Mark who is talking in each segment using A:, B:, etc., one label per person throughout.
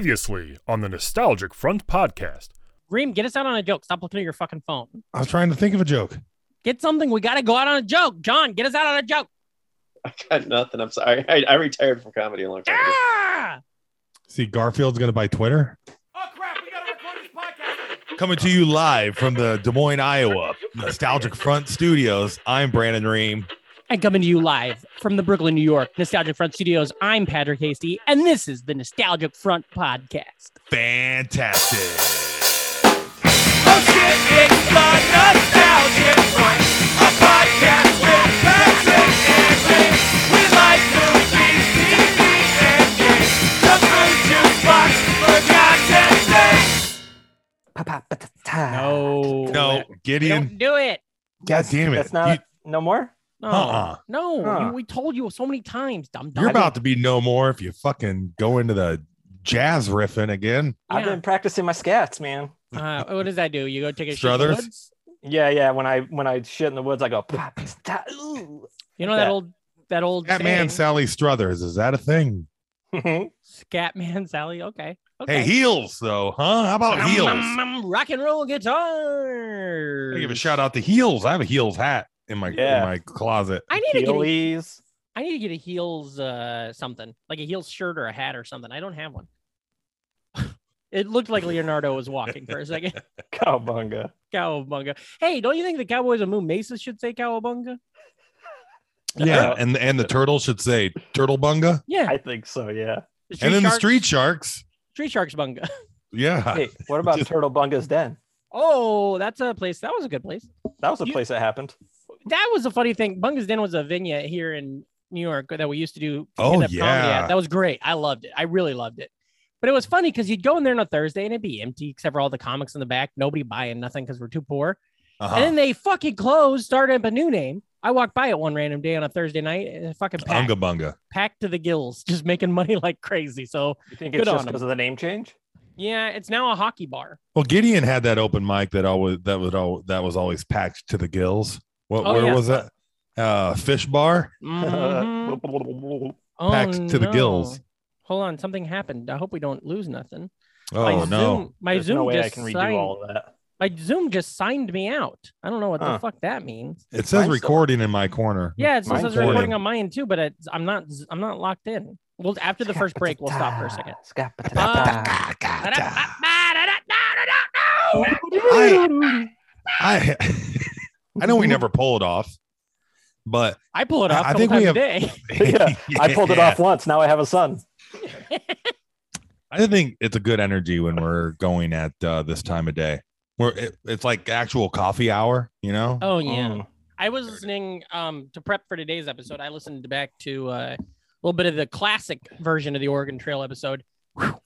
A: Previously on the Nostalgic Front podcast.
B: Reem, get us out on a joke. Stop looking at your fucking phone.
C: I was trying to think of a joke.
B: Get something. We gotta go out on a joke. John, get us out on a joke.
D: I got nothing. I'm sorry. I, I retired from comedy a long time ago.
B: Ah!
C: See, Garfield's going to buy Twitter.
E: Oh crap, we gotta record this podcast.
C: Coming to you live from the Des Moines, Iowa Nostalgic Front Studios. I'm Brandon Ream.
B: And coming to you live from the Brooklyn, New York Nostalgic Front Studios. I'm Patrick Hasty, and this is the Nostalgic Front podcast.
C: Fantastic.
E: Oh shit, it's the nostalgia front. A podcast with Patrick and Ray. We like movies, TV, and games. The food juice box for content day.
B: No,
C: No, Gideon.
B: don't do it.
C: God damn it.
F: That's not no more.
B: No,
C: Uh-uh.
B: no.
F: Huh.
B: you- we told you so many times. Dumb.
C: You,
B: dumb.
C: are about to be no more if you fucking go into the jazz riffing again.
B: Yeah.
F: I've been practicing my scats, man.
B: Uh, what does that do? You go take a
C: Struthers?
B: shit in the woods?
F: Yeah, yeah. When I when I shit in the woods, I go. "Pah, pah, ta, ooh."
B: You know that
F: Yeah.
B: old that old
C: That man,
B: saying?
C: Sally Struthers, is that a thing?
B: Scatman Sally. Okay. okay.
C: Hey, heels, though, huh? How about
B: Mm,
C: heels?
B: mm, mm, rock and roll guitar.
C: I give a shout out to heels. I have a heels hat in my
F: Yeah.
C: in my closet.
B: I need to get a
F: Heelys.
B: I need to get a heels uh something like a heels shirt or a hat or something. I don't have one. it looked like Leonardo was walking for a second.
F: Cowbunga.
B: Cowabunga. Hey, don't you think the Cowboys of Moon Mesa should say Cowabunga?
C: Yeah, and and the turtle should say turtle bunga,
B: Yeah.
F: I think so. Yeah.
C: and then the
B: sharks-
C: street sharks.
B: street sharks bunga.
C: Yeah,
F: Hey, what about
C: Ah, Just-
F: Turtle Bunga's Den?
B: Oh, that's a place. That was a good place.
F: That was a
B: You-
F: place that happened.
B: That was a funny thing. Bunga's Den was a vignette here in New York that we used to do.
C: Oh,
B: stand-up comedy at.
C: yeah.
B: That was great. I loved it. I really loved it. But it was funny because you'd go in there on a Thursday and it'd be empty except for all the comics in the back. Nobody buying nothing because we're too poor.
C: Uh-huh.
B: And then they fucking closed, started up a new name. I walked by it one random day on a Thursday night, and it fucking packed,
C: Unga bunga.
B: packed to the gills, just making money like crazy. So
F: You think
B: Good
F: it's
B: on
F: just
B: him.
F: because of the name change?
B: yeah, it's now a hockey bar.
C: Well, Gideon had that open mic that always that was all that was always packed to the gills. What
B: Oh,
C: where
B: yeah.
C: was that? Uh, fish bar
B: Mhm. Oh,
C: packed to the
B: no.
C: gills.
B: Hold on, something happened. I hope we don't lose nothing.
C: Oh
B: my
C: no!
B: Zoom, my
F: There's
B: Zoom
F: no way
B: just
F: I can redo
B: signed,
F: all of that.
B: my Zoom just signed me out. I don't know what the
F: Huh.
B: fuck that means.
C: It says
F: Mine's still-
C: recording in my corner.
B: Yeah, it still
F: Mine's
B: says
C: recording.
B: recording on mine too, but it's, I'm not. I'm not locked in. Well, after the first break, we'll stop for a second.
F: Scapatata.
C: Ah, I, I, I know we never pull it off, but
B: I pull it
C: I-
B: off.
C: I
B: I
C: think
B: think
C: we
B: a day.
F: yeah, I pulled it
C: Yeah.
F: off once. Now I have a son.
C: I think it's a good energy when we're going at uh, this time of day. Where it, it's like actual coffee hour, you know?
B: Oh yeah.
F: Mm.
B: I was listening um to prep for today's episode. I listened back to uh, a little bit of the classic version of the Oregon Trail episode. Whew.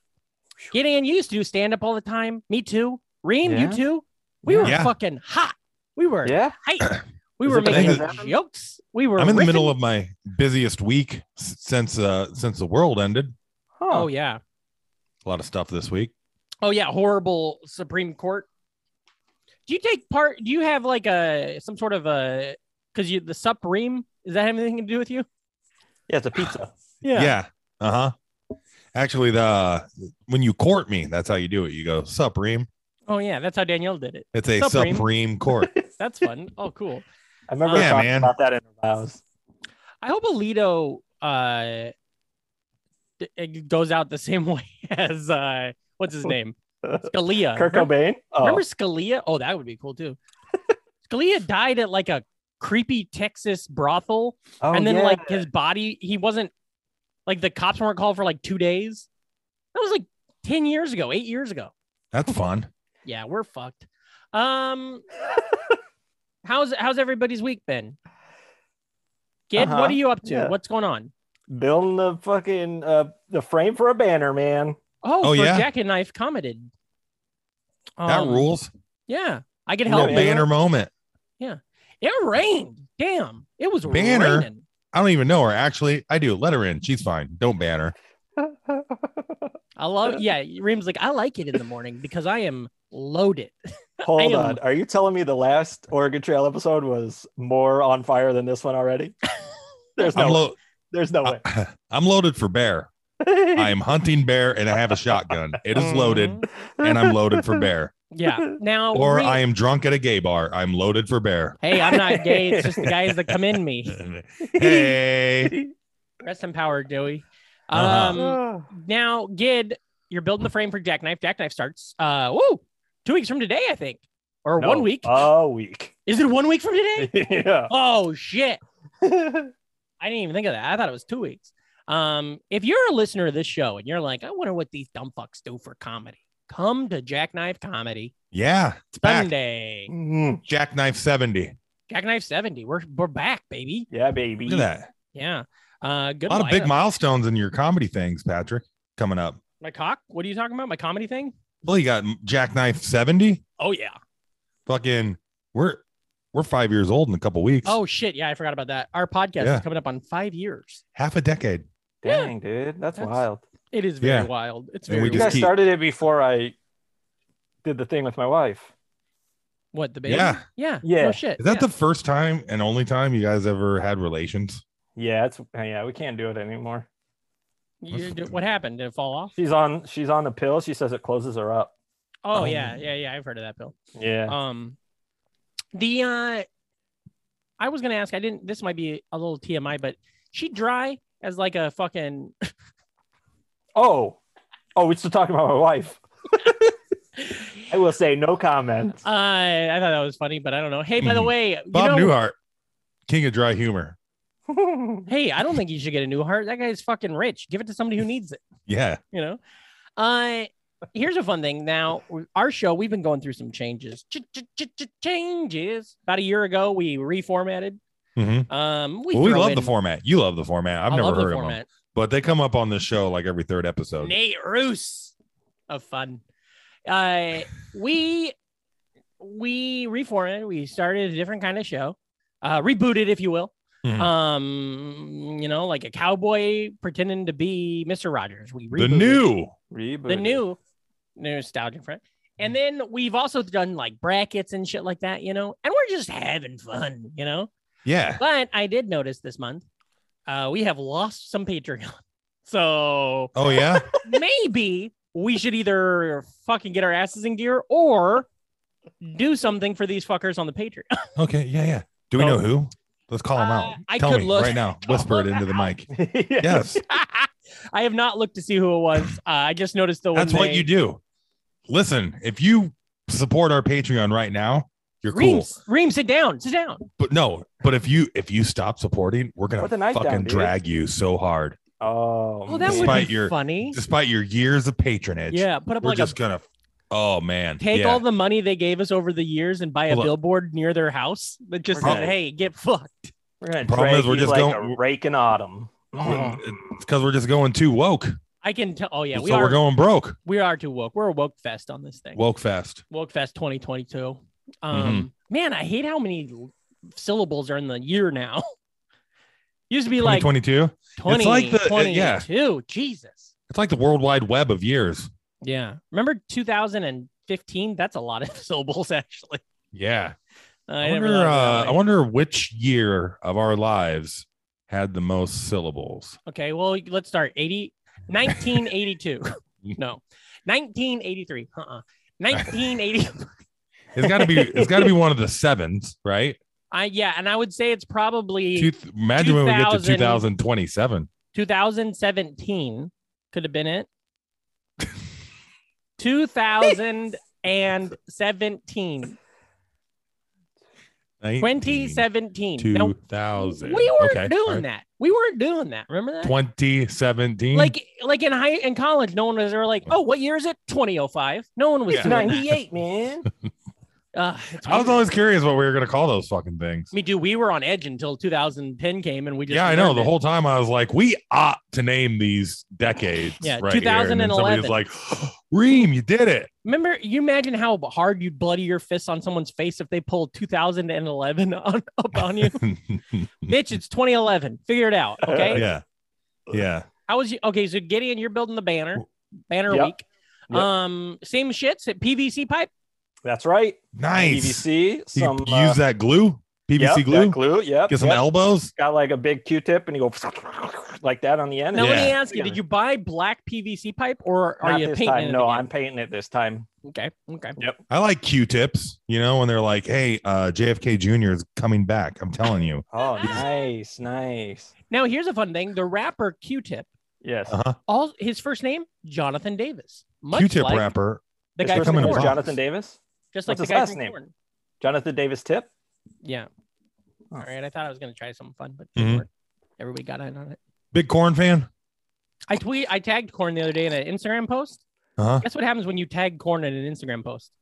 B: Gideon you used to do stand up all the time. Me too. Reem,
F: Yeah.
B: you too. We were
C: Yeah.
B: fucking hot. We were
F: Yeah.
B: hype. We
F: Is
B: were
F: it gonna
B: making
F: happen?
B: jokes. We were.
C: I'm in the middle
B: riffing.
C: of my busiest week s- since uh since the world ended.
F: Huh.
B: Oh yeah.
C: A lot of stuff this week.
B: Oh yeah. Horrible Supreme Court. Do you take part? Do you have like a some sort of a because you the Supreme? Does that have anything to do with you?
F: Yeah, it's a pizza.
C: Yeah. Uh-huh. Actually, the when you court me, that's how you do it. You go, Sup Reem.
B: Oh yeah. That's how Danielle did it.
C: It's a
B: Sup, Reem.
C: supreme, court.
B: That's fun. oh cool.
F: I remember
C: Yeah,
F: talking
C: man.
F: about that in the house.
B: I hope Alito uh d- it goes out the same way as uh what's his name? Scalia.
F: Kurt
B: remember,
F: Cobain. Oh,
B: Uh-huh. remember Scalia? Oh, that would be cool too. Scalia died at like a creepy Texas brothel
F: Oh,
B: and then
F: yeah.
B: like his body he wasn't like the cops weren't called for like 2 days. That was like 10 years ago, 8 years ago.
C: That's fun.
B: Yeah, we're fucked. Um how's how's everybody's week been? Kid,
F: Uh-huh.
B: what are you up to?
F: Yeah.
B: What's going on?
F: building the fucking uh, the frame for a banner, man.
B: Oh,
C: Oh,
B: for
C: yeah?
B: Jack and Knife commented.
C: that
B: Um,
C: rules.
B: Yeah, I could
C: Real
B: help.
F: yeah.
C: banner moment.
B: It rained. Damn, it was
C: Banner?
B: raining.
C: I don't even know her. Actually, I do. Let her in. She's fine. Don't ban her.
B: I love. Yeah, Reem's like I like it in the morning because I am loaded. I
F: Hold
B: am-
F: on. Are you telling me the last Oregon Trail episode was more on fire than this one already? There's no
C: I'm, lo-
F: there's no way.
C: I, am loaded for bear. I am hunting bear and I have a shotgun. It is loaded and I'm loaded for bear.
B: Mm-hmm. Yeah. Now,
C: Or
B: re-
C: I am drunk at a gay bar. I'm loaded for bear.
B: hey, I'm not gay. It's just the guys that come in me.
C: hey.
B: Rest in power, Joey. Um,
C: Uh-huh.
F: Oh.
B: now, Gid, you're building the frame for Jackknife. Jackknife starts. Uh, whoa, two weeks from today, I think, or
F: No,
B: one week.
C: uh,
F: A week.
B: Is it one week from today?
F: yeah. Mm-hmm.
B: oh shit! I didn't even think of that. I thought it was two weeks. Um, if you're a listener to this show and you're like, I wonder what these dumb fucks do for comedy, come to Jackknife Comedy
C: Yeah. It's back.
B: Sunday.
F: Mm,
C: Jackknife 70.
B: Jackknife 70. We're we're back, baby.
F: yeah, baby.
C: Look at that.
B: Yeah. Uh, good.
C: A lot of big
B: lineup.
C: milestones in your comedy things, Patrick, coming up.
B: My cock. What are you talking about? My comedy thing?
C: Well, you got Jackknife 70.
B: Oh yeah.
C: Fucking, we're we're five years old in a couple weeks.
B: Oh shit. Yeah, I forgot about that. Our podcast
C: Yeah.
B: is coming up on five years.
C: half a decade.
B: Yeah.
F: Dang, dude. That's,
B: That's-
F: wild.
B: It is very
C: Yeah.
B: wild. It's
C: And
B: very
C: we
F: You
C: just
F: guys
B: wild.
C: keep-
F: started it before I did the thing with my wife.
B: what the baby?
C: Yeah.
B: Yeah.
F: Yeah.
B: No shit.
C: Is that
B: yeah.
C: the first time and only time you guys ever had relations?
F: Yeah, it's yeah, we can't do it anymore.
B: You- d- what happened? Did it fall off?
F: She's on she's on the pill. She says it closes her up. Uh,
B: Oh,
C: Oh.
B: yeah, yeah, yeah. I've heard of that, Bill.
F: Yeah.
B: Um the uh I was gonna ask, I didn't this might be a little TMI, but she dry as like a fucking uh,
F: Oh. Oh, we still talking about my wife. I will say no comment.
B: Uh, I thought that was funny, but I don't know. Hey, by the
C: Mhm.
B: way, you
C: Bob
B: know,
C: Newhart, king of dry humor.
B: hey, I don't think you should get a new heart. That guy's fucking rich. Give it to somebody who needs it.
C: Yeah.
B: You know. Uh, here's a fun thing. Now, our show, we've been going through some changes. Ch- ch- ch- ch- Changes. About a year ago, we reformatted.
C: Mhm.
B: Um, we,
C: Well, we
B: throw
C: love
B: in-
C: the format. You love the format. I've
B: I
C: never
B: love the
C: heard of them,
B: format.
C: but they come up on this show like every third episode.
B: Nate Roos of fun. Uh, we we reformatted. We started a different kind of show, uh, rebooted, if you will.
C: Mhm.
B: Um, you know, like a cowboy pretending to be Mister Rogers. We
C: The
B: rebooted
C: new.
F: Reboot.
B: the new nostalgia front. And then we've also done like brackets and shit like that, you know, and we're just having fun, you know.
C: Yeah.
B: But I did notice this month, uh, we have lost some Patreon. So
C: Oh yeah.
B: maybe we should either fucking get our asses in gear or do something for these fuckers on the Patreon.
C: Okay. Yeah. Yeah. Do we
B: Oh.
C: know who? Let's call him
B: Uh,
C: out.
B: I
C: Tell
B: could
C: me
B: look.
C: right now. Whisper it into the mic. Yes.
B: I have not looked to see who it was. Uh, I just noticed the
C: That's
B: one
C: what
B: they-
C: you do. Listen, if you support our Patreon right now, you're cool.
B: Reams, Reams, sit down, sit down.
C: But no, but if you if you stop supporting, we're gonna
F: Put the knife
C: fucking
F: down, dude.
C: drag you so hard.
F: Oh, man.
B: Oh, that would
C: Despite
B: be
C: your-
B: funny.
C: Despite your years of patronage,
B: Yeah, put up
C: we're
B: like
C: just
B: a
C: gonna. Oh man,
B: take
C: yeah.
B: all the money they gave us over the years and buy a
C: Hold up.
B: billboard near their house that just
F: We're
B: said,
F: gonna-
B: "Hey, get fucked."
F: We're gonna
C: Problem
F: drag
C: is we're
F: you
C: just
F: like
C: going-
F: a rake in autumn. Mm.
C: It's because we're just going too woke.
B: I can tell. Oh yeah, we
C: so
B: are.
C: we're going broke.
B: we are too woke. We're a woke fest on this thing.
C: Woke fest.
B: Woke Fest 2022. Um,
C: Mm-hmm.
B: man, I hate how many l- syllables are in the year now. Used to be like 20,
C: 2022. It's like the- uh, yeah.
B: 22. Jesus.
C: It's like the World Wide Web of years.
B: Yeah. Remember 2015? That's a lot of syllables, actually.
C: Yeah.
B: I,
C: I,
B: never
C: wonder.
B: thought of it
C: Uh,
B: that
C: I
B: way.
C: wonder which year of our lives had the most syllables.
B: okay. Well, let's start 80, 1982. no, 1983. Uh uh 1980.
C: It's got to be. it's got to be one of the sevens, right?
B: I, yeah. And I would say it's probably
C: Two, imagine when we get to
B: 2000.
C: 2027.
B: 2017 could have been it. 2017. 2017. Now,
C: 2000.
B: we weren't
C: Okay,
B: doing
C: all right.
B: that. We weren't doing that. Remember that?
C: 2017.
B: Like, like in high in college, no one was ever like, "Oh, what year is it?" 2005. No one was
C: Yeah.
B: doing that.
F: 98, man.
B: Uh, it's
C: I was
B: weird.
C: always curious what we were going to call those fucking things.
B: I mean, dude, we were on edge until 2010 came, and we just
C: Yeah, I know.
B: learned
C: The
B: it.
C: whole time I was like, we ought to name these decades.
B: Yeah,
C: right here. And then
B: 2011.
C: somebody was like, Reem, you did it.
B: Remember, you imagine how hard you'd bloody your fists on someone's face if they pulled 2011 on, up on you. Bitch, it's 2011. Figure it out. Okay.
C: yeah. Yeah.
B: How was you? Okay, so Gideon, you're building the banner, banner
F: Yep.
B: week.
F: Yep.
B: Um, same shits at PVC pipe.
F: That's right.
C: Nice.
F: PVC.
C: You
F: Some
C: use
F: uh,
C: that glue, PVC
F: yep, that
C: glue,
F: glue. Yep.
C: get some
F: yep.
C: elbows.
F: Got like a big Q-tip, and you go. like that on the end.
B: Now let me
C: Yeah.
B: ask you: Did you buy black PVC pipe, or are
F: Not
B: you
F: this
B: painting
F: time.
B: it?
F: No,
B: again?
F: I'm painting it this time.
B: okay. Okay.
C: I like Q-tips, you know, when they're like, "Hey, uh, JFK Jr. is coming back." I'm telling you.
F: Oh,
B: Ah.
F: nice, nice.
B: Now here's a fun thing: the rapper Q-Tip,
F: Yes.
C: Uh-huh.
B: all his first name Jonathan Davis, much
C: Q-tip
B: like
C: rapper.
B: the
F: His
B: guy
F: first
B: from
C: name
F: is
C: in a
B: Korn,
C: box.
F: Jonathan Davis.
B: just like
F: What's
B: the
F: his
B: guy
F: last
B: from
F: name?
B: Korn.
F: Jonathan Davis Tip.
B: Yeah.
F: Huh.
B: All right. I thought I was gonna try something fun, but
C: Mhm.
B: didn't work. everybody got in on it.
C: Big corn fan.
B: I tweet. I tagged Corn the other day in an Instagram post.
C: Uh-huh.
B: Guess what happens when you tag Corn in an Instagram post?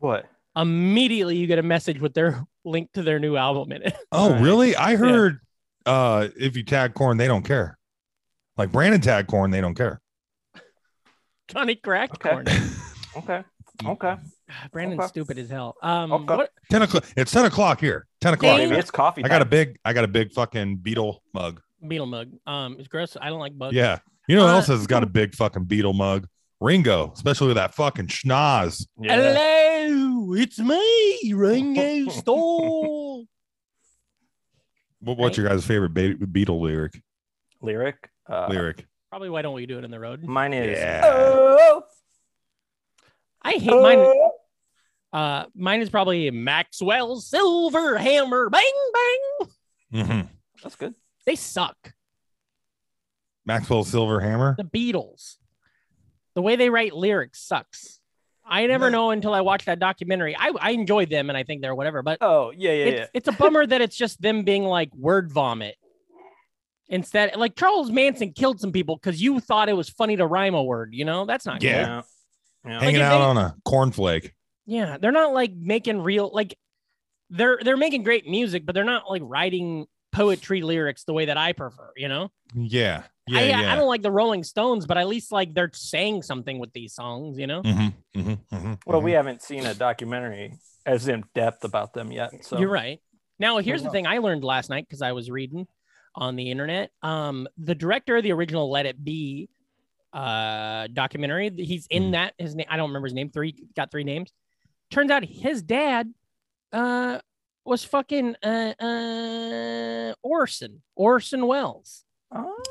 F: What?
B: Immediately you get a message with their link to their new album in it.
C: Oh,
F: Right.
C: really? I heard uh, if you tag corn, they don't care. Like Brandon tag corn, they don't care.
B: Johnny cracked
F: Okay.
B: Corn.
F: Okay. Okay.
B: Brandon's
F: Okay.
B: stupid as hell. Um,
F: Okay.
B: what-
C: Ten o'clock. It's ten o'clock here. Ten o'clock.
B: Dang.
F: Maybe it's coffee.
C: I got a big. I got a big fucking beetle mug.
B: beetle mug. Um, it's gross. I don't like bugs.
C: Yeah. You know who
B: Uh,
C: else has got a big fucking beetle mug? Ringo, especially with that fucking schnoz.
F: time. Yeah.
B: Hello, it's me, Ringo Starr.
C: What, what's your guys' favorite ba- beetle lyric?
F: Lyric. Uh,
C: lyric.
B: Probably why don't we do it on the road?
F: Mine is.
C: Yeah.
F: Oh,
B: I hate mine.
F: oh.
B: Uh, mine is probably Maxwell Silver Hammer. Bang bang.
C: Mhm.
F: That's good.
B: They suck.
C: Maxwell Silver Hammer.
B: The Beatles. The way they write lyrics sucks. I never know until I watch that documentary. I, I enjoy them and I think they're whatever, but
F: Oh yeah, yeah,
B: it's,
F: yeah.
B: it's a bummer that it's just them being like word vomit instead like charles manson killed some people because you thought it was funny to rhyme a word you know that's not
C: Yeah.
B: cool.
F: Yeah.
C: Hanging
B: Like, if
C: out
B: they-
C: on a cornflake.
B: yeah they're not like making real like they're they're making great music but they're not like writing poetry lyrics the way that i prefer you know
C: Yeah. Yeah.
B: I, uh, I-
C: yeah.
B: I don't like the rolling stones but at least like they're saying something with these songs you know
C: Mm-hmm, mm-hmm, mm-hmm,
F: Well, we haven't seen a documentary as in depth about them yet. So
B: You're right. Now, here's the
F: well.
B: thing I learned last night because I was reading on the internet. Um, the director of the original Let It Be uh, documentary, th- he's in
C: Mhm.
B: that. His name, I don't remember his name. Three got three names. Turns out his dad uh, was fucking uh, uh, Orson Orson Welles.
F: Oh.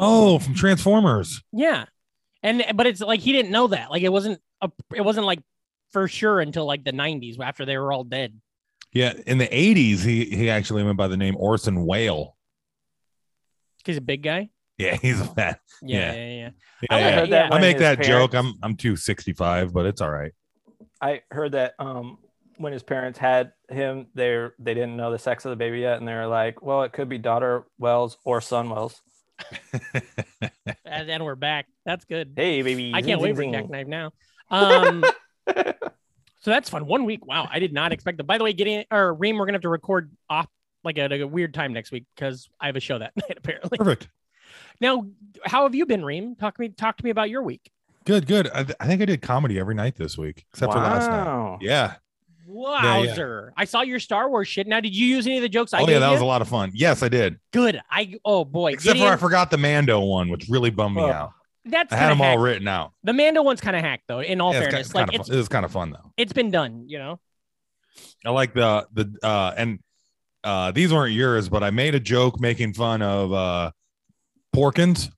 C: Oh, from Transformers.
B: Yeah, and but it's like he didn't know that. Like it wasn't a, it wasn't like for sure until like the 90s after they were all dead.
C: Yeah. In the 80s, he, he actually went by the name Orson Whale.
B: He's a big guy.
C: Yeah. He's a fat.
B: Yeah,
C: Yeah.
B: yeah, yeah.
C: Yeah,
B: I
C: yeah.
B: heard that
C: I
F: when
C: make
F: his
C: that joke.
F: parents-
C: I'm I'm 265, but it's all right.
F: I heard that um when his parents had him, they are they didn't know the sex of the baby yet, and they were like, "Well, it could be daughter Wells or son Wells."
B: And Uh, then we're back. That's good.
F: Hey, baby!
B: I can't
F: zing,
B: wait for
F: zing, zing.
B: Jackknife now. Um, so that's fun. One week. Wow, I did not expect that. By the way, getting or Reem, we're gonna have to record off like at a weird time next week because I have a show that night apparently.
C: Perfect.
B: Now, how have you been, Reem? Talk to me. Talk to me about your week.
C: Good. Good. I, th- I think I did comedy every night this week, except for last night.
F: Wow.
C: Yeah.
B: Wowzer!
C: yeah.
B: I saw your Star Wars shit. Now, did you use any of the jokes? I
C: oh
B: gave
C: yeah, that
B: you?
C: was a lot of fun. Yes, I did.
B: good. I oh boy,
C: Except for I
B: Gideon,
C: forgot the Mando one, which really bummed
F: Oh,
C: me out.
B: that's
C: I had them
B: kinda
C: all
B: hacked.
C: written out.
B: The Mando one's kind of hacked though. In all
C: Yeah, it's ki-
B: fairness,
C: it's
B: like
C: kinda
B: it's
C: fun. it was kind of fun though.
B: it's been done. You know.
C: I like the the uh and uh these weren't yours, but I made a joke making fun of uh Porkins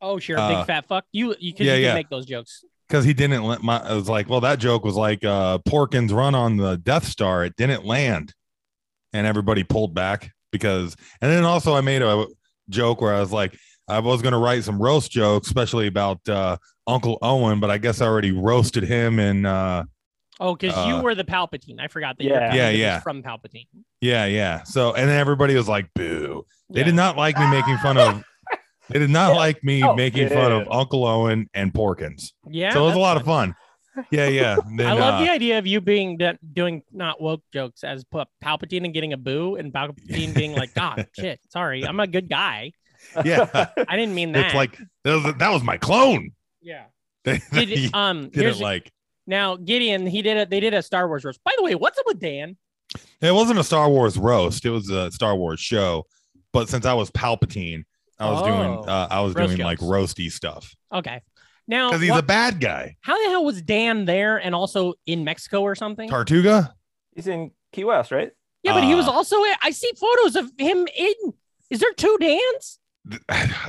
B: Oh sure,
C: Uh,
B: big fat fuck. You you can,
C: yeah,
B: you can
C: yeah.
B: make those jokes.
C: because he didn't let my I was like, well, that joke was like uh Porkins run on the Death Star, it didn't land. And everybody pulled back because and then also I made a joke where I was like, I was gonna write some roast jokes, especially about uh Uncle Owen, but I guess I already roasted him and uh
B: Oh, because
C: Uh,
B: you were the Palpatine. I forgot that. your
F: Yeah.
B: character
C: Yeah,
B: was
C: yeah.
B: From Palpatine.
C: yeah, yeah. So and then everybody was like, boo. They
B: Yeah.
C: did not like me making fun of. They did not like me
F: Oh,
C: making fun of
F: good.
C: Uncle Owen and Porkins.
B: Yeah.
C: so it was a
B: that's
C: lot
B: fun.
C: of fun. Yeah, yeah. And
B: I
C: then,
B: love
C: uh,
B: the idea of you being d- doing not woke jokes as P- Palpatine and getting a boo and Palpatine being like, "Ah, shit, sorry, I'm a good guy.
C: yeah.
B: I didn't mean that."
C: It's like that was, that was my clone.
B: yeah.
C: They, they
B: Did, um.
C: didn't
B: here's-
C: like.
B: now Gideon, he did it. They did a Star Wars roast. By the way, what's up with Dan?
C: It wasn't a Star Wars roast. It was a Star Wars show. But since I was Palpatine, I was
B: Oh.
C: doing uh, I was
B: Roast
C: doing like
B: jokes.
C: roasty stuff
B: Okay. Now,
C: because he's
B: wha-
C: a bad guy.
B: how the hell was Dan there and also in Mexico or something?
C: Tartuga.
F: He's in Key West, right?
B: yeah, but he was
C: uh,
B: also. I see photos of him in. Is there two Dans?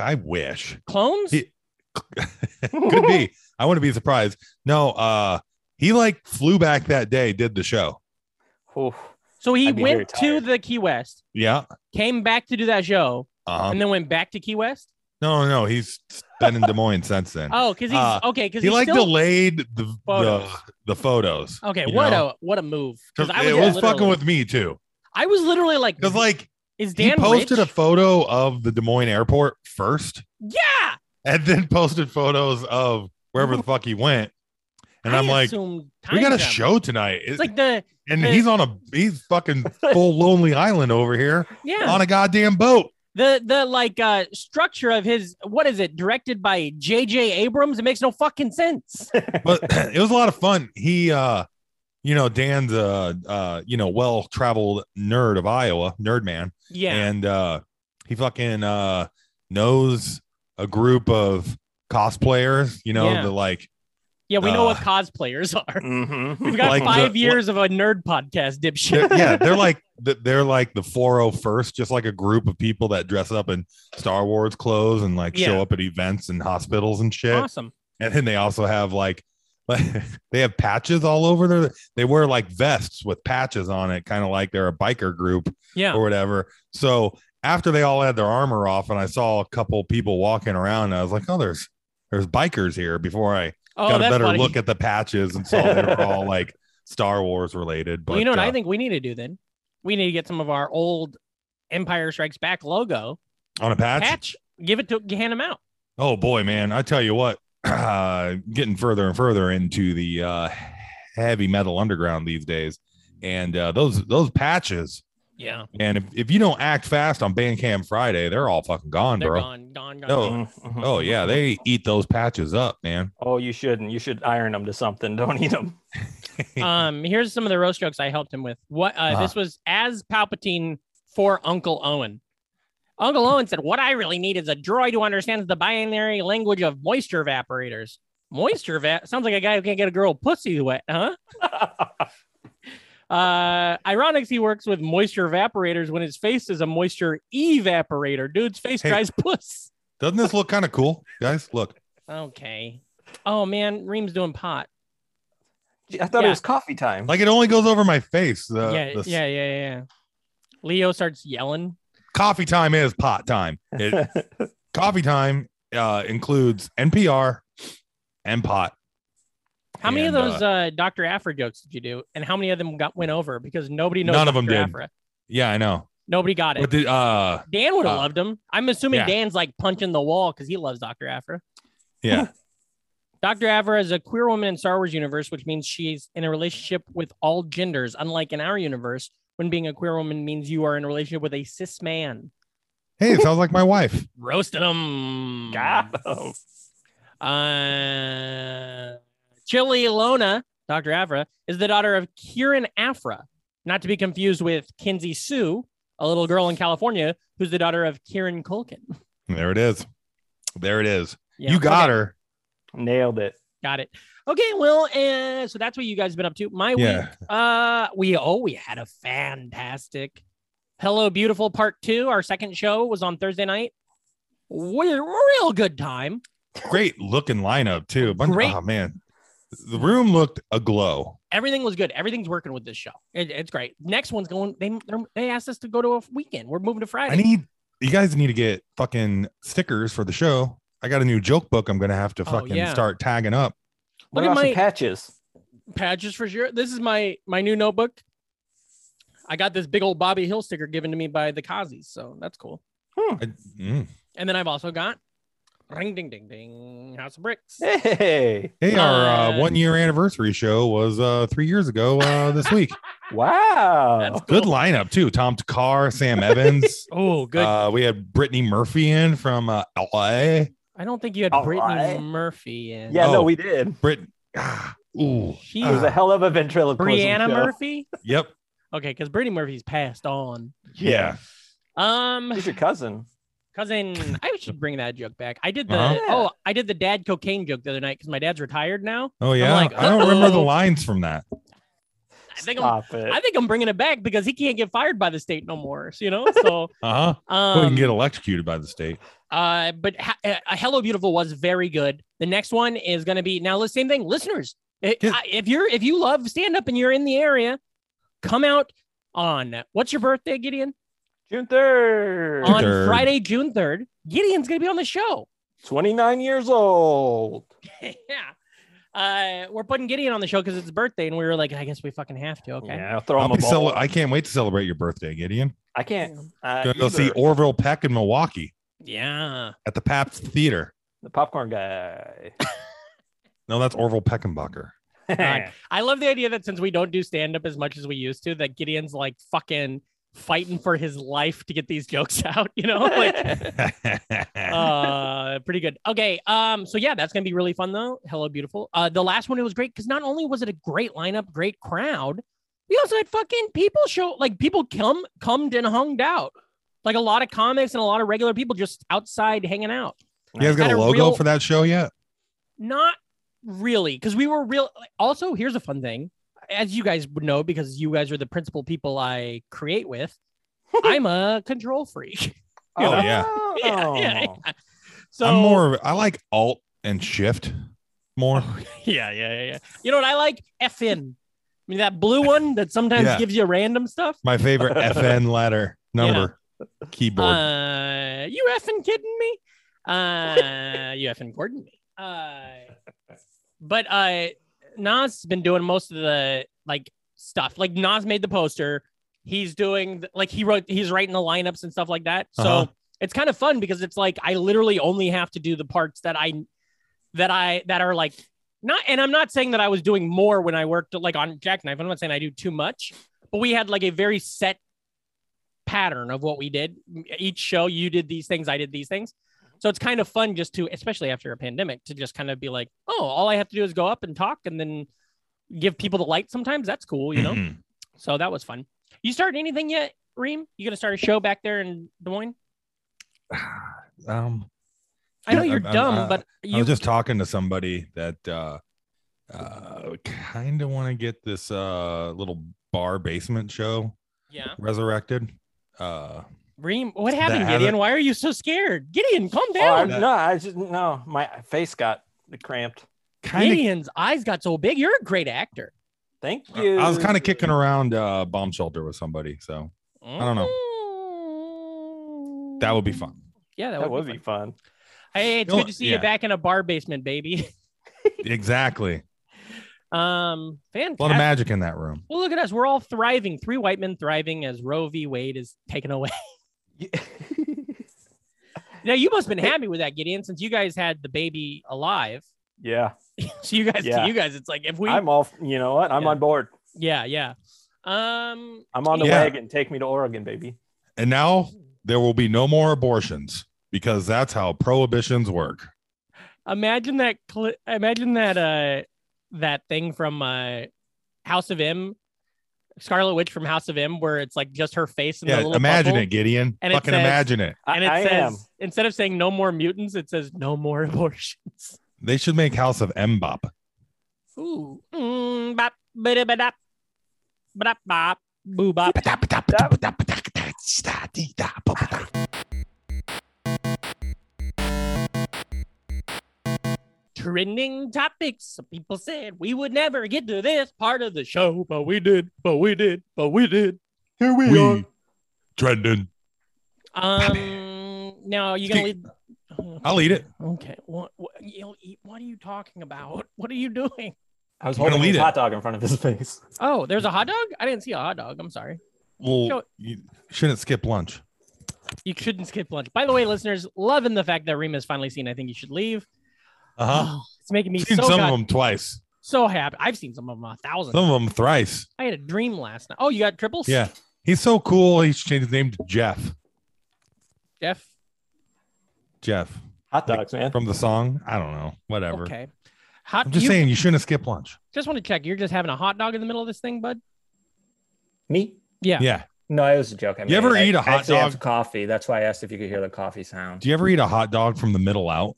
C: I wish.
B: Clones?
C: He- Could be. I wouldn't be surprised. No, uh, he like flew back that day, did the show.
F: Oof.
B: so he
F: I'd be very
B: went to
F: tired.
B: the Key West,
C: Yeah.
B: came back to do that show,
C: Uh-huh.
B: and then went back to Key West.
C: No, no, he's been in Des Moines since then.
B: Oh, because he's
C: Uh,
B: okay. Because
C: he
B: he's
C: like
B: still,
C: delayed the
B: Photos.
C: the, the photos.
B: Okay,
C: you
B: what
C: know?
B: a what a move.
C: 'Cause
B: Because I was,
C: it was fucking
B: literally-
C: with me too.
B: I was literally like,
C: Because like
B: is Dan
C: he posted
B: rich?
C: a photo of the Des Moines airport first,
B: yeah.
C: and then posted photos of wherever the fuck he went. And
B: I
C: I'm like,
B: assumed
C: we
B: time
C: got a
B: travel.
C: show tonight, It-
B: It's like the
C: and
B: the-
C: he's on a he's fucking full lonely island over here
B: yeah
C: on a goddamn boat.
B: the the like uh structure of his what is it directed by J.J. Abrams? It makes no fucking sense.
C: But it was a lot of fun. He, uh, you know, Dan's a uh, you know well traveled nerd of Iowa, nerd man.
B: Yeah,
C: and uh he fucking uh knows a group of cosplayers you know
B: Yeah.
C: the like
B: yeah, we know
C: uh,
B: what cosplayers are.
F: Mhm.
C: Mm-hmm.
B: We've got
C: like
B: five
C: the-
B: years of a nerd podcast, dipshit.
C: they're, yeah they're like th- they're like the 401st just like a group of people that dress up in star wars clothes and like
B: Yeah.
C: show up at events and hospitals and shit
B: awesome.
C: and then they also have like they have patches all over their they wear like vests with patches on it kind of like they're a biker group
B: Yeah,
C: or whatever. So after they all had their armor off, and I saw a couple people walking around, and I was like, "Oh, there's there's bikers here." Before I
B: oh,
C: got a
B: that's
C: better
B: funny.
C: look at the patches and saw they were all like Star Wars related. But
B: well, you know what
C: uh,
B: I think we need to do then? We need to get some of our old Empire Strikes Back logo
C: on a patch?
B: patch. Give it to hand them out.
C: Oh boy, man! I tell you what, uh, getting further and further into the uh, heavy metal underground these days, and uh, those those patches.
B: Yeah,
C: And if, if you don't act fast on Bandcamp Friday, they're all fucking gone,
B: they're
C: bro.
B: gone, gone, gone.
C: No,
B: gone.
F: Mhm.
C: Oh yeah, they eat those patches up, man.
F: Oh, you shouldn't. You should iron them to something. Don't eat them.
B: um here's some of the roast jokes i helped him with what uh,
C: Uh-huh.
B: this was as palpatine for uncle owen uncle owen said what i really need is a droid who understands the binary language of moisture evaporators moisture vat sounds like a guy who can't get a girl pussy wet huh uh ironics he works with moisture evaporators when his face is a moisture evaporator dude's face
C: Hey.
B: dries puss
C: Doesn't this look kind of cool, guys? Look,
B: okay oh man reem's doing pot
F: I thought
B: Yeah.
F: it was coffee time.
C: like it only goes over my face. The,
B: yeah,
C: the s-
B: yeah yeah yeah yeah leo starts yelling
C: Coffee time is pot time. It, coffee time uh, includes NPR and pot.
B: How many of
C: And,
B: those uh, Dr. Afra jokes did you do, and how many of them got went over? Because nobody knows
C: None of
B: Dr.
C: them did.
B: Afra.
C: Yeah, I know.
B: Nobody got it.
C: But the, uh,
B: Dan would have
C: uh,
B: loved him. I'm assuming
C: yeah.
B: Dan's like punching the wall because he loves Dr. Afra.
C: yeah,
B: Dr. Afra is a queer woman in Star Wars universe, which means she's in a relationship with all genders. Unlike in our universe, when being a queer woman means you are in a relationship with a cis man.
C: hey, it sounds like my wife.
B: Roasted him.
F: Got 'em.
B: Uh, Chili Lona, Dr. Afra, is the daughter of Kieran Afra, not to be confused with Kinsey Sue, a little girl in California who's the daughter of Kieran Culkin.
C: There it is. There it is.
B: Yeah,
C: you got
B: okay,
C: her.
F: Nailed it.
B: Got it. Okay, well, uh, so that's what you guys have been up to. My
C: Yeah.
B: week, uh, we oh, we had a fantastic Hello Beautiful Part Two. Our second show was on Thursday night. We real good time.
C: Great looking lineup too. Bunch,
B: Great.
C: Oh man, the room looked aglow.
B: everything was good. Everything's working with this show. It- it's great. Next one's going. They they're- they asked us to go to a weekend. We're moving to Friday.
C: I need you guys need to get fucking stickers for the show. I got a new joke book. I'm gonna have to
B: Oh,
C: fucking
B: yeah.
C: start tagging up.
F: What
B: Look at
F: about
B: my-
F: some patches?
B: Patches for sure. This is my my new notebook. I got this big old Bobby Hill sticker given to me by the Kazis, so that's cool.
C: I, mm.
B: And then I've also got ring ding ding ding House of Bricks.
F: Hey!
C: Hey, our
B: Uh,
C: uh, one year anniversary show was uh, three years ago uh, this week.
F: Wow!
B: That's
C: Good
B: cool.
C: lineup too. Tom Takar, Sam Evans.
B: Oh, good.
C: Uh, we had Brittany Murphy in from uh, LA.
B: I don't think you had
F: all
B: Brittany
F: right.
B: Murphy in.
F: Yeah,
C: Oh.
F: no, we did.
C: Brit. Ah, ooh.
B: She
F: It was
C: Ah,
F: a hell of a ventriloquism.
B: Brianna
F: show.
B: Murphy.
C: yep.
B: Okay, because Brittany Murphy's passed on.
C: Yeah.
B: Um,
F: She's your cousin.
B: cousin i should bring that joke back i did the
C: Uh-huh.
B: oh i did the dad cocaine joke the other night because my dad's retired now
C: Oh yeah.
B: like,
C: I don't remember the
B: uh-oh.
C: lines from that.
B: I think I'm,
F: Stop it.
B: I think I'm bringing it back because he can't get fired by the state no more. So, you know, so
C: Uh huh. we
B: um,
C: can get electrocuted by the state.
B: uh, but ha- uh, Hello Beautiful was very good. The next one is going to be now the same thing, listeners. i-
C: Yeah.
B: I- If you're if you love stand up and you're in the area, come out on what's your birthday, Gideon?
F: June third.
B: On
C: 3rd.
B: Friday, June third, Gideon's going to be on the show.
F: Twenty nine years old.
B: yeah, uh, we're putting Gideon on the show because it's his birthday, and we were like, I guess we fucking have to. Okay,
F: Yeah, I'll throw him
C: I'll
F: a
C: be cele-
F: ball.
C: I can't wait to celebrate your birthday, Gideon.
F: I can't. Uh,
C: Gonna go see
F: either.
C: Orville Peck in Milwaukee
B: yeah.
C: at the Pabst Theater.
F: the popcorn guy.
C: No, that's Orville Peckenbucker.
B: God. I love the idea that since we don't do stand up as much as we used to, that Gideon's like fucking fighting for his life to get these jokes out. You know, like uh pretty good okay um so yeah that's gonna be really fun though hello beautiful uh the last one it was great because not only was it a great lineup great crowd we also had fucking people show like people come come and hung out like a lot of comics and a lot of regular people just outside hanging out
C: you guys got
B: Had
C: a
B: a
C: logo
B: real-
C: for that show yet?
B: not really because we were real also here's a fun thing as you guys would know because you guys are the principal people i create with i'm a control freak
C: Oh, yeah.
B: yeah, yeah,
F: Oh.
B: yeah. so
C: I'm more. of- I like alt and shift more.
B: Oh, Yeah, yeah, yeah, yeah. You know what I like? FN. I mean that blue one that sometimes
C: Yeah.
B: gives you random stuff.
C: My favorite FN letter number keyboard.
B: Uh, you effing kidding me? Uh, you effing Gordon me? Uh, but uh, Nas has been doing most of the like stuff. Like Nas made the poster. He's doing th- like he wrote. He's writing the lineups and stuff like that. So
C: Uh-huh.
B: it's kind of fun because it's like I literally only have to do the parts that I that I that are like not. And I'm not saying that I was doing more when I worked like on Jackknife. I'm not saying I do too much, but we had like a very set pattern of what we did. Each show, you did these things, I did these things. So it's kind of fun just to, especially after a pandemic, to just kind of be like, oh, all I have to do is go up and talk and then give people the light sometimes. That's cool, you know?
C: Mhm.
B: So that was fun. You started anything yet, Reem? You going to start a show back there in Des Moines?
C: Um,
B: I know
C: Yeah,
B: you're
C: I'm- I'm-
B: dumb,
C: I-
B: but
C: I
B: you
C: was just talking to somebody that uh, uh, kind of want to get this uh, little bar basement show
B: yeah.
C: resurrected. Uh,
B: Reem, what
C: That
B: happened,
C: haven't-
B: Gideon? Why are you so scared? Gideon, calm
F: Oh, I-
B: down.
F: no, I just no. My face got cramped.
C: kind
B: Gideon's eyes got so big. You're a great actor.
F: Thank
C: of.
F: you.
C: I was kind of kicking around uh, bomb shelter with somebody, so don't
B: know.
C: that would be fun.
B: Yeah, that,
F: That would be fun.
B: Hey, it's
C: You know
B: good to
C: what?
B: see
C: Yeah.
B: you back in a bar basement, baby.
C: exactly.
B: Um, fantastic.
C: A lot of magic in that room.
B: well, look at us. We're all thriving. Three white men thriving as Roe v. Wade is taken away. now you must have been happy with that, Gideon, since you guys had the baby alive.
F: yeah,
B: So you guys,
F: Yeah.
B: to you guys, it's like if we,
F: I'm all. You know what? I'm
B: Yeah.
F: on board.
B: yeah, yeah. Um,
F: I'm on the
C: Yeah.
F: wagon. Take me to Oregon, baby.
C: And now there will be no more abortions because that's how prohibitions work.
B: imagine that. Cli- imagine that. Uh, that thing from uh, House of M, Scarlet Witch from House of M, where it's like just her face and the
C: Yeah,
B: little
C: imagine
B: bubble.
C: it, Gideon.
B: And it
C: Fucking
B: says-
C: imagine it.
F: I,
B: and it
F: I
B: says
F: am.
B: instead of saying no more mutants, it says no more abortions.
C: They should make House of Mbop.
B: Ooh, mm, bop, bada, bada, bada, bop, boo bop. Trending topics. Some people said we would never get to this part of the show, but we did, but we did, but we did.
C: Here we, are. Trending.
B: Um, now you gonna lead?
C: I'll eat it.
B: Okay. What, what, you'll eat, what are you talking about? What are you doing?
F: I was
C: I'm gonna
F: holding his
C: lead it.
F: hot dog in front of his face.
B: Oh, there's a hot dog? I didn't see a hot dog. I'm sorry.
C: Well,
B: Go-
C: you shouldn't skip lunch.
B: You shouldn't skip lunch. By the way, listeners, loving the fact that Rima's finally seen I Think You Should Leave.
C: Uh huh.
B: Oh, it's making me so
C: Seen some
B: god-
C: of them twice,
B: so happy. I've seen some of them a thousand.
C: some of them thrice.
B: I had a dream last night. Oh, you got triples?
C: Yeah. He's so cool. He's changed his name to Jeff.
B: Jeff.
C: Jeff
F: Hot dogs, man.
C: from the song. I don't know. Whatever.
B: Okay. Hot
C: I'm just
B: you-
C: saying you shouldn't skip lunch.
B: just want to check. You're just having a hot dog in the middle of this thing, bud?
G: Me?
B: Yeah.
C: Yeah.
G: No, it was a joke. I
C: You ever
G: made. I-
C: eat a
G: I
C: hot
G: actually have
C: dog?
G: coffee. That's why I asked if you could hear the coffee sound.
C: Do you ever eat a hot dog from the middle out?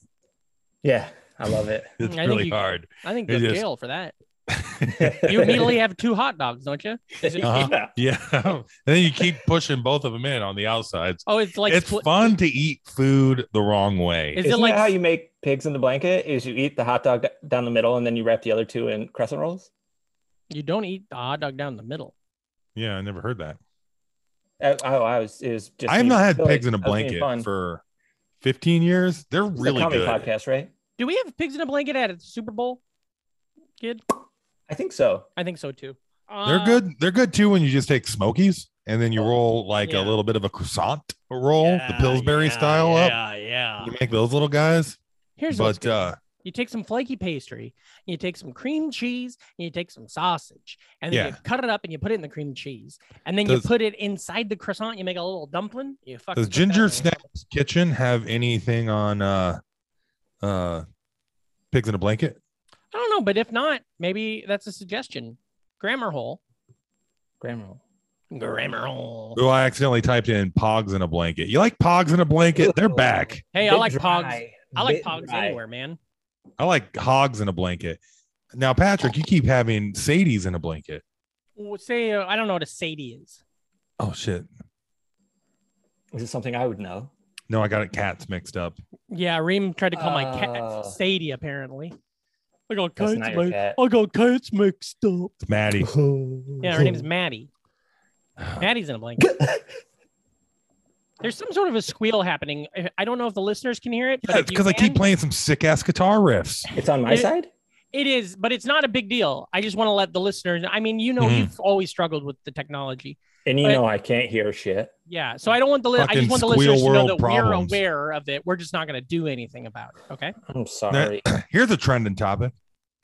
G: Yeah, I love it.
C: It's
B: I think
C: really
B: you-
C: hard.
B: I think
C: It
B: go to
C: is.
B: jail for that. You immediately have two hot dogs, don't you? Is it-
C: Uh-huh.
G: Yeah.
C: Yeah. and then you keep pushing both of them in on the outsides.
B: Oh, it's like
C: it's
B: split-
C: fun to eat food the wrong way.
B: Is
G: Isn't
B: it like
G: that how you make pigs in the blanket? Is you eat the hot dog d- down the middle and then you wrap the other two in crescent rolls?
B: you don't eat the hot dog down the middle?
C: yeah, I never heard that.
G: Uh, oh, I was is just.
C: I have
G: being
C: not had
G: silly.
C: pigs in a
G: I was being
C: blanket
G: fun.
C: for 15 years. They're
G: It's a
C: really
G: comedy
C: good.
G: podcast, right?
B: Do we have pigs in a blanket at a Super Bowl? Kid,
G: I think so.
B: I think so too.
C: They're
B: Uh,
C: good. They're good too when you just take Smokies and then you roll like
B: Yeah.
C: a little bit of a croissant roll, the Pillsbury style up.
B: Yeah, yeah.
C: You make those little guys.
B: Here's what's
C: but
B: good.
C: uh
B: you take some flaky pastry, and you take some cream cheese, and you take some sausage, and then you
C: Yeah.
B: cut it up and you put it in the cream cheese, and then
C: Does-
B: you put it inside the croissant. You make a little dumpling. You fucking
C: does
B: put that in
C: Ginger
B: there.
C: Snaps Kitchen have anything on uh uh pigs in a blanket?
B: I don't know, but if not, maybe that's a suggestion. Grammar hole.
G: Grammar roll.
B: Grammar hole.
C: Oh, I accidentally typed in pogs in a blanket. You like pogs in a blanket? They're
G: Ooh.
C: back.
B: Hey, I
G: Bit
B: like pogs.
G: dry.
B: I like
G: Bit
B: pogs
G: dry.
B: anywhere, man.
C: I like hogs in a blanket. Now, Patrick, you keep having Sadie's in a blanket.
B: Well, say uh, I don't know what a sadie is.
C: Oh shit.
G: Is it something I would know?
C: No, I got it cats mixed up.
B: Yeah, Reem tried to call my
G: Uh,
B: cat Sadie. Apparently, I got
G: That's
B: cats.
G: not your
B: mi-
G: cat.
B: I got cats mixed up.
C: It's Maddie.
B: Yeah, her name's Maddie. Maddie's in a blanket. There's some sort of a squeal happening. I- I don't know if the listeners can hear it. but
C: Yeah,
B: if
C: it's
B: you
C: because I keep
B: can,
C: playing some sick ass guitar riffs.
G: It's on my
B: It-
G: side.
B: It is, but it's not a big deal. I just want to let the listeners. I mean, you know,
C: Mhm.
B: you've always struggled with the technology.
G: And you
B: but-
G: know I can't hear shit.
B: Yeah, so I don't want the. Li- I
C: Fucking
B: just want the
C: squeal
B: listeners to know
C: world
B: that
C: problems.
B: we're aware of it. We're just not going to do anything about it. Okay.
G: I'm sorry.
C: Here's a trending topic.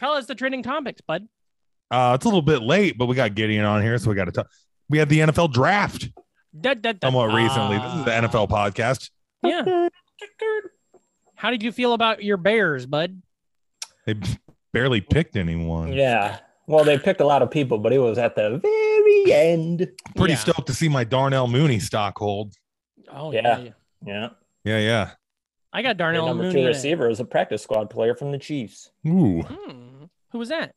B: Tell us the trending topics, bud.
C: Uh, it's a little bit late, but we got Gideon on here, so we got to talk. We had the NFL draft
B: Da, da, da,
C: somewhat
B: da.
C: recently. This
B: Ah.
C: is the NFL podcast.
B: Yeah. How did you feel about your Bears, bud?
C: They barely picked anyone.
G: yeah. Well, they picked a lot of people, but it was at the very end.
C: Pretty
B: Yeah.
C: stoked to see my Darnell Mooney stock hold.
B: Oh
G: Yeah. Yeah.
C: Yeah, yeah.
B: I got
G: Their
B: Darnell
G: number
B: Mooney.
G: two
B: in it.
G: receiver is a practice squad player from the Chiefs,
C: Ooh.
B: Hmm. Who was that?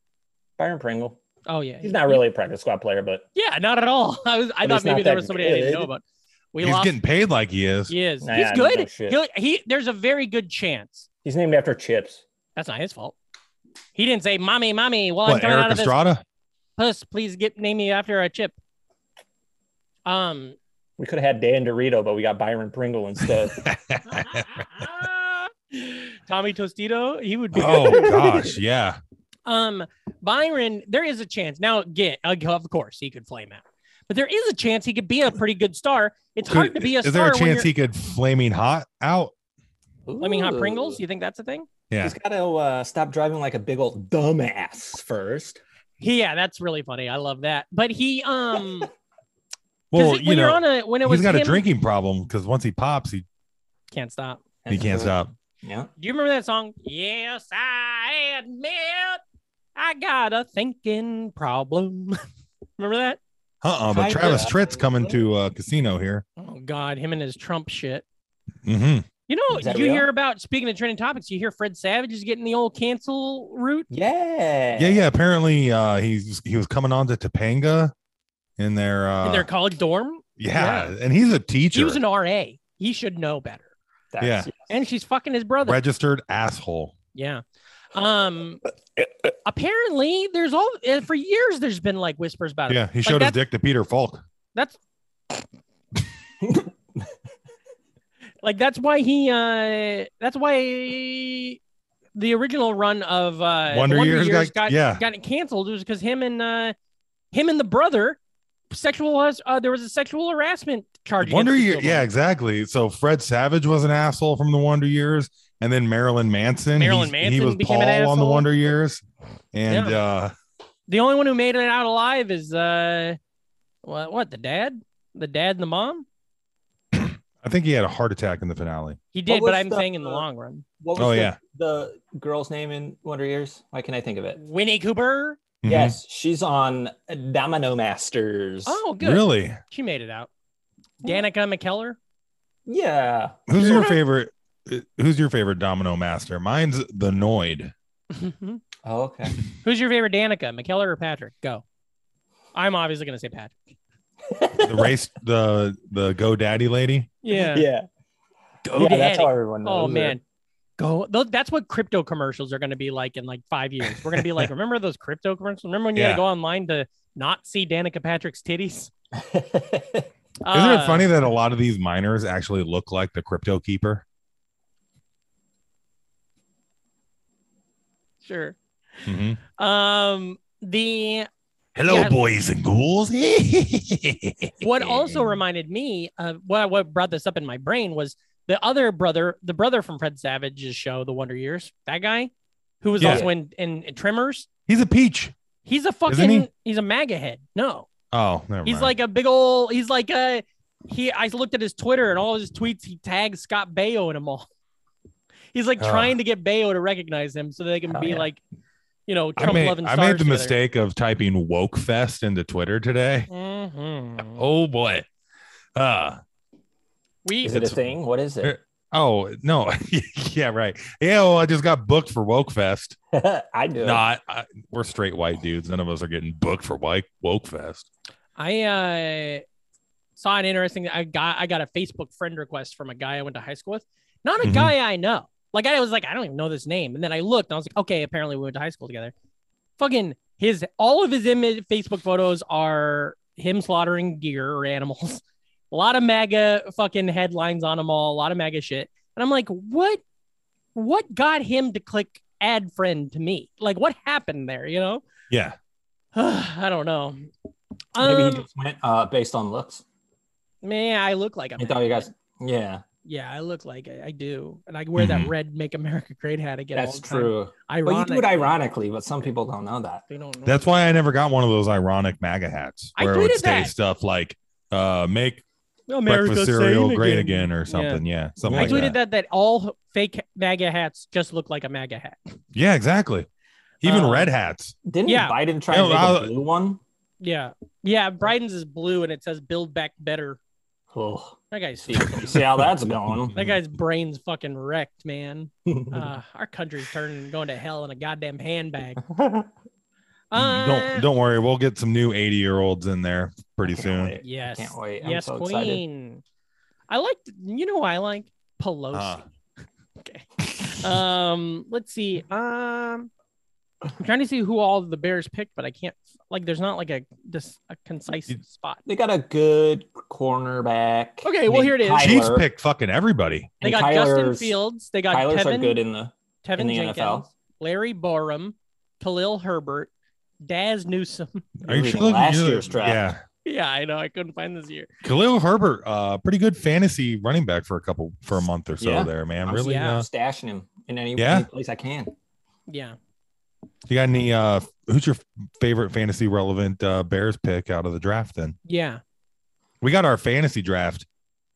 G: Byron Pringle.
B: Oh yeah,
G: He's not really a practice squad player, but
B: Yeah, not at all. I was. I
G: But
B: thought
G: he's not
B: maybe there
G: that
B: was somebody I didn't
G: good.
B: know about. We
C: He's
B: lost.
C: getting paid like he is.
B: he is.
G: Nah,
B: he's
G: no
B: good.
G: shit.
B: He'll- he. There's a very good chance.
G: he's named after Chips.
B: That's not his fault. He didn't say, "Mommy, mommy." Well, I'm
C: What,
B: coming out
C: Eric
B: of this
C: Estrada?
B: puss. Please get name me after a chip. Um.
G: We could have had Dan Dorito, but we got Byron Pringle instead.
B: Tommy Tostito. He would be.
C: oh gosh, yeah.
B: Um, Byron, there is a chance. Now, get uh, of course he could flame out, but there is a chance he could be a pretty good star. It's hard
C: Could-
B: to be a
C: is there
B: star.
C: a
B: when
C: chance
B: you're-
C: he could flaming hot out?
B: Flaming Hot
G: Ooh.
B: Pringles? You think that's a thing?
C: Yeah.
G: He's got to uh, stop driving like a big old dumbass first.
B: He- yeah, that's really funny. I love that. But he, um,
C: Well,
B: well, when
C: you
B: you're
C: know,
B: on a when it was
C: he's got
B: him,
C: a drinking problem because once he pops, he,
B: can't stop.
C: he can't stop.
G: Yeah.
B: Do you remember that song? Yes, I admit I got a thinking problem. remember that?
C: Uh uh But
G: Kinda.
C: Travis Tritt's coming to uh, casino here.
B: Oh God, him and his Trump shit.
C: hmm
B: You know,
G: Is that
B: you
G: real?
B: hear about speaking of trending topics, you hear Fred Savage is getting the old cancel route.
G: Yeah.
C: Yeah, yeah. Apparently, uh, he's he was coming on to Topanga in their uh,
B: in their college dorm.
C: yeah, and he's a teacher,
B: He was an RA. He should know better.
G: That's-
B: And she's fucking his brother.
C: registered asshole.
B: Yeah. Um apparently there's all uh, for years there's been like whispers about it.
C: Yeah, he showed his
B: that's-
C: dick to Peter Falk.
B: That's like that's why he uh that's why the original run of uh
C: Wonder,
B: the
C: Years, got,
B: got,
C: yeah,
B: got canceled it was because him and uh him and the brother sexual has- uh, there was a sexual harassment charge against
C: Wonder
B: the two
C: Year,
B: of them.
C: yeah, exactly. So Fred Savage was an asshole from the Wonder Years, and then Marilyn Manson.
B: Marilyn
C: he's- he
B: Manson
C: was
B: became
C: Paul
B: an
C: on the
B: asshole.
C: Wonder Years, and uh,
B: the only one who made it out alive is uh what what the dad the dad and the mom
C: I think he had a heart attack in the finale.
B: he did but
G: was
B: i'm
G: the-
B: saying in the long run
G: What was
C: Oh
G: the,
C: yeah,
G: the girl's name in Wonder Years? Why can I think of it?
B: winnie cooper
C: Mhm.
G: Yes, she's on Domino Masters.
B: oh good
C: really.
B: she made it out danica mckellar
G: yeah.
C: Who's your favorite? Who's your favorite Domino Master? Mine's the Noid.
G: Oh, okay.
B: Who's your favorite Danica, McKellar or Patrick? Go. I'm obviously gonna say Patrick.
C: The race, the the GoDaddy lady.
B: Yeah.
G: yeah.
B: Go
G: yeah, that's
B: Daddy.
G: how everyone knows.
B: Oh
G: it.
B: man, go. tho- That's what crypto commercials are going to be like in like five years. We're going to be like, remember those crypto commercials? Remember when you had
C: Yeah.
B: to go online to not see Danica Patrick's titties?
C: Isn't
B: Uh,
C: it funny that a lot of these miners actually look like the crypto keeper?
B: Sure.
C: Mhm.
B: Um, the
C: Hello,
B: Yeah.
C: boys and ghouls.
B: what also reminded me of what what brought this up in my brain was the other brother, the brother from Fred Savage's show, The Wonder Years, that guy who was
C: Yeah.
B: also in, in in Tremors.
C: He's a peach.
B: He's a
C: Isn't
B: fucking.
C: he?
B: He's a MAGA head. No.
C: Oh, never
B: He's
C: mind.
B: like a big old. He's like a. He. I looked at his Twitter and all his tweets. He tags Scott Baio in them all. He's like
G: Ah.
B: trying to get Baio to recognize him so they can
G: Oh,
B: be
G: yeah.
B: like, you know,
C: I
B: Trump
C: made,
B: loving
C: I
B: stars.
C: made the
B: together.
C: mistake of typing woke fest into Twitter today.
B: Mhm.
C: Oh boy. Uh
B: We.
G: Is it a thing? What is it?
C: oh no. yeah, right. Yeah, well, I just got booked for woke fest.
G: I do.
C: Not I, we're straight white dudes. None of us are getting booked for white woke fest.
B: I uh, saw an interesting. I got. I got a Facebook friend request from a guy I went to high school with. Not a
G: Mm-hmm.
C: Mhm.
B: guy I know. Like I was like, I don't even know this name. And then I looked and I was like, okay, apparently we went to high school together. Fucking his all of his image Facebook photos are him slaughtering deer or animals. A lot of MAGA fucking headlines on them all, a lot of MAGA shit. And I'm like, what what got him to click add friend to me? Like what happened there, you know?
C: Yeah.
B: I don't know.
G: Maybe
B: Um,
G: he just went uh, based on looks.
B: man, I look like a
G: He thought you guys. Yeah,
B: Yeah, I look like I, I do, and I wear that
C: Mhm.
B: red "Make America Great" hat again. all
G: that's
B: the time.
G: true. Well, you
B: Ironic.
G: do it ironically, but some people don't know that.
B: They don't know.
C: That's why I never got one of those ironic MAGA hats
B: I
C: where it would
B: tweeted
C: say
B: that.
C: stuff like uh make breakfast
B: America's
C: cereal
B: sane
C: great
B: again.
C: again. or something. Yeah. something
B: I
C: like
B: tweeted that.
C: that.
B: that all fake MAGA hats just look like a MAGA hat.
C: Yeah, exactly. Even
B: Um,
C: red hats.
G: Didn't
B: Yeah.
G: Biden try
C: Yeah,
G: to make
C: well,
G: a blue one?
B: Yeah, yeah. Biden's is blue and it says "Build Back Better."
G: Oh,
B: That guy's
G: see, see how that's going.
B: that guy's brain's fucking wrecked, man.
G: Mm-hmm.
B: Uh, our country's turning going to hell in a goddamn handbag. Uh,
C: don't don't worry, we'll get some new 80 year olds in there pretty
G: Can't
C: soon.
G: wait.
B: Yes.
G: Can't wait. I'm
B: yes,
G: so excited.
B: Queen. I like. You know, I like Pelosi.
G: Uh,
C: Ah.
B: okay. Um. Let's see. Um. I'm trying to see who all the Bears picked, but I can't. Like, there's not like a this a concise
C: You-
B: spot.
G: They got a good cornerback.
B: Okay, well,
G: named
B: here it is.
G: Kyler,
C: Chiefs pick fucking everybody.
B: They
G: and
B: got Justin
G: Kyler's-
B: Fields. They got
G: Kyler's
B: Tevin,
G: are good in the
B: Tevin
G: in the
B: Jenkins,
G: NFL.
B: Larry Borum, Khalil Herbert, Daz Newsome.
C: Are you
G: Reading
C: sure looking
G: last
C: you're-
G: year's draft.
C: Yeah.
B: yeah, I know. I couldn't find this year.
C: Khalil Herbert, uh, pretty good fantasy running back for a couple for a month or so
G: Yeah.
C: there, man.
G: I'm
C: Really,
B: Oh, yeah.
C: uh,
G: stashing him in any,
C: Yeah.
G: any place I can.
B: Yeah.
C: you got any? Uh, who's your favorite fantasy relevant uh, Bears pick out of the draft? Then
B: Yeah.
C: we got our fantasy draft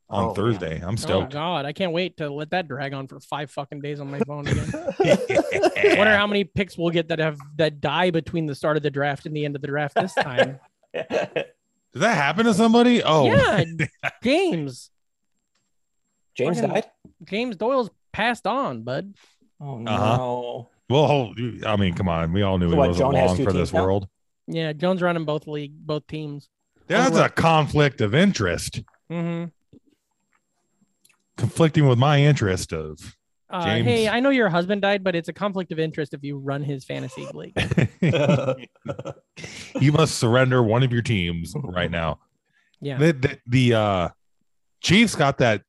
C: on
G: Oh,
C: Thursday. I'm
B: Oh
C: stoked.
B: God, I can't wait to let that drag on for five fucking days on my phone again. Wonder how many picks we'll get that have that die between the start of the draft and the end of the draft this time.
C: Did that happen to somebody? Oh,
B: Yeah, James.
G: James
B: Fucking-
G: died.
B: James Doyle's passed on, bud.
G: Oh no.
C: Uh-huh. well, I mean, come on, we all knew
G: So
C: he
G: what,
C: wasn't
G: Joan has
C: long
G: two
C: for this
G: teams now?
C: world.
B: Yeah, Jones running both league, both teams.
C: That's
B: Over-
C: a conflict of interest,
B: Mm-hmm.
C: conflicting with my interest of.
B: Uh,
C: James.
B: Hey, I know your husband died, but it's a conflict of interest if you run his fantasy league.
C: you must surrender one of your teams right now.
B: Yeah.
C: The, the, the, uh, Chiefs got that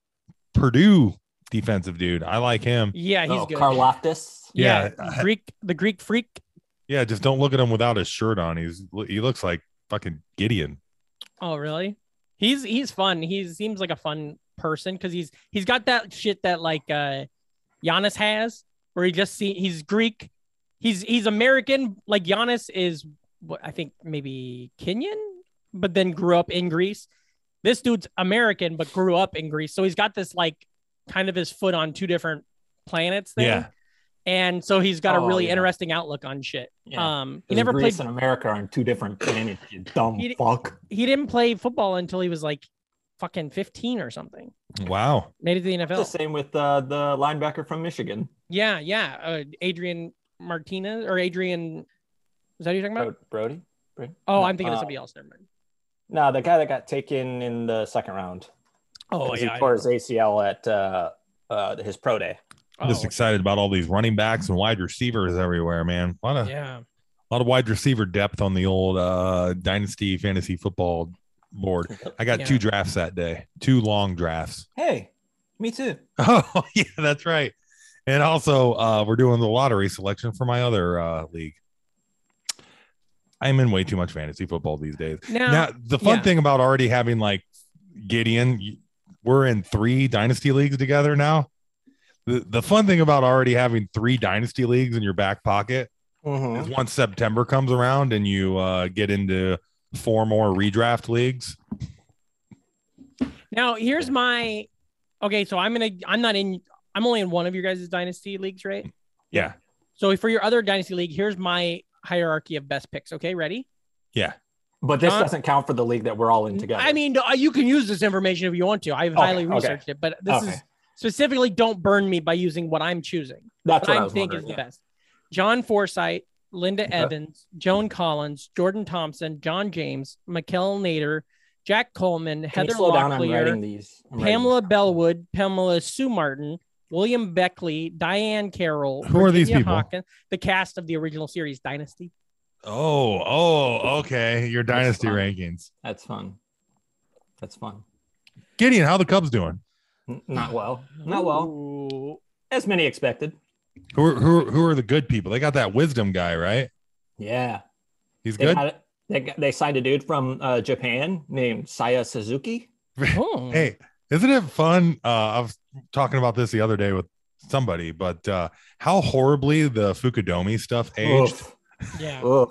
C: Purdue defensive dude. I like him.
B: Yeah, he's
G: oh,
B: good.
G: Karloftis.
B: yeah,
C: Yeah.
B: Greek, the Greek freak.
C: Yeah, just don't look at him without his shirt on. He's he looks like fucking Gideon.
B: Oh, really? He's he's fun. He seems like a fun person because he's he's got that shit that like uh Giannis has, where he just see he's Greek, he's he's American. Like Giannis is what I think maybe Kenyan, but then grew up in Greece. This dude's American but grew up in Greece, so he's got this like kind of his foot on two different planets there.
C: Yeah.
B: And so he's got a
G: Oh,
B: really
G: yeah.
B: interesting outlook on shit.
G: Yeah.
B: Um, he
G: He
B: never played
G: Greece and America are on two different planets. You dumb
B: He-
G: fuck.
B: he didn't play football until he was like fucking 15 or something.
C: Wow.
B: Made it to the
G: The
B: NFL.
G: same with uh, the linebacker from Michigan.
B: Yeah, yeah. Uh, Adrian Martinez or Adrian. Is that who you're talking about?
F: Bro- Brody? Brody?
B: Oh,
F: No,
B: I'm thinking of
F: uh,
B: somebody else. Never mind.
F: No, the guy that got taken in the second round.
B: Oh,
F: 'Cause
B: yeah.
F: He
B: I-
F: tore his ACL at uh, uh, his pro day.
C: I'm
B: oh,
C: just excited about all these running backs and wide receivers everywhere, man. A lot of
B: yeah.
C: a lot of wide receiver depth on the old uh, dynasty fantasy football board. I got
B: Yeah.
C: two drafts that day, two long drafts.
F: Hey, me too.
C: Oh yeah, that's right. And also, uh, we're doing the lottery selection for my other uh, league. I'm in way too much fantasy football these days.
B: Now,
C: now, the fun
B: yeah.
C: thing about already having like Gideon, y- we're in three dynasty leagues together now. The, the fun thing about already having three dynasty leagues in your back pocket is once September comes around and you uh, get into four more redraft leagues.
B: now here's my. Okay, so I'm gonna. I'm not in. I'm only in one of your guys' dynasty leagues, right?
C: Yeah.
B: So for your other dynasty league, here's my hierarchy of best picks. Okay, ready?
C: Yeah.
F: But this
B: Uh,
F: doesn't count for the league that we're all in together.
B: I mean, uh, you can use this information if you want to. I've
F: Okay,
B: highly
F: okay.
B: researched it, but this
F: Okay.
B: is specifically don't burn me by using what I'm choosing.
F: that's
B: what,
F: what
B: I
F: I was
B: think is
F: thinking.
B: the best. John Forsythe, Linda Evans, Joan Collins, Jordan Thompson, John James, Mikel Nader, Jack Coleman,
F: Can
B: Heather
F: you slow down? I'm writing
B: Locklear,
F: these. I'm writing
B: Pamela Bellwood, Pamela Sue Martin, William Beckley, Diane Carroll.
C: Who are these
B: Virginia
C: people?
B: Hawkins, the cast of the original series Dynasty.
C: Oh, oh, okay. Your
F: That's
C: dynasty
F: fun.
C: rankings.
F: That's fun. That's fun.
C: Gideon, how the Cubs doing?
F: N- Not well. Not well.
B: Ooh.
F: As many expected.
C: Who are, who are, who are the good people? They got that wisdom guy, right?
F: Yeah.
C: He's
F: They,
C: good.
F: got, they, got, they signed a dude from uh, Japan named Saya Suzuki.
B: Oh.
C: Hey, isn't it fun? Uh, I was talking about this the other day with somebody, but uh, how horribly the Fukudomi stuff aged.
F: Oof.
B: Yeah.
F: Oof.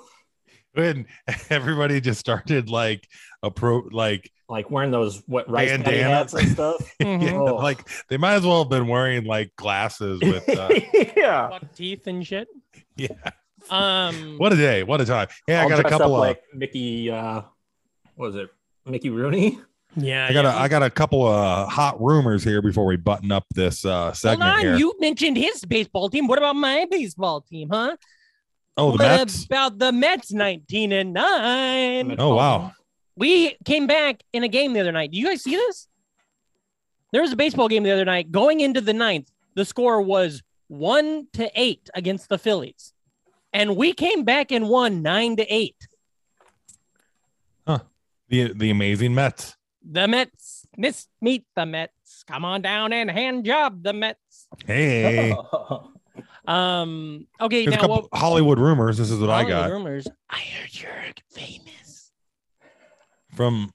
C: When everybody just started like a pro, like
F: Like wearing those what rice paddy
C: Bandanas.
F: hats and stuff.
C: yeah,
B: Mhm.
F: Oh.
C: like they might as well have been wearing like glasses with. Uh,
F: yeah.
B: Buck teeth and shit.
C: yeah,
B: Um,
C: what a day, what a time. Hey, I
F: All
C: got a
F: dressed
C: couple of.
F: up like Mickey. Uh, what was it? Mickey Rooney.
B: Yeah.
C: I got a,
B: yeah.
C: I got a couple of uh, hot rumors here before we button up this uh,
B: Hold
C: segment
B: on,
C: here.
B: you mentioned his baseball team. What about my baseball team, huh?
C: oh, the
B: what
C: Mets.
B: about the Mets 19 and 9?
C: Oh wow,
B: We came back in a game the other night. Do you guys see this? There was a baseball game the other night. Going into the ninth, the score was one to eight against the Phillies. And we came back and won nine to eight.
C: the the amazing Mets.
B: The Mets miss meet the Mets. Come on down and hand job the Mets.
C: Hey,
B: Um, okay,
C: There's a
B: now
C: couple
B: what
C: Hollywood rumors. This is what I
B: all the
C: got
B: rumors. I heard you're famous.
C: from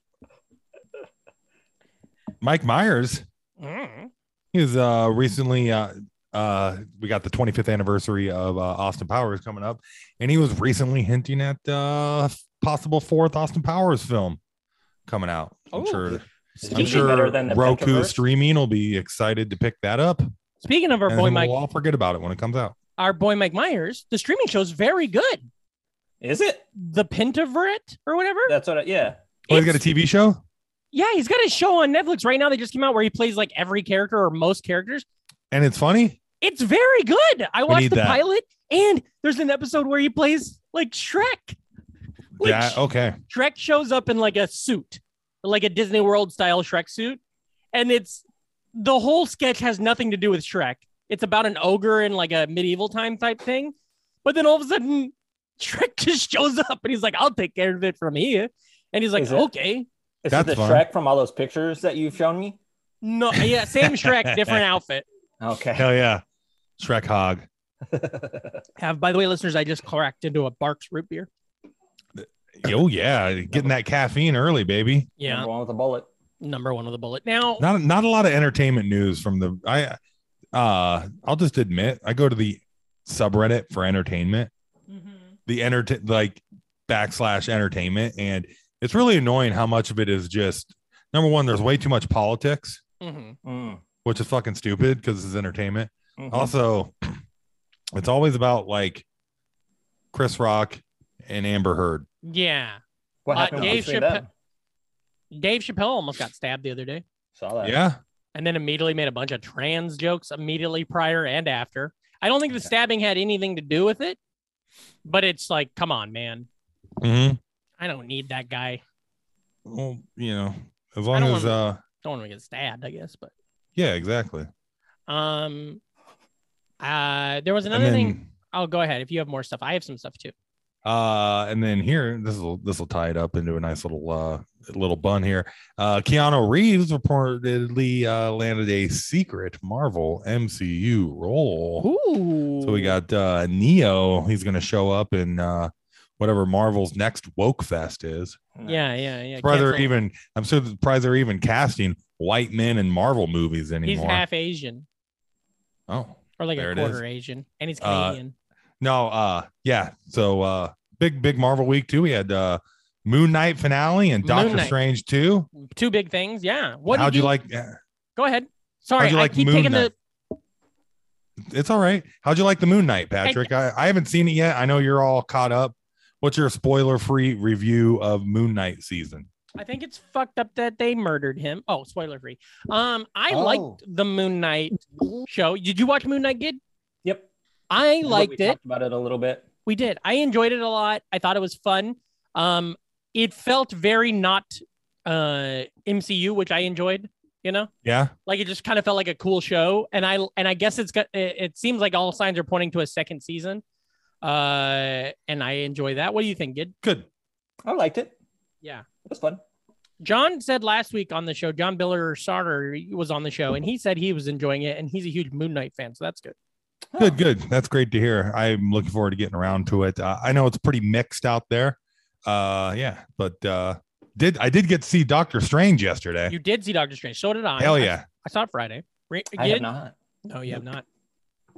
C: Mike Myers.
B: Mm.
C: He was uh, recently. Uh, uh, we got the 25th anniversary of uh, Austin Powers coming up, and he was recently hinting at uh, possible fourth Austin Powers film coming out. I'm
B: Oh.
C: sure. I'm
F: Speaking
C: sure
F: better than the
C: Roku
F: Pentaverse.
C: streaming will be excited to pick that up,
B: Speaking of our
C: and
B: boy
C: then
B: Mike
C: we'll all forget about it when it comes out.
B: our boy Mike Myers, the streaming show's very good.
F: Is it?
B: The Pentaveret or whatever.
F: That's what. I, yeah.
C: Oh, he's got a
B: It's-
C: TV show.
B: yeah, he's got a show on Netflix right now that just came out where he plays like every character or most characters.
C: And it's funny.
B: It's very good. I watched
C: need
B: the
C: that.
B: pilot, and there's an episode where he plays like Shrek. Like,
C: yeah. Okay.
B: Shrek shows up in like a suit, like a Disney World style Shrek suit. And it's the whole sketch has nothing to do with Shrek. It's about an ogre in like a medieval time type thing. But then all of a sudden, Shrek just shows up and he's like, I'll take care of it from here. And he's like,
F: Is it-
B: okay.
F: Is
C: That's
F: it the
C: fun.
F: Shrek from all those pictures that you've shown me?
B: No, yeah, same Shrek, different outfit.
F: Okay.
C: Hell yeah. Shrek Hog.
B: Have, by the way, listeners, I just cracked into a Barks root beer.
C: Oh yeah, getting that caffeine early, baby.
B: Yeah,
F: Number one with a bullet.
B: number one with a bullet. Now,
C: Not not a lot of entertainment news from the I uh I'll just admit I go to the subreddit for entertainment.
B: Mm-hmm.
C: The entertain like backslash entertainment and it's really annoying how much of it is just number one, there's way too much politics,
B: Mhm.
F: Mm,
C: which is fucking stupid because it's entertainment.
B: Mm-hmm.
F: mhm.
C: Also, it's always about like Chris Rock and Amber Heard.
B: yeah,
F: What
B: uh,
F: happened
B: Dave
F: between
B: Chappelle-
F: them?
B: Dave Chappelle almost got stabbed the other day.
F: Saw that.
C: Yeah.
B: and then immediately made a bunch of trans jokes immediately prior and after. I don't think the stabbing had anything to do with it, but it's like, come on, man.
C: Mm-hmm.
B: I don't need that guy.
C: Well, you know, as long
B: don't
C: as
B: wanna-
C: uh,
B: Don't want to get stabbed, I guess. But
C: yeah, exactly.
B: um, uh, there was
C: And
B: another thing.
C: then,
B: Oh, go ahead. If you have more stuff, I have some stuff too.
C: uh, and then here, this will this will tie it up into a nice little uh little bun here. Uh, Keanu Reeves reportedly uh landed a secret Marvel MCU role.
B: Ooh.
C: So we got uh Neo. He's gonna show up in uh whatever Marvel's next woke fest is.
B: Yeah, yeah, yeah.
C: Surprised they're
B: Cancel.
C: even. I'm so surprised they're even casting white men in Marvel movies
B: He's
C: anymore.
B: half Asian
C: oh
B: or like
C: There
B: a
C: it is.
B: quarter Asian, and he's
C: Uh,
B: Canadian.
C: no, uh, yeah. So uh, big big Marvel week too. We had uh, Moon Knight finale and
B: Moon
C: Doctor
B: Knight.
C: Strange too.
B: Two big things. Yeah. What
C: How'd
B: did
C: you,
B: you,
C: like? eh,
B: Go ahead. Sorry,
C: you like
B: I keep
C: Moon
B: taking
C: Knight,
B: the.
C: It's all right. How'd you like the Moon Knight, Patrick? I, I haven't seen it yet. I know you're all caught up. What's your spoiler free review of Moon Knight season?
B: I think it's fucked up that they murdered him. Oh, spoiler free. Um, I
G: Oh.
B: liked the Moon Knight show. Did you watch Moon Knight? Kid?
G: Yep.
B: I
G: We
B: liked it.
G: Talked about it a little bit.
B: We did. I enjoyed it a lot. I thought it was fun. Um, it felt very not uh MCU, which I enjoyed. You know,
C: Yeah.
B: like it just kind of felt like a cool show. And I and I guess it's got. It, it seems like all signs are pointing to a second season. Uh, and I enjoy that. What do you think, Gid?
C: Good.
G: I liked it.
B: Yeah.
G: It was fun.
B: John said last week on the show, John Biller Sarter was on the show, and he said he was enjoying it, and he's a huge Moon Knight fan, so that's good.
C: Good, good. That's great to hear. I'm looking forward to getting around to it. Uh, I know it's pretty mixed out there. Uh, yeah, but uh, did I did get to see Doctor Strange yesterday?
B: You did see Doctor Strange, so did I.
C: Hell
B: I-
C: yeah,
B: I, saw it Friday. Re-
G: I
B: Gid?
G: have not.
B: No, you have not.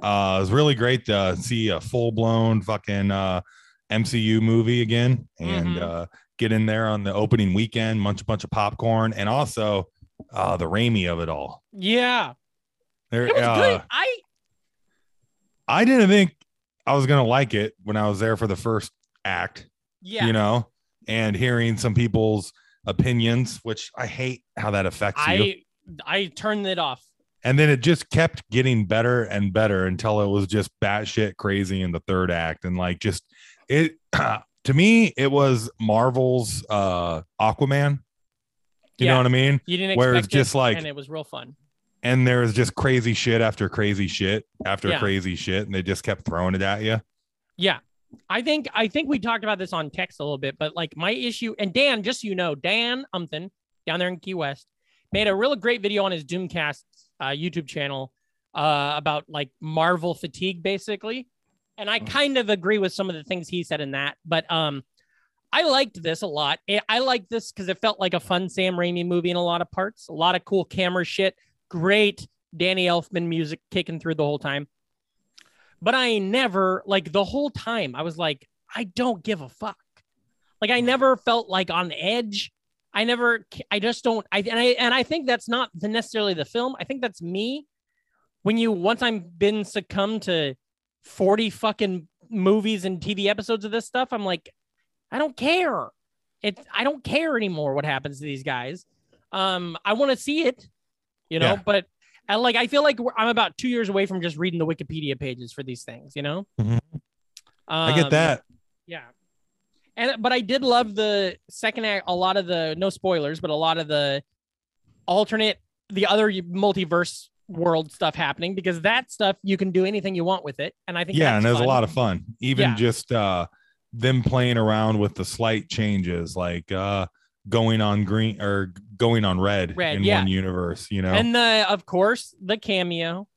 C: uh, it was really great to see a full blown fucking uh, MCU movie again and
B: Mhm.
C: uh, get in there on the opening weekend, munch a bunch of popcorn, and also uh, the Raimi of it all.
B: Yeah,
C: There,
B: it was
C: uh,
B: good. I
C: I didn't think I was gonna like it when I was there for the first act.
B: yeah,
C: you know, and hearing some people's opinions, which I hate how that affects you.
B: I I turned it off.
C: And then it just kept getting better and better until it was just batshit crazy in the third act. And like, just it to me, it was Marvel's uh, Aquaman. You
B: Yeah.
C: know what I mean?
B: You didn't expect
C: Where it's
B: it,
C: just like-
B: and it was real fun.
C: And there was just crazy shit after crazy shit after
B: Yeah.
C: crazy shit, and they just kept throwing it at you.
B: Yeah. I think I think we talked about this on text a little bit, but like my issue and Dan, just so you know, Dan Umthen down there in Key West made a real great video on his Doomcast uh, YouTube channel uh, about like Marvel fatigue, basically. And I kind of agree with some of the things he said in that, but um, I liked this a lot. I- I liked this because it felt like a fun Sam Raimi movie in a lot of parts, a lot of cool camera shit, great Danny Elfman music kicking through the whole time but I never like the whole time I was like, I don't give a fuck. Like I never felt like on edge. I never I just don't I and I and I think that's not the necessarily the film. I think that's me. When you once I've been succumbed to 40 fucking movies and TV episodes of this stuff, I'm like, I don't care. It I don't care anymore what happens to these guys. Um, I want to see it, you know,
C: Yeah.
B: but I like I feel like we're, I'm about two years away from just reading the Wikipedia pages for these things, you know.
C: Mhm. I
B: Um,
C: get that.
B: Yeah, and but I did love the second act. A lot of the no spoilers, but a lot of the alternate, the other multiverse world stuff happening because that stuff you can do anything you want with it, and I think
C: yeah
B: that's
C: and it was
B: fun.
C: a lot of fun even
B: Yeah.
C: just uh them playing around with the slight changes like uh going on green or going on red,
B: Red,
C: in
B: yeah.
C: one universe you know
B: and the of course the cameo,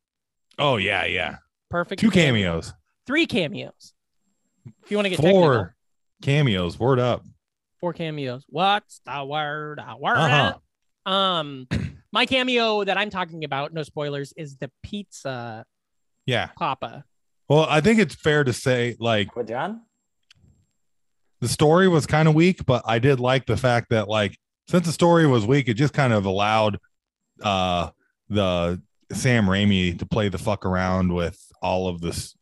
C: oh yeah yeah
B: perfect.
C: two
B: cameo.
C: cameos
B: three cameos. If you want to get
C: four
B: technical,
C: cameos word up
B: four cameos. What's the word? A word?
C: Uh-huh.
B: Um, my cameo that I'm talking about, no spoilers, is the pizza
C: yeah
B: papa.
C: well i think it's fair to say like
G: With John?
C: the story was kind of weak but i did like the fact that like since the story was weak it just kind of allowed uh the sam raimi to play the fuck around with all of this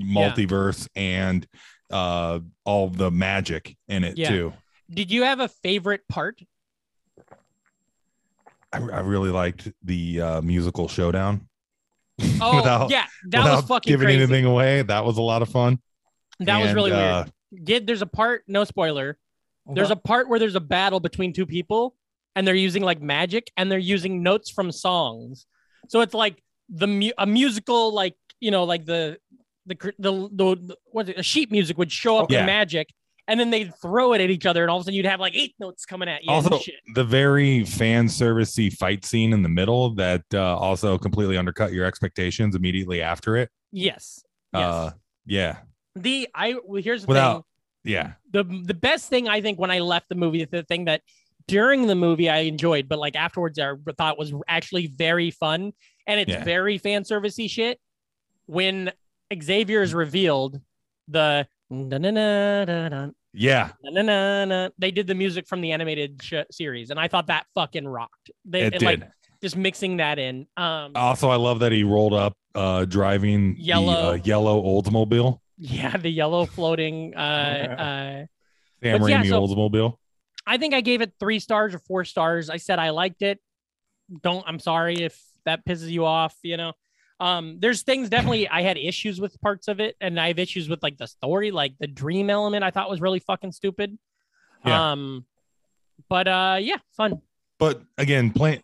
C: multiverse and uh all the magic in it
B: Yeah.
C: too
B: Did you have a favorite part?
C: I, I really liked the uh musical showdown
B: Oh
C: Without-
B: yeah, that was
C: without
B: fucking
C: giving
B: crazy.
C: anything away. That was a lot of fun.
B: That was
C: And,
B: really
C: uh,
B: weird. Get there's a part, no spoiler. There's a part where there's a battle between two people, and they're using like magic, and they're using notes from songs. So it's like the mu- a musical, like you know, like the the cr- the the, the what's it, a sheet music would show up
C: Yeah.
B: in magic, and then they'd throw it at each other, and all of a sudden you'd have like eight notes coming at you. and
C: also,
B: shit.
C: the very fan servicey fight scene in the middle that uh, also completely undercut your expectations immediately after it.
B: yes, yes.
C: Uh, yeah,
B: the I well, here's the
C: without-
B: thing.
C: yeah.
B: the the best thing I think when I left the movie, the thing that during the movie I enjoyed, but like afterwards I thought was actually very fun, and it's
C: Yeah.
B: very fan servicey shit. When Xavier is revealed, the na-na-na-na-na,
C: Yeah,
B: na-na-na-na, they did the music from the animated sh- series, and I thought that fucking rocked. They,
C: it
B: and,
C: did. Oh.
B: Like just mixing that in. Um,
C: also, I love that he rolled up uh, driving the,
B: Yellow.
C: uh, yellow Oldsmobile,
B: yeah, the yellow floating. Uh, uh,
C: Sam
B: But yeah,
C: Raimi
B: so-
C: Oldsmobile.
B: I think I gave it three stars or four stars. I said I liked it. Don't I'm sorry if that pisses you off, you know. Um, there's things definitely I had issues with parts of it, and I have issues with like the story, like the dream element I thought was really fucking stupid.
C: Yeah.
B: Um but uh yeah, fun.
C: but again, playing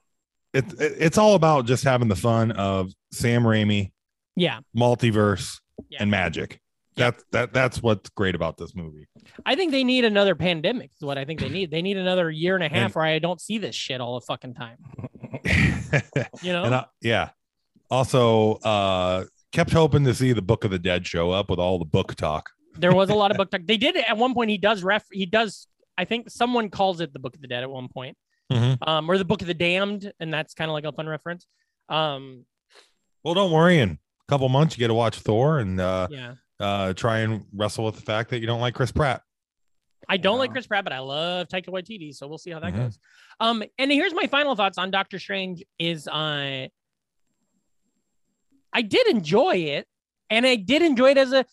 C: it, it, it's all about just having the fun of Sam Raimi,
B: Yeah.
C: multiverse,
B: Yeah.
C: and magic.
B: Yeah.
C: That's that that's what's great about this movie.
B: I think they need another pandemic, is what I think they need. They need another year and a half
C: And-
B: where I don't see this shit all the fucking time.
C: and
B: You know?
C: I, yeah. Also, uh kept hoping to see the Book of the Dead show up with all the book talk.
B: there was a lot of book talk. They did at one point. He does ref. He does. I think someone calls it the Book of the Dead at one point,
C: Mhm.
B: um, or the Book of the Damned, and that's kind of like a fun reference. Um,
C: Well, don't worry. In a couple months, you get to watch Thor and uh,
B: yeah,
C: uh, try and wrestle with the fact that you don't like Chris Pratt.
B: I don't like
F: Yeah.
B: Chris Pratt, but I love Taika Waititi, so we'll see how that
C: Mhm.
B: goes. Um, and here's my final thoughts on Doctor Strange: is I, I did enjoy it, and I did enjoy it as a.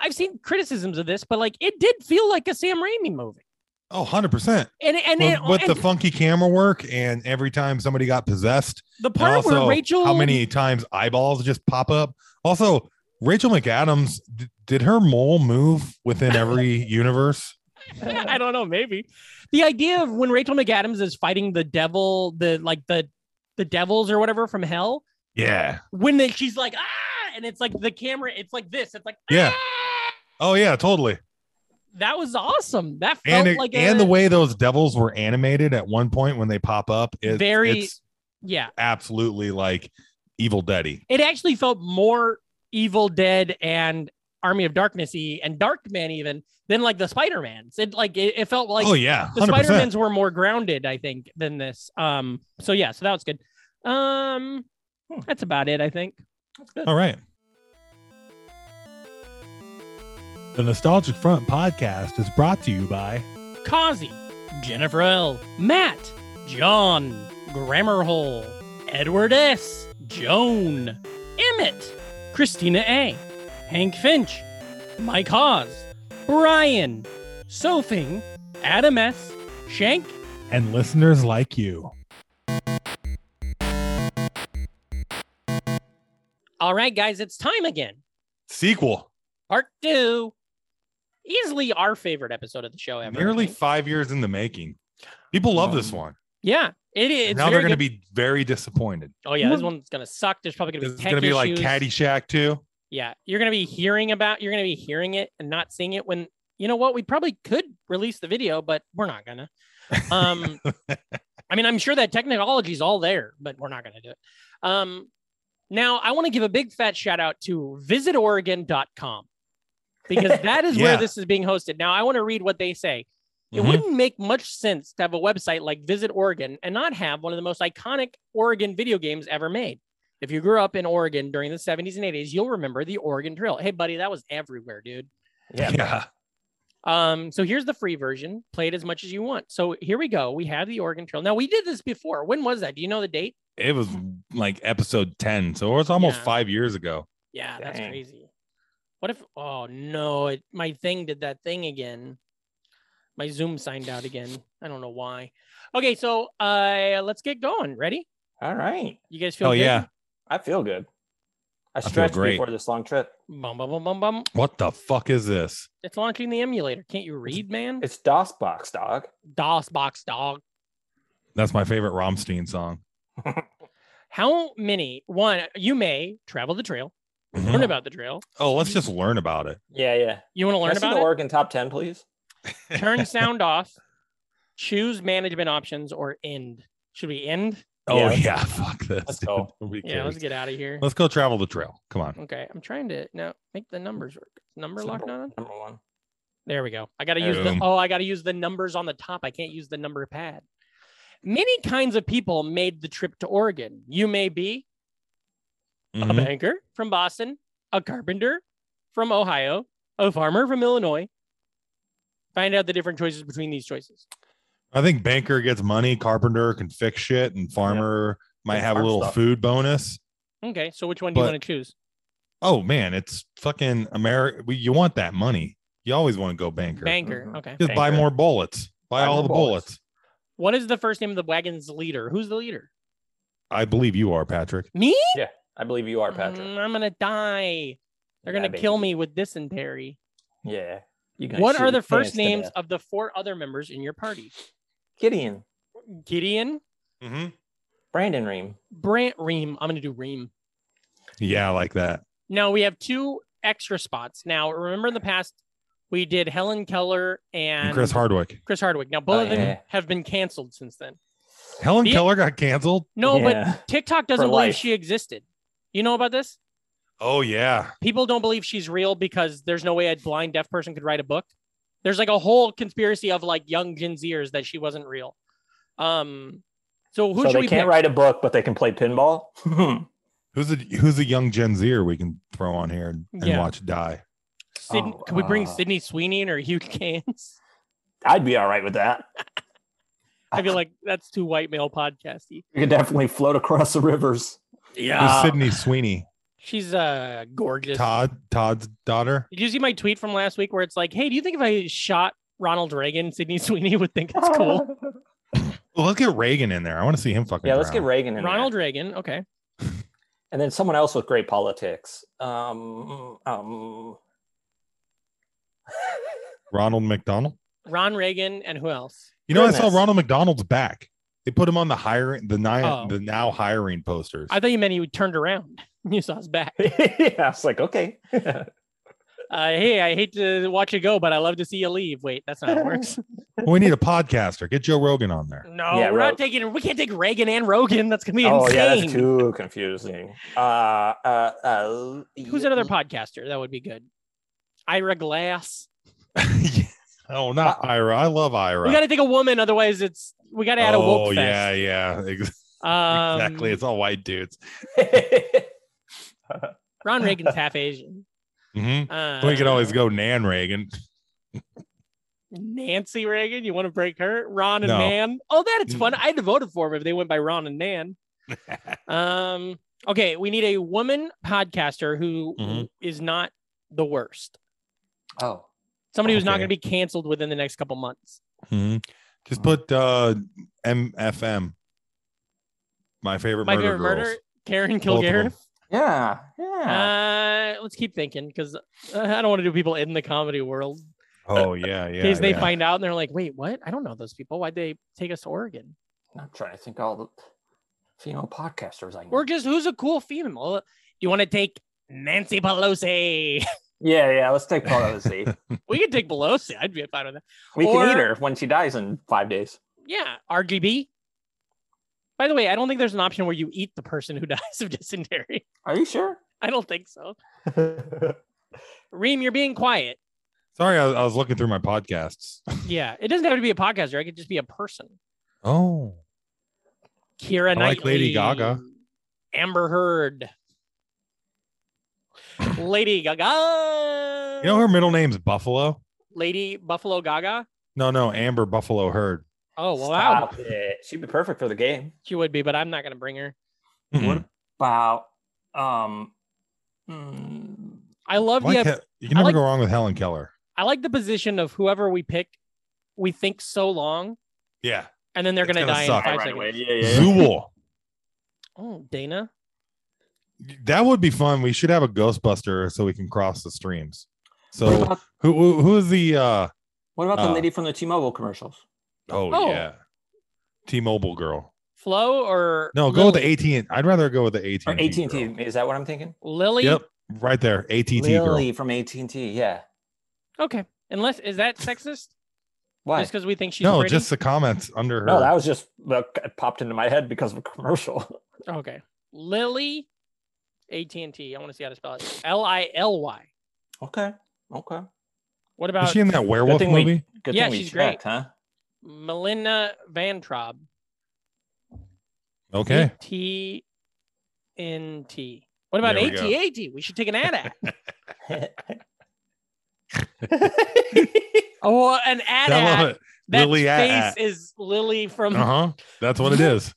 B: I've seen criticisms of this, but like it did feel like a Sam Raimi movie,
C: Oh, 100 percent.
B: and and
C: With,
B: it,
C: with
B: and
C: the funky camera work and every time somebody got possessed,
B: the
C: And
B: part where Rachel
C: how many times eyeballs just pop up? Also, Rachel McAdams, d- did her mole move within every universe?
B: I don't know, maybe. The idea of when Rachel McAdams is fighting the devil, the like the the devils or whatever from hell,
C: Yeah.
B: when they, she's like ah, and it's like the camera, it's like this, it's like
C: Yeah.
B: "Ah!"
C: Oh yeah, totally.
B: that was awesome. That felt
C: And it,
B: like
C: and
B: a-
C: the way those devils were animated at one point when they pop up, it's
B: Very-
C: it's
B: yeah,
C: absolutely like Evil Deady.
B: it actually felt more Evil Dead and Army of Darknessy and Darkman even than like the Spider Mans. It like it, it felt like
C: oh yeah,
B: the Spider
C: 100%.
B: Mans were more grounded, I think, than this. Um, so yeah, so that was good. Um, that's about it, I think.
C: All right. The Nostalgic Front podcast is brought to you by
B: Kazi, Jennifer L, Matt, John, Grammarhole, Edward S, Joan, Emmett, Christina A, Hank Finch, Mike Hawes, Brian, Sophing, Adam S, Shank,
C: and listeners like you.
B: All right, guys, it's time again.
C: Sequel.
B: Part two. Easily our favorite episode of the show ever. I
C: Nearly
B: think.
C: five years in the making. People love this
F: Um,
C: one.
B: Yeah. It is. it's
C: now they're
B: very
C: going to
B: good.
C: be very disappointed.
B: Oh, yeah. This one's going to suck. There's probably going to be
C: It's
B: tech
C: going to be like
B: issues.
C: Caddyshack too.
B: Yeah, you're gonna be hearing about you're gonna be hearing it and not seeing it when you know what we probably could release the video, but we're not gonna. Um I mean I'm sure that technology's all there, but we're not gonna do it. Um now I want to give a big fat shout out to visitoregon.com because that is where
C: Yeah.
B: this is being hosted. Now I want to read what they say. It
C: Mhm.
B: wouldn't make much sense to have a website like Visit Oregon and not have one of the most iconic Oregon video games ever made. If you grew up in Oregon during the 70s and 80s, you'll remember the Oregon Trail. Hey, buddy, that was everywhere, dude.
C: Yeah.
B: Um, so here's the free version. Play it as much as you want. So here we go. We have the Oregon Trail. Now we did this before. When was that? Do you know the date?
C: It was like episode 10. So it's almost
B: Yeah.
C: five years ago.
B: Yeah, that's
F: Dang.
B: crazy. What if? Oh no, it, my thing did that thing again. My Zoom signed out again. I don't know why. Okay, so uh, let's get going. Ready?
F: All right.
B: You guys feel?
C: Oh,
B: good?
C: yeah.
F: I feel good. I
C: feel
F: stretched
C: great.
F: before this long trip.
B: Bum bum bum bum bum.
C: What the fuck is this?
B: It's launching the emulator. Can't you read, man?
F: It's DOSBox, dog.
B: DOS box dog.
C: That's my favorite Romstein song.
B: How many? One, you may travel the trail, learn about the trail.
C: Oh, let's just learn about it.
G: Yeah, yeah.
B: You want to learn
G: Can I see
B: about
G: the
B: it?
G: Oregon top ten, please.
B: Turn sound off. Choose management options or end. Should we end?
C: Oh yeah,
G: Yeah, let's-
C: fuck this.
G: let's
C: dude.
G: go.
C: Nobody
B: Yeah, let's
C: cares.
B: get out of here.
C: Let's go travel the trail. Come on.
B: Okay, I'm trying to now make the numbers work. Is Number
G: It's
B: lock
G: number-
B: on.
G: Number one.
B: There we go. I gotta use the
C: Boom.
B: oh, I gotta use the numbers on the top. I can't use the number pad. Many kinds of people made the trip to Oregon. You may be a
C: Mhm.
B: banker from Boston, a carpenter from Ohio, a farmer from Illinois. Find out the different choices between these choices.
C: I think banker gets money, carpenter can fix shit, and farmer might
F: And
C: have a
F: farm
C: little
F: stuff.
C: food bonus.
B: Okay, so which one do you
C: But-
B: want to choose?
C: Oh man, it's fucking America. You want that money? You always want to go banker. Mm-hmm.
B: Banker.
F: Mhm.
B: Okay.
C: Just buy
F: Banker.
C: more bullets. Buy,
F: Buy
C: all
F: more
C: the
F: bullets.
C: bullets.
B: What is the first name of the wagon's leader? Who's the leader?
C: I believe you are Patrick.
B: Me?
G: I believe you are Patrick.
B: Mm, I'm gonna die. They're
G: Yeah,
B: gonna
G: baby.
B: kill me with dysentery.
G: Yeah. You can
B: What
G: shoot
B: are the
G: your
B: first
G: pants to
B: names
G: death.
B: of the four other members in your party?
G: Gideon,
B: Gideon,
C: Mm-hmm.
G: Brandon Ream.
B: Brant, Ream. I'm gonna do Ream.
C: Yeah, I like that.
B: No, we have two extra spots. Now, remember in the past we did Helen Keller and,
C: And, Chris Hardwick.
B: Chris Hardwick. Now both of them
G: Oh, yeah.
B: have been canceled since then.
C: Helen
B: The-
C: Keller got canceled.
B: No,
G: Yeah.
B: but TikTok doesn't believe
G: life.
B: she existed. You know about this?
C: Oh yeah.
B: People don't believe she's real because there's no way a blind deaf person could write a book. There's like a whole conspiracy of like young Gen Zers that she wasn't real. Um, so who
G: so
B: should
G: they
B: we
G: can't
B: pick?
G: write a book, but they can play pinball.
C: Who's a who's a young Gen Zer we can throw on here and, and
B: Yeah.
C: watch die?
B: Sid-
G: Oh,
B: could we bring
G: uh,
B: Sydney Sweeney in or Hugh Cans?
G: I'd be all right with that.
B: I feel like that's too white male podcasty.
G: You could definitely float across the rivers.
C: Who's Sydney Sweeney?
B: She's uh gorgeous.
C: Todd Todd's daughter.
B: Did you see my tweet from last week where it's like, hey, do you think if I shot Ronald Reagan, Sydney Sweeney would think it's cool?
C: Well, let's get Reagan in there. I want to see him fucking.
G: yeah, let's get
C: drown.
G: Reagan in
B: Ronald
G: there.
B: Reagan, okay.
G: and then someone else with great politics. Um, um,
C: Ronald McDonald.
B: Ron Reagan and who else?
C: You know, I saw
G: Goodness.
C: Ronald McDonald's back. They put him on the hiring the now
B: Oh.
C: the now hiring posters.
B: I thought you meant he turned around. You saw his back.
G: yeah, I was like, okay.
B: Uh, hey, I hate to watch you go, but I love to see you leave. Wait, that's not how it works.
C: we need a podcaster. Get Joe Rogan on there.
B: No,
G: Yeah,
B: we're
G: Ro-
B: not taking. We can't take Reagan and Rogan. That's gonna be
G: oh,
B: insane.
G: yeah, that's too confusing. Uh, uh, uh,
B: Who's another podcaster? That would be good. Ira Glass.
C: oh, not Ira. I love Ira.
B: Uh, We got to take a woman, otherwise it's we got to add a
C: oh
B: woke
C: yeah,
B: fest.
C: yeah, ex-
B: Um,
C: exactly. It's all white dudes.
B: Ron Reagan's half Asian.
C: hmm
B: Uh,
C: we could always go Nan Reagan.
B: Nancy Reagan. You want to break her? Ron and
C: No. Mm.
B: Nan. Oh, that it's fun. I'd have voted for him if they went by Ron and Nan. um. Okay, we need a woman podcaster who is
C: Mhm.
B: not the worst.
G: Oh,
B: Somebody who's not
C: Okay.
B: going to be canceled within the next couple months.
C: Mhm. Just put uh, MFM. My favorite
B: My
C: murder
B: favorite
C: girls.
B: murder, Karen
C: Both of
B: Kilgariff.
C: them.
G: yeah, yeah.
B: Uh, let's keep thinking because I don't want to do people in the comedy world
C: Oh yeah, yeah.
B: in case they
C: yeah.
B: find out and they're like, "Wait, what? I don't know those people. Why'd they take us to Oregon?"
G: I'm trying to think all the female podcasters I know.
B: Or just who's a cool female? Do you want to take Nancy Pelosi?
G: yeah, yeah. Let's take Pelosi.
B: we could take Pelosi. I'd be fine with that.
G: we
B: Or-
G: can eat her when she dies in five days.
B: Yeah, RGB. By the way, I don't think there's an option where you eat the person who dies of dysentery.
G: Are you sure?
B: I don't think so. Oh, Reem, you're being quiet.
C: Sorry, I, I was looking through my podcasts.
B: Yeah, it doesn't have to be a podcaster. I could just be a person.
C: Oh,
B: Kira
C: I like Lady
B: Knightley,
C: Gaga.
B: Amber Heard, Lady Gaga.
C: you know her middle name's Buffalo.
B: Lady Buffalo Gaga.
C: No, no, Amber Buffalo Heard.
B: Oh wow,
G: Stop it. She'd be perfect for the game.
B: she would be, but I'm not gonna bring her.
G: What about um? mm,
B: I love
C: Why
B: the
C: can't- you can
B: I
C: never
B: like-
C: go wrong with Helen Keller.
B: I like the position of whoever we pick. We think so long,
C: Yeah.
B: and then they're
C: It's
B: gonna,
C: gonna
B: die
C: suck.
B: in five
G: right
B: seconds.
G: away. Yeah, yeah. yeah.
C: Zool.
B: Oh, Dana.
C: that would be fun. We should have a Ghostbuster so we can cross the streams.
G: what
C: So
G: about,
C: who who, who is the uh
G: what about the
C: uh,
G: lady from the T-Mobile commercials?
C: oh,
B: Oh.
C: yeah. T-Mobile girl.
B: Flo or
C: No, go with the
B: Lily?
C: 18. I'd rather go with the 18.
G: Or AT&T? Is that what I'm thinking?
B: Lily.
C: Yep. Right there. ATT girl.
G: Lily from AT&T. Yeah.
B: Okay. Unless is that sexist?
G: Why?
B: Just because we think she's
C: No,
B: pretty?
C: just the comments under her.
G: No, that was just that popped into my head because of a commercial.
B: okay. Lily, AT and I want to see how to spell it. L I L Y.
G: Okay. Okay.
B: What
C: was
B: about
C: she in that werewolf
G: thing we-
C: movie?
G: Good
B: Yeah,
G: thing we
B: she's great.
G: checked, huh?
B: Melinda Van Traub?
C: Okay.
B: T N T. What about
C: There we go.
B: ATAT? We should take an ad act. oh, an ad
C: I love
B: act.
C: it.
B: That Um,
C: Lily ad
B: face
C: act.
B: is Lily from.
C: Uh-huh. That's what it is.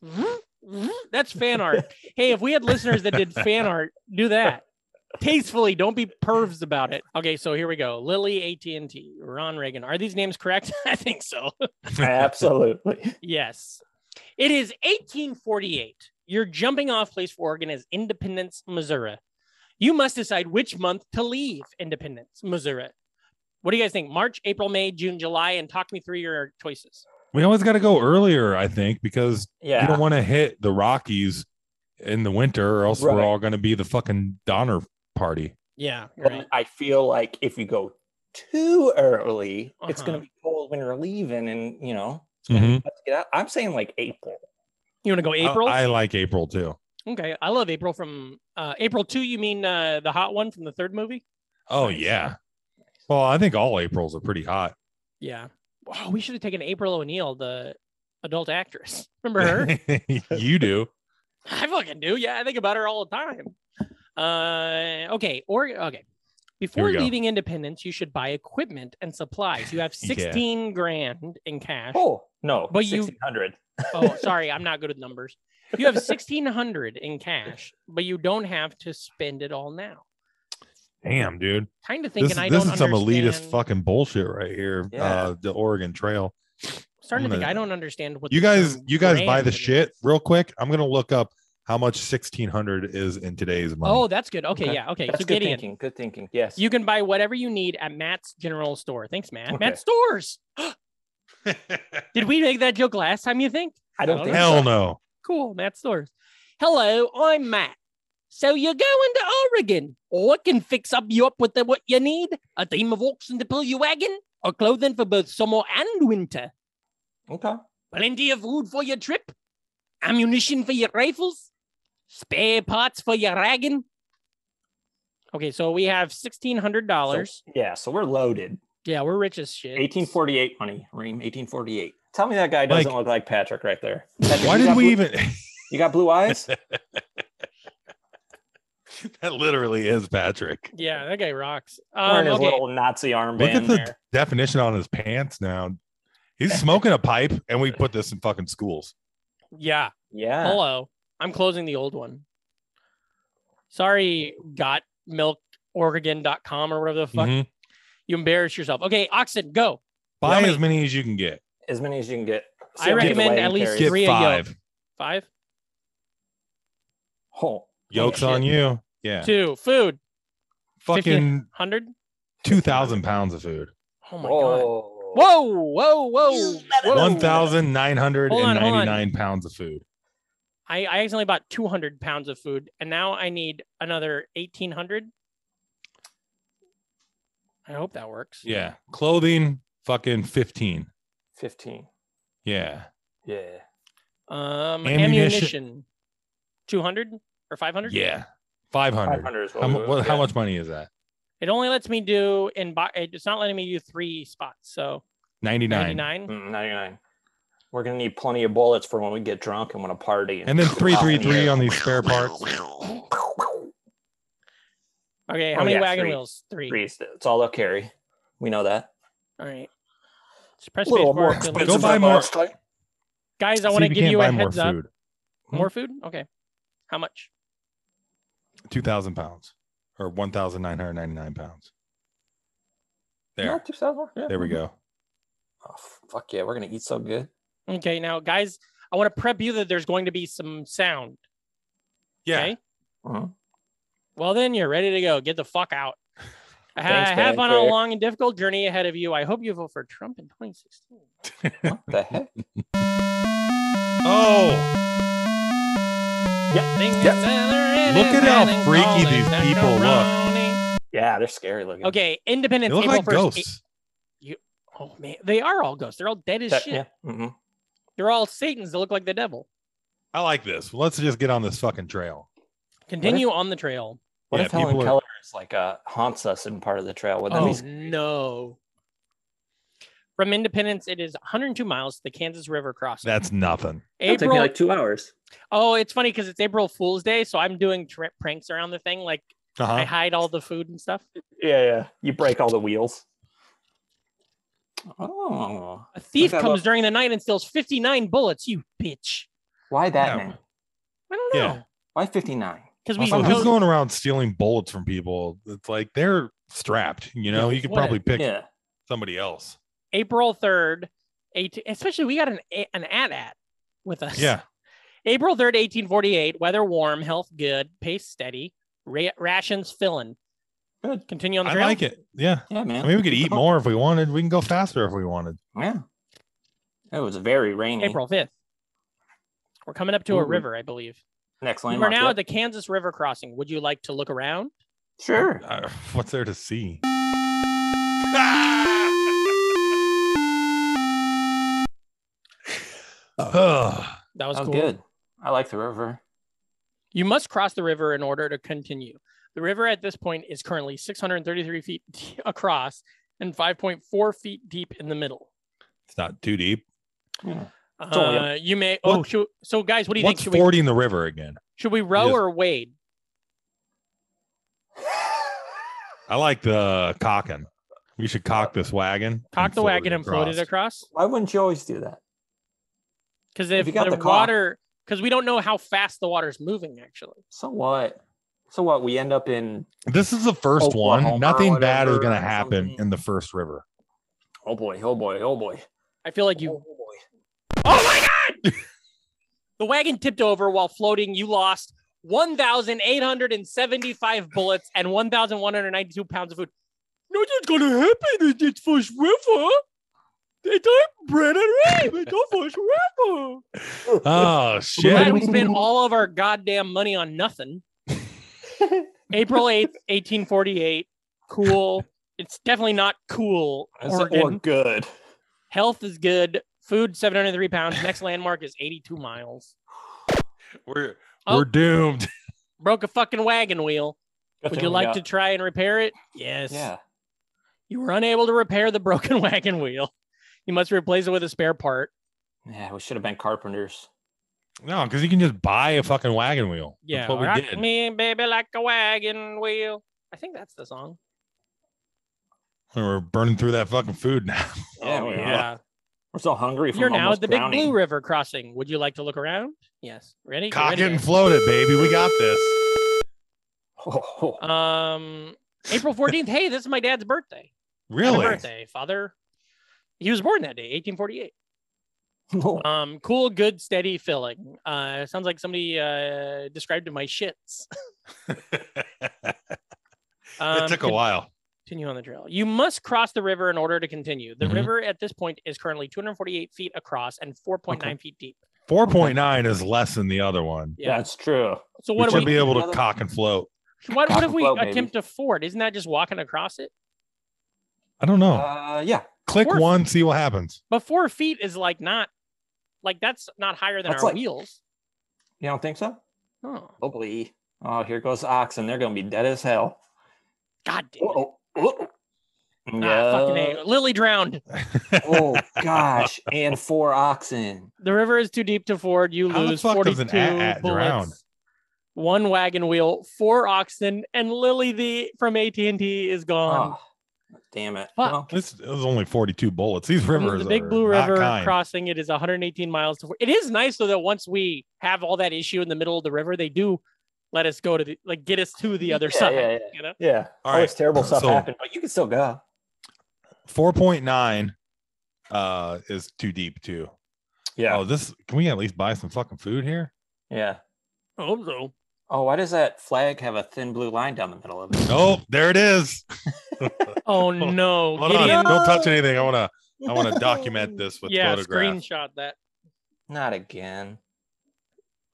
B: That's fan art. hey, if we had listeners that did fan art, do that tastefully. Don't be pervs about it. Okay, so here we go. Lily, AT and T, Ron Reagan. Are these names correct? I think so.
G: Absolutely.
B: yes, it is 1848. Your jumping off place for Oregon is Independence, Missouri. You must decide which month to leave Independence, Missouri. What do you guys think? March, April, May, June, July, and talk me through your choices.
C: We always got to go earlier, I think, because you
G: Yeah.
C: don't want to hit the Rockies in the winter or else we're
G: Right.
C: all going to be the fucking Donner party.
B: Yeah,
G: But I feel like if you go too early, it's
B: Uh-huh.
G: going to be cold when you're leaving, and you know, it's gonna
C: Mm-hmm.
G: be tough to get out. I'm saying like April.
B: You want to go
C: I-
B: April?
C: I, like April too.
B: Okay, I love April from uh, April two. You mean uh, the hot one from the third movie?
C: Oh, yeah. Well, I think all Aprils are pretty hot.
B: Yeah. Wow, we should have taken April O'Neil, the adult actress. Remember her?
C: you do.
B: I fucking do. Yeah, I think about her all the time. Uh, okay, or okay. Before
C: we go.
B: leaving Independence, you should buy equipment and supplies. You have
C: Yeah.
B: sixteen grand in cash.
G: Oh no,
B: But
G: but
B: you-
G: 1600.
B: oh, sorry, I'm not good with numbers. You have sixteen hundred in cash, but you don't have to spend it all now.
C: Damn, dude.
B: Kind of
C: This,
B: thinking
C: is-
B: I
C: this
B: don't
C: is some elitist
B: understand-
C: fucking bullshit right here.
G: Yeah.
C: Uh, the Oregon Trail.
B: starting to think
C: gonna-
B: I don't understand what
C: You
B: the
C: guys,
B: term
C: you guys buy
B: brand
C: the
B: is.
C: shit real quick. I'm gonna look up how much 1600 is in today's money.
B: Oh, that's good. Okay,
G: Okay.
B: yeah. Okay,
G: That's
B: so
G: good
B: Gideon,
G: thinking. Good thinking. Yes.
B: you can buy whatever you need at Matt's General Store. Thanks, Matt.
G: Okay.
B: Matt Stores. Did we make that joke last time? You think?
G: I don't
B: I don't
G: think
C: hell
G: so.
C: no.
B: Cool, Matt Stores. Hello, I'm Matt. So you're going to Oregon, or I can fix up you up with the, what you need: a team of oxen to pull your wagon, or clothing for both summer and winter.
G: Okay.
B: plenty of food for your trip, ammunition for your rifles, spare parts for your ragging. Okay, so we have sixteen hundred dollars.
G: Yeah. So we're loaded.
B: yeah, we're rich as shit.
G: 1848 money, Reem. 1848. Tell me that guy doesn't
C: Like-
G: look like Patrick right there. Patrick,
C: Why
G: you
C: did
G: got
C: we
G: blue-
C: even?
G: You got blue eyes.
C: that literally is Patrick.
B: Yeah, that guy rocks. Um,
G: Wearing his
B: okay.
G: little Nazi armband.
C: Look at the
G: there.
C: definition on his pants now. He's smoking a pipe, and we put this in fucking schools.
B: yeah,
G: Yeah.
B: hello. I'm closing the old one. Sorry, got milkoregon.com or whatever the fuck.
G: Mm-hmm.
C: Mhm.
B: You embarrass yourself. Okay, Oxen, go.
C: Buy
B: many-
C: as many as you can get.
G: As many as you can get.
B: I
G: See how many
B: recommend
G: wagon
B: at least
G: carries.
C: Get
B: Three of y'all.
C: five
B: Five,
G: Oh,
C: yolks
B: Oh, shit.
C: on you. Yeah,
B: two, food,
C: fucking
B: hundred.
C: two thousand pounds of food.
B: Oh my god.
G: whoa.
B: Whoa, whoa, whoa. whoa.
C: One thousand nine hundred
B: Hold on,
C: and
B: hold on.
C: ninety-nine pounds of food.
B: I, I accidentally bought 200 pounds of food and now I need another 1800. I hope that works.
C: Yeah, clothing, fucking fifteen.
G: 15.
C: Yeah,
G: Yeah.
B: Um,
C: Ammunition.
B: ammunition 200 or 500.
C: yeah, five hundred.
G: 500 is what
C: How,
G: we
C: mu-
G: would-
C: what- how
G: yeah.
C: much money is that?
B: It only lets me do in bo- it's not letting me do three spots. So
C: Ninety-nine,
B: 99.
G: Mm, 99. We're going to need plenty of bullets for when we get drunk and want to party.
C: and then three, three, three on these spare parts. Mm.
B: Okay, how
G: Oh,
B: many
G: yeah,
B: wagon
G: three.
B: wheels? Three.
G: Threes. It's all they'll carry. We know that.
B: All right. Just press
G: Little
B: spacebar
G: more
B: to leave.
G: expensive
C: Go buy
G: than
C: more.
G: last time.
B: Guys, I
C: See,
B: want to
C: we
B: give
C: can't
B: you
C: buy
B: a heads
C: more
B: up.
C: food. Hmm.
B: More food? Okay. How much?
C: Two thousand pounds or one thousand nine hundred ninety-nine pounds.
G: No,
C: There,
G: 2000, yeah.
C: there we go.
G: Oh, f- fuck yeah. We're going to eat so good.
B: Okay, now guys, I want to prep you that there's going to be some sound.
C: Yeah,
B: Okay.
G: Uh-huh.
B: Well, then you're ready to go. Get the fuck out. Ha-
G: Thanks,
B: have
G: man,
B: fun on a
G: for-
B: long and difficult journey ahead of you. I hope you vote for Trump in 2016.
G: What the heck?
C: Oh,
B: Thing
C: Yeah.
B: is better
C: Look
B: than
C: at how
B: having
C: freaky
B: all
C: these
B: that
C: people look.
B: macaroni.
G: Yeah, they're scary looking.
B: Okay,
C: they
B: Independence
C: look
B: April
C: like
B: 1st.
C: ghosts.
B: Oh man, they are all ghosts. They're all dead as
F: That-
B: shit.
F: yeah.
G: mm-hmm.
F: hmm
B: They're all Satans that look like the devil.
C: I like this. Let's just get on this fucking trail.
B: Continue on the trail.
G: What
C: Yeah,
G: if Helen
C: people are-
G: Keller is like uh, haunts us in part of the trail? Would that
B: Oh
G: be
B: no. From Independence, it is 102 miles to the Kansas River crossing.
C: That's nothing.
G: It took
B: April
G: me like two hours.
B: Oh, it's funny because it's April Fool's Day, so I'm doing tra- pranks around the thing. Like I
C: Uh-huh.
B: hide all the food and stuff.
G: Yeah, yeah. You break all the wheels. Oh,
B: A thief
G: Okay,
B: comes
G: well-
B: during the night and steals 59 bullets. You bitch.
G: why that
C: Yeah.
G: man?
B: I don't
C: Yeah.
B: know
G: Why fifty nine?
B: because we
C: Also, who's
B: know-
C: going around stealing bullets from people? It's like they're strapped. You know, you could
B: What?
C: probably pick
G: Yeah,
C: somebody else.
B: April 3rd, 18, especially we got an a- an ad at with us.
C: Yeah.
B: April 3rd, 1848. Weather warm, health good, pace steady, ra- rations filling.
G: Good.
B: Continue on the
C: I
B: trail.
C: like it. Yeah.
G: yeah, man.
C: I mean, we could eat more if we wanted. We can go faster if we wanted.
G: Yeah, it was very rainy.
B: April 5th. We're coming up to a
G: Ooh.
B: river, I believe.
G: Next
B: We're
G: landmark.
B: now
G: yep.
B: at the Kansas River crossing. Would you like to look around?
G: Sure.
C: Uh, what's there to see?
G: Oh.
C: Ugh.
B: That was
G: That was
B: cool.
G: good. I like the river.
B: You must cross the river in order to continue. The river at this point is currently 633 feet across and 5.4 feet deep in the middle.
C: it's not too deep.
G: Yeah. It's only
B: Uh, you may. Oh,
C: What-
B: should, so guys, what do you think?
C: What's
B: Should we
C: fording the river again?
B: should we row
C: Yes.
B: or wade?
C: I like the cocking. We should cock this wagon.
B: Cock
C: and
B: the
C: float
B: wagon and float it across.
G: Why wouldn't you always do that?
B: Because
G: If
B: if,
G: you got
B: the,
G: the cock.
B: water, because we don't know how fast the water's moving. Actually,
G: So what? So what? We end up in
C: This is the first
G: Oklahoma
C: one.
G: or
C: Nothing bad is
G: whatever
C: going to
G: or
C: happen
G: something.
C: in the first river.
G: oh boy, oh boy, oh boy.
B: I feel like you.
G: Oh, boy.
B: Oh my god! the wagon tipped over while floating. You lost 1,875 bullets and 1,192 pounds of food. Nothing's gonna happen in this first river. They don't bread and rape. It's the first river.
C: Oh
B: Glad
C: shit!
B: we spent all of our goddamn money on nothing. April 8th, 1848. Cool. It's definitely not cool.
G: I said,
B: Oregon.
G: Or good.
B: Health is good. Food 703 pounds. Next landmark is 82 miles.
C: We're
B: Oh.
C: we're doomed.
B: Broke a fucking wagon wheel.
G: Good
B: Would
G: thing
B: you
G: we
B: like
G: got-
B: to try and repair it? Yes.
G: Yeah.
B: You were unable to repair the broken wagon wheel. You must replace it with a spare part.
G: Yeah, we should have been carpenters.
C: No, because you can just buy a fucking wagon wheel.
B: Yeah.
C: That's what we
B: rock
C: did.
B: me, baby, like a wagon wheel. I think that's the song.
C: We're burning through that fucking food now.
G: Oh, Yeah, we are. We're so hungry. From
B: Oh, You're now at
G: almost
B: the
G: drowning.
B: Big Blue River crossing. Would you like to look around? Yes. Ready? Get
C: Cock
B: ready,
C: it and
B: guys.
C: float it, baby. We got this.
G: Oh,
B: Um, April 14th. hey, this is my dad's birthday. Happy
C: Really?
B: birthday, father. He was born that day, 1848.
G: no.
B: Um, cool, good, steady filling. Uh, sounds like somebody uh described my shits. Um,
C: it took a while.
B: Continue on the trail. You must cross the river in order to continue. The
C: Mhm.
B: river at this point is currently 248 feet across and 4.9 feet deep.
C: Four point nine is less than the other one.
B: Yeah.
G: That's true.
B: So
C: we
B: what do
C: should
B: we?
C: be able to
G: Another-
C: cock and float.
B: what, what if we
G: Float, baby.
B: attempt to ford? Isn't that just walking across it?
C: I don't know.
G: Uh, yeah.
C: Click
B: four-
C: one, see what happens.
B: But four feet is like not, like that's not higher than
G: That's
B: our
G: like-
B: wheels.
G: You don't think so?
B: Oh,
G: Probably. Oh, here goes oxen. They're gonna be dead as hell.
B: God damn. it.
G: Oh, oh.
B: Ah, fucking
G: Yeah.
B: A. Lily drowned.
G: oh gosh, and four oxen.
B: The river is too deep to ford. You
C: How the
B: lose
C: fuck
B: 42
C: does an at-at
B: bullets,
C: drown?
B: one wagon wheel, four oxen, and Lily the from AT&T is gone.
C: Ah,
G: Oh, damn it.
B: Um, Fuck.
G: Well,
C: This is only forty-two bullets. These
B: From
C: rivers,
B: the Big
C: are
B: Blue
C: not
B: River
C: kind.
B: crossing, it is 118 miles to. It is nice though that once we have all that issue in the middle of the river, they do let us go to the like get us to the other
G: Yeah,
B: side.
G: yeah, yeah.
B: You know,
G: yeah.
C: All
G: All
C: right,
G: right. terrible stuff
C: so-
G: happened, but you can still go.
C: Four point nine uh, is too deep too.
G: Yeah.
C: Oh, this can we at least buy some fucking food here?
G: Yeah.
B: I hope so.
G: Oh, why does that flag have a thin blue line down the middle of it?
C: Oh, there it is.
B: Oh no,
C: Hold
B: Gideon.
C: on. Don't touch anything. I want to. I want to document this with
B: yeah,
C: photographs.
B: screenshot that.
G: Not again.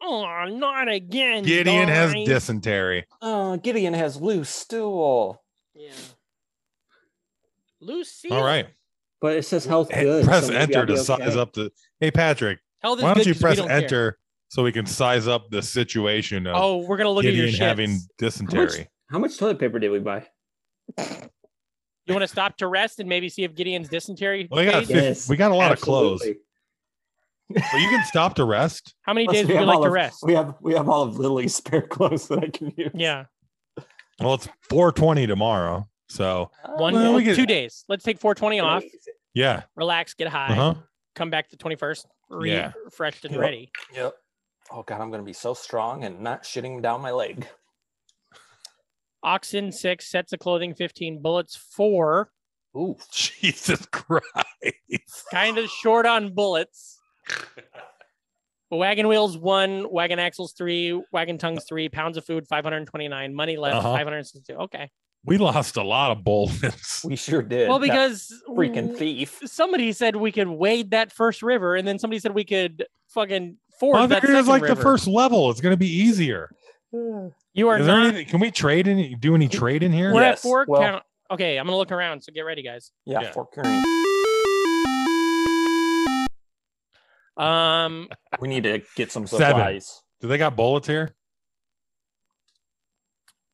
B: Oh, not again.
C: Gideon has
B: guys.
C: dysentery.
G: Oh, Gideon has loose stool.
B: Yeah. Lucy.
C: All right.
H: But it says health
C: Hey,
H: good.
C: press
H: so maybe
C: enter
H: I'll be
C: to size
H: okay.
C: up the. Hey Patrick,
B: Health is
C: why don't
B: good
C: you
B: 'cause we
C: press
B: don't care.
C: enter so we can size up the situation of
B: Oh, we're gonna look at your
C: Gideon
B: shit.
C: having
H: How much,
C: dysentery?
H: how much toilet paper did we buy?
B: You want to stop to rest and maybe see if Gideon's dysentery.
C: Well, we got
B: fades?
C: fif-
H: Yes,
C: we got a lot of clothes,
H: Absolutely.
C: but you can stop to rest.
B: How many
H: Plus,
B: days would
H: we
B: you
H: have
B: like
H: all
B: to
H: of-
B: rest?
H: We have we have all of Lily's spare clothes that I can use.
B: Yeah,
C: Well, it's 4:20 tomorrow, so
G: Uh,
B: one,
C: Well, we could-
B: two days. Let's take 420 off,
C: yeah.
B: relax, get high,
C: Uh huh.
B: come back the 21st, re-
C: Yeah.
B: refreshed and
G: Yep.
B: ready.
G: Yep. Oh god, I'm gonna be so strong and not shitting down my leg.
B: Oxen six sets of clothing, 15 bullets, four.
G: Ooh.
C: Jesus Christ.
B: Kind of short on bullets. Wagon wheels one, wagon axles three, wagon tongues three, pounds of food 529, money left
C: Uh-huh.
B: 562. Okay.
C: We lost a lot of boldness.
G: We sure did.
B: Well,
G: That
B: because
G: freaking thief.
B: somebody said we could wade that first river, and then somebody said we could fucking ford
C: I think
B: that
C: it
B: second
C: was like
B: river.
C: the first level. It's going to be easier.
B: You are
C: Is there
B: not.
C: anything? Can we trade any? Do any trade in here?
B: We're at
G: Yes,
B: four
G: well-
B: count. Okay, I'm gonna look around. So get ready, guys.
G: Yeah,
C: Yeah.
G: Fort Kearney.
B: Um,
G: We need to get some
C: Seven.
G: supplies.
C: Do they got bullets here?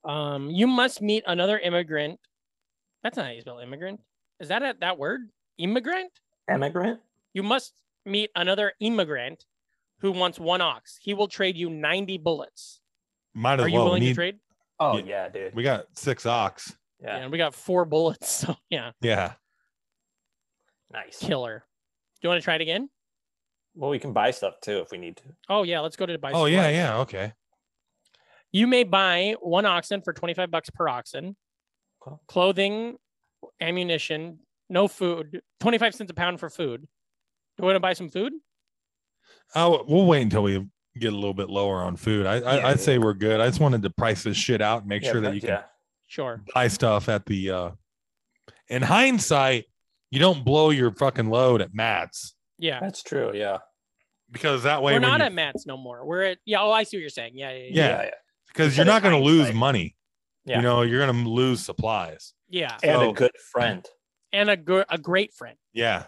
B: um, you must meet another immigrant. That's not how you spell immigrant. Is that a, that word? Immigrant.
G: Immigrant?
B: You must meet another immigrant who wants one ox. He will trade you 90 bullets.
C: Might as
B: Are you
C: well.
B: willing
C: Need-
B: to trade?
G: Oh
C: Yeah.
G: yeah, dude.
C: We got six ox.
G: yeah.
B: yeah, we got four bullets. So yeah,
C: Yeah.
G: Nice.
B: killer. Do you want to try it again?
G: Well, we can buy stuff too if we need to.
B: Oh yeah, let's go to buy.
C: oh yeah,
B: supplies.
C: yeah. Okay.
B: You may buy one oxen for 25 bucks per oxen,
G: Cool.
B: clothing, ammunition, no food, 25 cents a pound for food. Do you want to buy some food?
C: Oh, we'll wait until we get a little bit lower on food. I, I
G: Yeah.
C: I'd say we're good. I just wanted to price this shit out and make
G: Yeah,
C: sure that
G: but-
C: you can
G: yeah.
B: Sure.
C: buy stuff at the. uh In hindsight, you don't blow your fucking load at Matt's
B: Yeah.
G: That's true. Yeah.
C: because that way
B: We're
C: when
B: not
C: you-
B: at Matt's no more. We're at, yeah. Oh, I see what you're saying. Yeah. Yeah. Yeah.
C: Yeah.
G: yeah.
C: because
G: But
C: you're
G: in
C: not going to lose
G: hindsight-
C: money.
G: Yeah.
C: You know, you're going to lose supplies.
B: yeah.
G: And
C: So-
G: a good friend.
B: And a, gr- a great friend.
C: Yeah.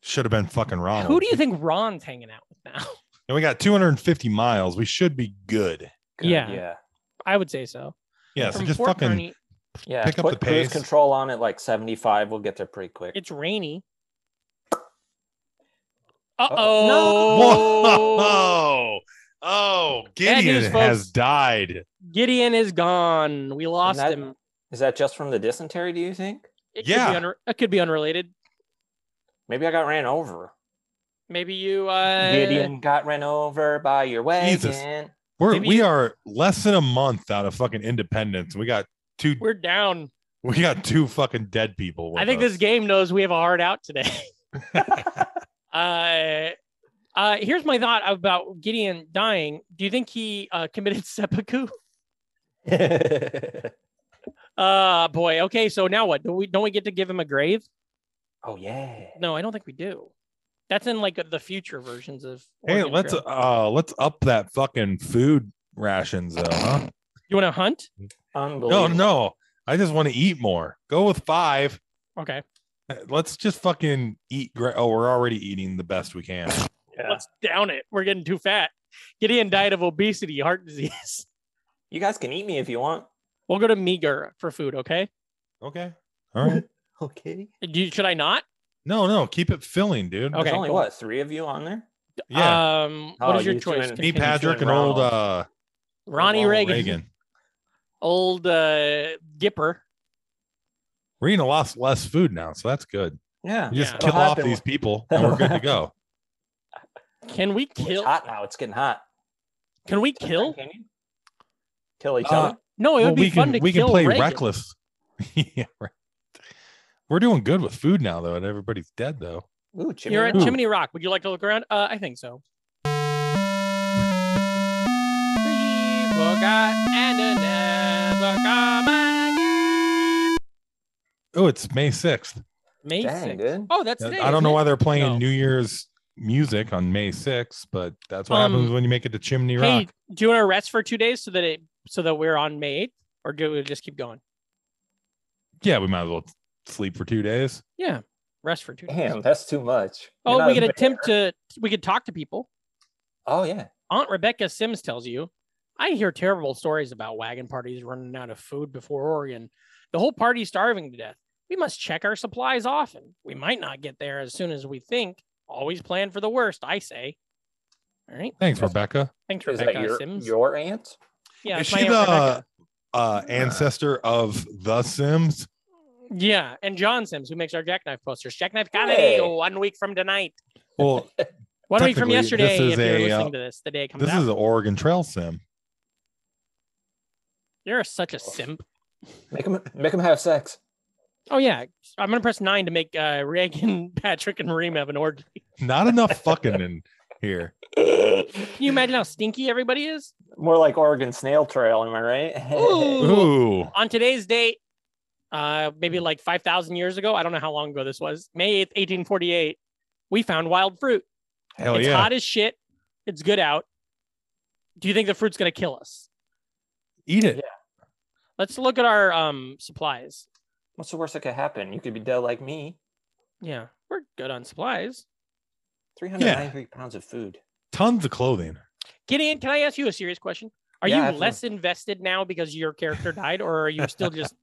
C: Should have been fucking Ronald.
B: Who do you think Ron's hanging out with now?
C: And we got 250 miles. We should be good.
G: Good,
B: Yeah.
G: Yeah.
B: I would say so.
C: Yeah. So
B: From
C: just
B: Fort
C: fucking
B: Kearney,
G: Yeah.
C: Pick up
G: Put
C: the
G: cruise
C: pace.
G: control on it like 75. We'll get there pretty quick.
B: it's rainy. Uh oh.
C: Whoa! Oh,
B: Bad
C: Gideon
B: news, folks.
C: has died.
B: Gideon is gone. We lost
G: that-
B: him.
G: Is that just from the dysentery, do you think?
B: It
C: Yeah.
B: Could be unre- it could be unrelated.
G: Maybe I got ran over.
B: Maybe you uh
G: Gideon got ran over by your wagon.
C: Jesus. We're
B: Maybe
C: we
B: you-
C: are less than a month out of fucking independence. We got two.
B: we're down.
C: We got two fucking dead people. with
B: I think
C: us.
B: this game knows we have a hard out today. uh uh here's my thought about Gideon dying. Do you think he uh committed seppuku? Uh boy. Okay, so now what? Do we don't we get to give him a grave?
G: oh yeah.
B: No, I don't think we do. That's in like the future versions of
C: Hey,
B: Oregon
C: let's
B: Trail.
C: uh let's up that fucking food rations though. Huh?
B: you want to hunt?
C: Oh, No,
G: Unbelievable.
C: no. I just want to eat more. Go with five.
B: Okay.
C: Let's just fucking eat. Gra- oh, we're already eating the best we can.
G: Yeah.
B: Let's down it. We're getting too fat. Gideon died of obesity, heart disease.
G: You guys can eat me if you want.
B: We'll go to Meager for food, okay?
C: Okay. All right.
G: Okay.
B: Do you, should I not?
C: No, no. Keep it filling, dude.
B: Okay,
G: There's only
B: cool.
G: what three of you on there?
C: Yeah.
B: Um,
G: Oh,
B: what is your
G: you two
B: choice?
G: and-
B: Continue.
C: Me,
G: Continue
C: Patrick,
G: doing
C: and old
G: Ronald.
C: uh
B: Ronnie
G: Ronald
B: Reagan,
C: Reagan.
B: old uh, Gipper.
C: We're eating a lot less food now, so that's good.
G: Yeah.
C: You just
B: Yeah.
C: kill
G: That'll
C: off
G: happen.
C: these people and we're good to go.
B: Can we
G: It's
B: kill?
G: hot now. It's getting hot.
B: Can we kill?
G: Can you? Kill each
C: Uh,
G: other.
B: No, Oh, it would
C: Well,
B: be
C: we
B: fun
C: can
B: to
C: we
B: kill
C: can play
B: Reagan.
C: reckless. yeah, right. We're doing good with food now, though, and everybody's dead though.
G: Ooh, Jimmy.
B: You're at
G: Ooh.
B: Chimney Rock. Would you like to look around? Uh, I think so. Three forgot and it never come again.
C: Oh, it's May 6th.
B: May
F: Dang,
B: 6th.
F: dude.
B: Oh, that's today,
C: Uh, I don't
B: isn't
C: know
B: it?
C: why they're playing
B: No.
C: New Year's music on May 6th, but that's what
B: Um,
C: happens when you make it to Chimney
B: Hey,
C: Rock.
B: do you want to rest for two days so that it so that we're on May 8th, or do we just keep going?
C: Yeah, we might as well sleep for two days.
B: Yeah, rest for two days.
G: Damn, that's too much. You're
B: oh,
G: not
B: we
G: a
B: could
G: bear.
B: attempt to we could talk to people.
G: Oh yeah.
B: Aunt Rebecca Sims tells you, I hear terrible stories about wagon parties running out of food before Oregon. The whole party starving to death. We must check our supplies often. We might not get there as soon as we think. Always plan for the worst, I say. All right.
C: Thanks, Rebecca.
B: Thanks,
G: Is
B: Rebecca
G: that your,
B: Sims.
G: your aunt?
B: yeah,
C: Is
B: it's my
C: she
B: Aunt Rebecca.
C: the uh, ancestor of The Sims?
B: Yeah, and John Sims, who makes our jackknife posters. Jackknife comedy
G: Hey.
B: one week from tonight.
C: Well,
B: One week from
C: Technically,
B: yesterday.
C: this is
B: If you're
C: a,
B: listening
C: uh,
B: to this, the day it comes
C: this
B: out.
C: is an Oregon Trail Sim.
B: You're such a simp.
G: Make him make him have sex.
B: Oh yeah, I'm gonna press nine to make uh, Reagan, Patrick, and Reem have an orgy.
C: Not enough fucking in here.
B: Can you imagine how stinky everybody is?
G: More like Oregon snail trail, am I right?
B: Ooh.
C: Ooh.
B: On today's date, uh, maybe like five thousand years ago, I don't know how long ago this was, May eighth, eighteen forty-eight, we found wild fruit.
C: Hell
B: it's
C: yeah.
B: hot as shit. It's good out. Do you think the fruit's gonna kill us?
C: Eat it.
B: Let's look at our um supplies.
G: What's the worst that could happen? You could be dead like me.
B: Yeah, we're good on supplies.
G: 393 pounds of food.
C: Tons of clothing.
B: Uh, Gideon, can I ask you a serious question? Are
G: Yeah,
B: you
G: absolutely.
B: less invested now because your character died, or are you still just?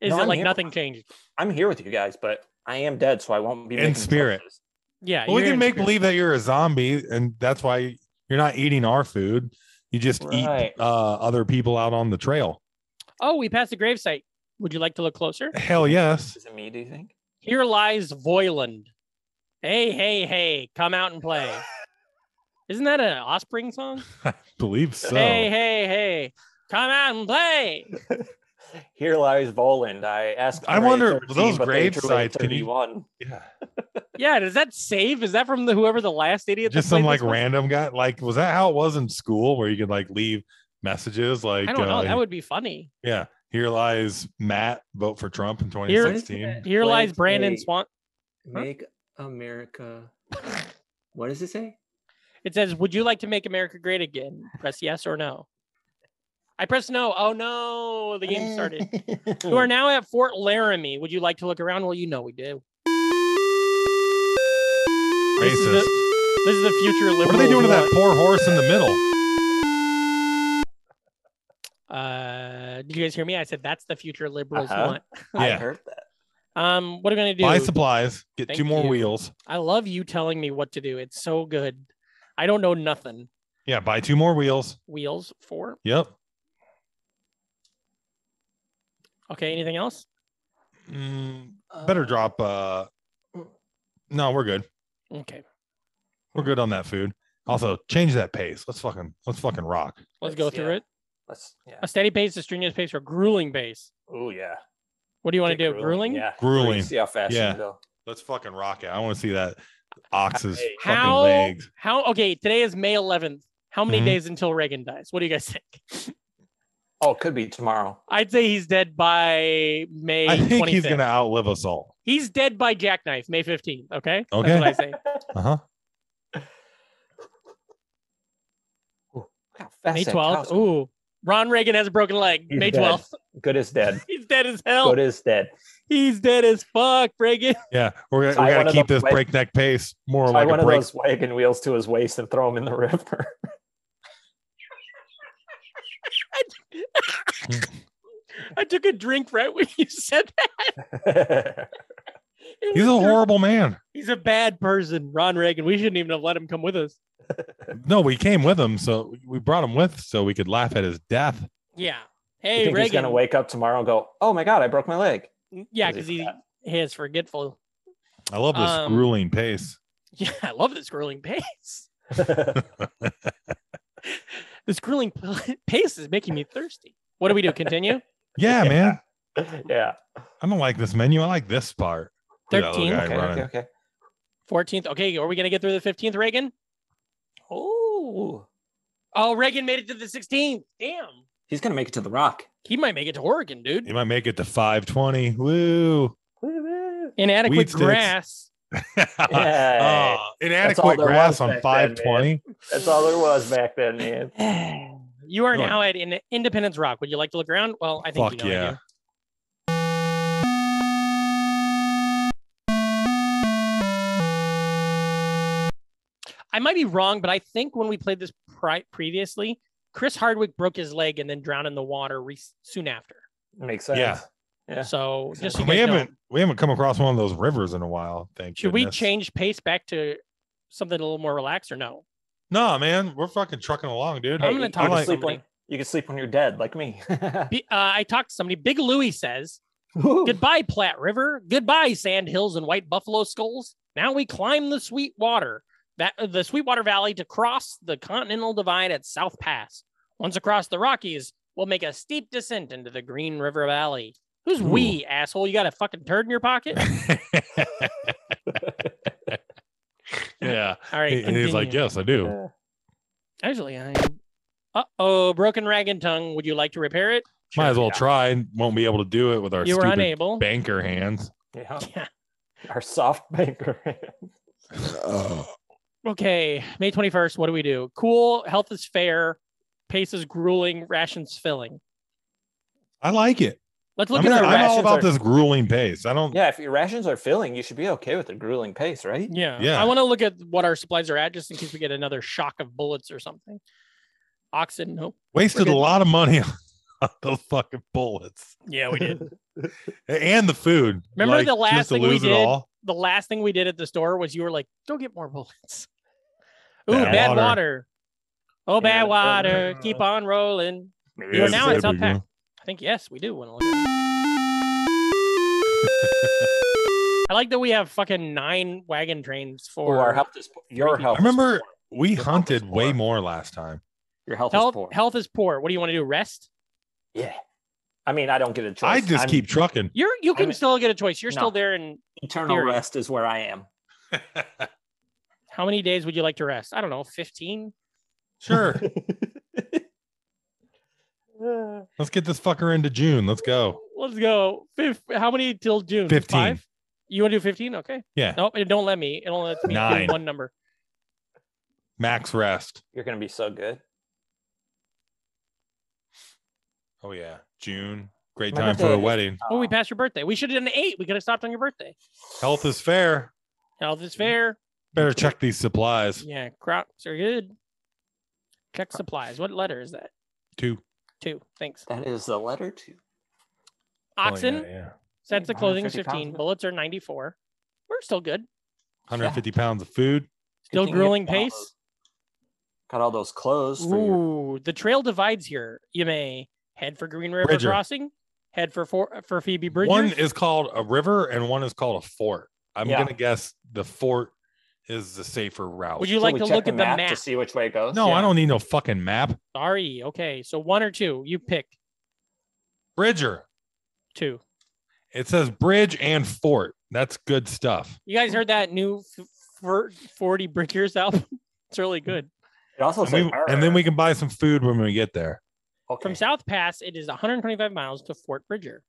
B: Is
G: No,
B: it
G: I'm
B: like
G: here.
B: nothing changed?
G: I'm here with you guys, but I am dead, so I won't be
C: In
G: making
C: spirit.
G: choices.
B: Yeah,
C: Well, we
B: you're
C: can
B: in
C: make
B: spirit.
C: believe that you're a zombie, and that's why you're not eating our food. You just
G: Right.
C: eat uh, other people out on the trail.
B: Oh, we passed the gravesite. Would you like to look closer?
C: Hell yes.
G: Is it me? Do you think?
B: Here lies Voiland. Hey, hey, hey! Come out and play. Isn't that an Offspring song?
C: Believe so.
B: Hey, hey, hey! Come out and play.
G: Here lies Voland. I asked.
C: I
G: for a
C: wonder,
G: 13,
C: those
G: but they
C: grave
G: drew a
C: sites, can you-
G: 31.
C: Yeah.
B: Yeah, does that save? Is that from the whoever the last idiot? that
C: Just some
B: played
C: like
B: this was?
C: random guy. Like, was that how it was in school where you could like leave messages? Like,
B: I don't know.
C: uh,
B: That would be funny.
C: yeah. Here lies Matt. Vote for Trump in
B: Here-
C: 2016.
B: Here lies
H: Wait,
B: Brandon
H: wait.
B: Swan.
H: Make America. What does it say?
B: It says, "Would you like to make America great again?" Press yes or no. I press no. Oh no, the game started. you are now at Fort Laramie. Would you like to look around? Well, you know we do. This is,
C: Racist.
B: the, this is the future liberal.
C: What are they doing to that poor horse in the middle?
B: Uh, did you guys hear me? I said that's the future liberals
G: Uh-huh.
B: want.
G: I
C: Yeah.
G: heard that.
B: Um, what am I gonna do?
C: Buy supplies. Get
B: Thank
C: two more
B: you.
C: wheels.
B: I love you telling me what to do. It's so good. I don't know nothing.
C: Yeah. Buy two more wheels.
B: Wheels four.
C: Yep.
B: Okay. Anything else?
C: Mm, better drop. Uh, no, we're good.
B: Okay.
C: We're good on that food. Also, change that pace. Let's fucking let's fucking rock.
B: Let's go through
G: Yeah.
B: it.
G: Let's. Yeah.
B: A steady pace, a strenuous pace, or grueling pace.
G: Oh yeah.
B: What do you want to
G: Get
B: do? Grueling?
G: Yeah.
C: Grueling.
G: See how fast
C: Yeah.
G: you go.
C: Let's fucking rock it. I want to see that ox's
G: Hey,
C: fucking
B: How?
C: legs.
B: How? Okay, today is May 11th. How many
C: Mhm.
B: days until Reagan dies? What do you guys think?
G: Oh, it could be tomorrow.
B: I'd say he's dead by May.
C: I think
B: 25th.
C: he's gonna outlive us all.
B: He's dead by jackknife, May 15th. Okay.
C: Okay.
B: That's what I say.
C: Uh huh.
G: Look how fast
B: May
G: that
B: 12th.
G: cow's going.
B: Ooh, Ron Reagan has a broken leg.
G: He's
B: May
G: dead.
B: 12th.
G: Good is dead.
B: He's dead as hell.
G: Good is dead.
B: He's dead as fuck, Reagan.
C: Yeah, we're,
G: Tie
C: we
G: one
C: gotta
G: of
C: keep
G: those
C: this
G: wagon-
C: breakneck pace more
G: Tie
C: like
G: one
C: a
G: of
C: break.
G: those wagon wheels to his waist and throw him in the river.
B: I took a drink right when you said that. It
C: He's a
B: was your-
C: horrible man.
B: He's a bad person, Ron Reagan. We shouldn't even have let him come with us.
C: No, we came with him, so we brought him with, so we could laugh at his death.
B: Yeah.
G: you
B: Hey,
G: think
B: Reagan. Mm,
G: he's gonna wake up tomorrow and go, "Oh my god, I broke my leg."
B: Yeah,
G: 'Cause
B: because
G: he
B: he,
G: forgot.
B: he is forgetful.
C: I love this
B: Um,
C: grueling pace.
B: Yeah, I love this grueling pace. This grueling p- pace is making me thirsty. What do we do? Continue?
C: Yeah, man.
G: yeah.
C: I don't like this menu. I like this part. Look at that little
B: 13,
C: guy
G: Okay.
C: running.
G: Okay. Okay.
B: 14th. Okay, are we going to get through the 15th, Reagan?
G: Oh,
B: Oh, Reagan made it to the 16th. Damn.
H: He's gonna make it to the Rock.
B: He might make it to Oregon, dude.
C: You might make it to 520. Woo. Weed
B: Inadequate
C: sticks.
B: grass.
C: Oh, inadequate
G: there
C: grass
G: was
C: on
G: back then,
C: 520.
G: That's all there was back then, man.
B: You are now at in Independence Rock. Would you like to look around? Well, I think
C: Fuck
B: you know I
C: yeah.
B: do. I might be wrong, but I think when we played this pri- previously, Chris Hardwick broke his leg and then drowned in the water re- soon after.
F: Makes sense.
C: Yeah.
F: Yeah.
B: So just so you
C: we
B: guys know,
C: haven't we haven't come across one of those rivers in a while. Thank
B: should we
C: goodness.
B: change pace back to something a little more relaxed or no?
C: No, man, we're fucking trucking along, dude.
B: I'm gonna
F: you
B: talk
F: can
C: to
F: sleep
B: somebody.
F: when you can sleep when you're dead, like me.
B: Be, uh, I talked to somebody. Big Louie says,
F: Woo.
B: Goodbye, Platte River. Goodbye, Sand Hills and White Buffalo Skulls. Now we climb the Sweetwater, that the Sweetwater Valley to cross the Continental Divide at South Pass. Once across the Rockies, we'll make a steep descent into the Green River Valley. Who's we, asshole? You got a fucking turd in your pocket?
C: yeah,
B: All right.
C: and he's like,
B: continue.
C: "Yes, I do."
B: Actually, I. Uh oh, broken rag and tongue. Would you like to repair it?
C: Might as
F: Sure.
C: well try. and Won't be able to do it with our
B: you were
C: stupid
B: unable.
C: banker hands.
F: Yeah.
B: Yeah.
F: Our soft banker.
B: Okay, May 21st, what do we do? Cool, health is fair, pace is grueling, rations filling.
C: I like it.
B: Let's
C: I
B: look
C: mean,
B: at the
C: I'm all
F: rations
C: about
F: are-
C: this grueling pace. I don't.
F: yeah, if your rations are filling, you should be okay with a grueling pace, right?
B: Yeah.
C: Yeah.
B: I want to look at what our supplies are at just in case we get another shock of bullets or something. Oxen, nope.
C: Wasted a
B: good.
C: lot of money on those fucking bullets
B: Yeah, we did.
C: and the food.
B: Remember the last
C: just to
B: thing we
C: lose it
B: did?
C: all?
B: the last thing we did at the store was you were like, go get more bullets. Ooh,
C: Bad
B: bad, water.
C: water.
B: Oh, bad
F: Yeah,
B: water.
F: uh,
B: Keep on rolling.
C: Yeah,
B: We're now
C: it's
B: at
C: a
B: South
C: big
B: Pack.
C: deal.
B: I think yes, we do want to look. I like that we have fucking nine wagon trains
F: Or
B: for
F: our health is your
B: Drinking.
F: health.
C: I remember
F: Is poor.
C: we
F: Your health
C: hunted
F: is
C: way
F: poor.
C: more last time.
F: Your health,
B: health.
F: is poor.
B: Health is poor. What do you want to do? Rest?
F: Yeah. I mean, I don't get a choice.
C: I just
F: I'm-
C: keep trucking.
B: You're you can
F: mean-
B: still get a choice. You're still
F: No.
B: there. And
H: Eternal
B: Period.
H: rest is where I am.
B: how many days would you like to rest? I don't know, fifteen.
C: Sure. Let's get this fucker into June. Let's go.
B: Let's go. Fif- how many till June?
C: 15.
B: Five? You want to do fifteen? Okay.
C: Yeah.
B: Nope. It don't let me. It only lets me do
C: Nine.
B: one number.
C: Max rest.
F: You're gonna be so good.
C: Oh yeah, June. Great
F: My
C: time for a
F: birthday.
C: wedding.
B: Oh, we passed your birthday. We should have done eight. We could have stopped on your birthday.
C: Health is fair.
B: Health
F: Mm.
B: is fair.
C: Better check these supplies.
B: Yeah, crops are good. Check supplies. What letter is that?
C: Two.
B: Two. Thanks.
H: That is the letter to
C: Oh, yeah,
B: Oxen
C: yeah.
B: sets of clothing is
H: 150
B: fifteen.
H: pounds.
B: Bullets are ninety-four. We're still good.
C: 150 pounds of food.
B: Still
H: Good thing you
B: grueling
H: got all
B: pace.
H: those- Got all those clothes for your
B: Ooh, the trail divides here. You may head for Green River
C: Bridger.
B: Crossing, head for for, for Phoebe Bridger.
C: One is called a river, and one is called a fort. I'm
F: Yeah.
C: gonna guess the fort is the safer route.
B: Would you
F: So
B: like
F: we
B: to
F: check
B: look at the map?
F: to see which way it goes?
C: No, I
F: Yeah.
C: don't need no fucking map.
B: Sorry. Okay, so one or two. You pick
C: Bridger.
B: two.
C: It says bridge and fort. That's good stuff.
B: You guys heard that new f- for- Forty Bridgers album? It's really good.
F: It also
C: And,
F: says
C: we- and then
F: error.
C: we can buy some food when we get there.
F: Okay.
B: From South Pass, it is 125 miles to Fort Bridger.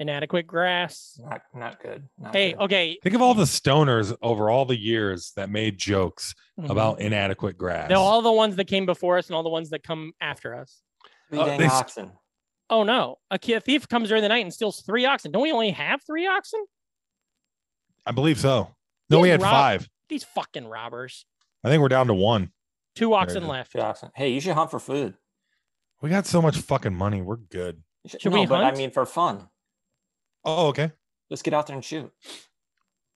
B: Inadequate grass.
F: Not not good. Not
B: Hey, oh,
F: good.
B: okay.
C: Think of all the stoners over all the years that made jokes
B: Mhm.
C: about inadequate grass.
B: They're all the ones that came before us and all the ones that come after us.
F: Three
C: uh,
F: dang
C: they s-
F: oxen.
B: Oh no, a ki- a thief comes during the night and steals three oxen. Don't we only have three oxen?
C: I believe so. No, we
B: These
C: had
B: rob-
C: five.
B: These fucking robbers.
C: I think we're down to one.
B: Two oxen
C: is.
B: left.
F: Three oxen. Hey, you should hunt for food.
C: We got so much fucking money. We're good.
F: You should,
B: Should
F: no,
B: we
F: but
B: hunt?
F: I mean for fun.
C: Oh, okay.
F: Let's get out there and shoot.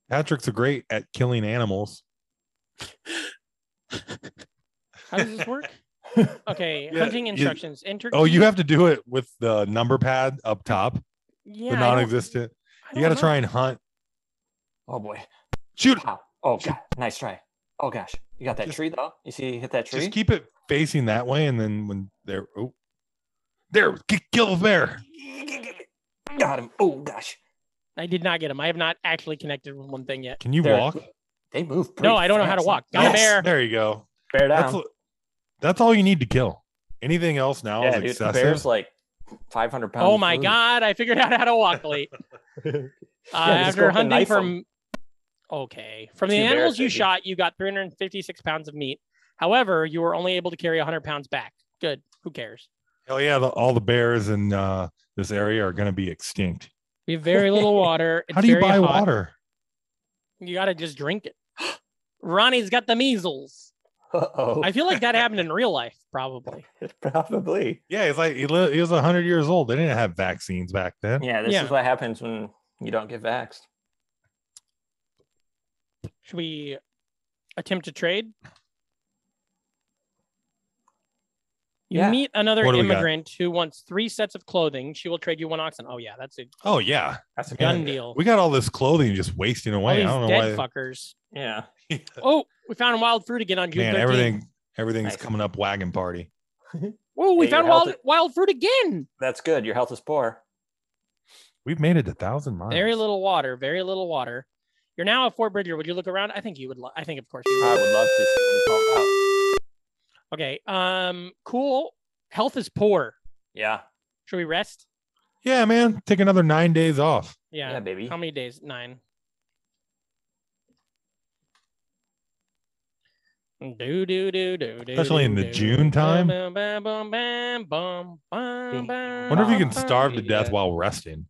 C: Patrick's a great at killing animals.
B: How does this work? Okay,
C: Yeah,
B: hunting
C: you-
B: instructions. Enter.
C: Oh, you
B: key-
C: have to do it with the number pad up top,
B: yeah,
C: the
B: I don't-
C: non-existent.
B: I
C: You got
B: don't
C: to
B: know.
C: try and hunt.
F: Oh boy.
C: Shoot.
F: Wow. Oh god. Nice try. Oh gosh. You got that
C: Just-
F: tree though? You see you hit that tree?
C: Just keep it facing that way, and then when they're oh, there, k- kill the bear.
F: got him. Oh gosh.
B: I did not get him. I have not actually connected with one thing yet.
C: Can you
F: There-
C: walk?
F: They move pretty
B: No, I don't know how to
F: fast.
B: walk. Got a
F: Yes.
B: bear.
C: There you go.
F: Bear
C: That's
F: down.
C: l- That's all you need to kill. Anything else now
G: yeah,
C: is
G: dude, a
C: excessive.
G: bear's like 500 pounds.
B: Oh
G: of
B: my
G: food.
B: god, I figured out how to walk late. uh,
G: just go
B: after
G: up and
B: hunting
G: knife 'em.
B: from okay from the
H: Two bears,
B: animals you
H: maybe.
B: shot, you got 356 pounds of meat. However, you were only able to carry 100 pounds back. Good. Who cares?
C: Hell yeah, the, all the bears in uh, this area are going to be extinct.
B: We have very little water. It's
C: How do you
B: very
C: buy
B: hot.
C: water?
B: You gotta just drink it. Ronnie's got the measles.
G: Uh-oh.
B: I feel like that happened in real life, probably.
G: Probably.
C: Yeah, he's like he, li- he was 100 years old. They didn't have vaccines back then.
G: Yeah, this
B: Yeah.
G: is what happens when you don't get vaxxed.
B: Should we attempt to trade? You
G: Yeah.
B: meet another
C: What do we got?
B: immigrant who wants three sets of clothing. She will trade you one oxen. Oh yeah, that's a
C: Oh yeah,
G: That's a good
B: done
G: idea.
B: deal.
C: we got all this clothing just wasting
B: All
C: away.
B: these
C: I don't know why.
B: Oh, dead fuckers.
G: Yeah.
B: Oh, we found wild fruit again on June
C: Man,
B: 13th.
C: everything everything's
G: Nice.
C: coming up wagon party.
B: Whoa, Oh, we
G: Yeah,
B: found
G: your health
B: wild
G: is-
B: wild fruit again.
G: That's good. Your health is poor.
C: We've made it a thousand miles.
B: Very little water. Very little water. You're now at Fort Bridger. Would you look around? I think you would. Lo- I think of course you
G: I
B: would.
G: would love to see you bump out.
B: Okay. Um. Cool. Health is poor.
G: Yeah.
B: Should we rest?
C: Yeah, man, take another nine days off.
B: Yeah.
G: Yeah, baby.
B: How many days? Nine. Do do do do do.
C: Especially in the
B: do.
C: June time.
B: Bum, bum, bum, bum, bum, bum, bum,
C: Wonder if you can
B: bum,
C: starve to death
B: yeah.
C: while resting.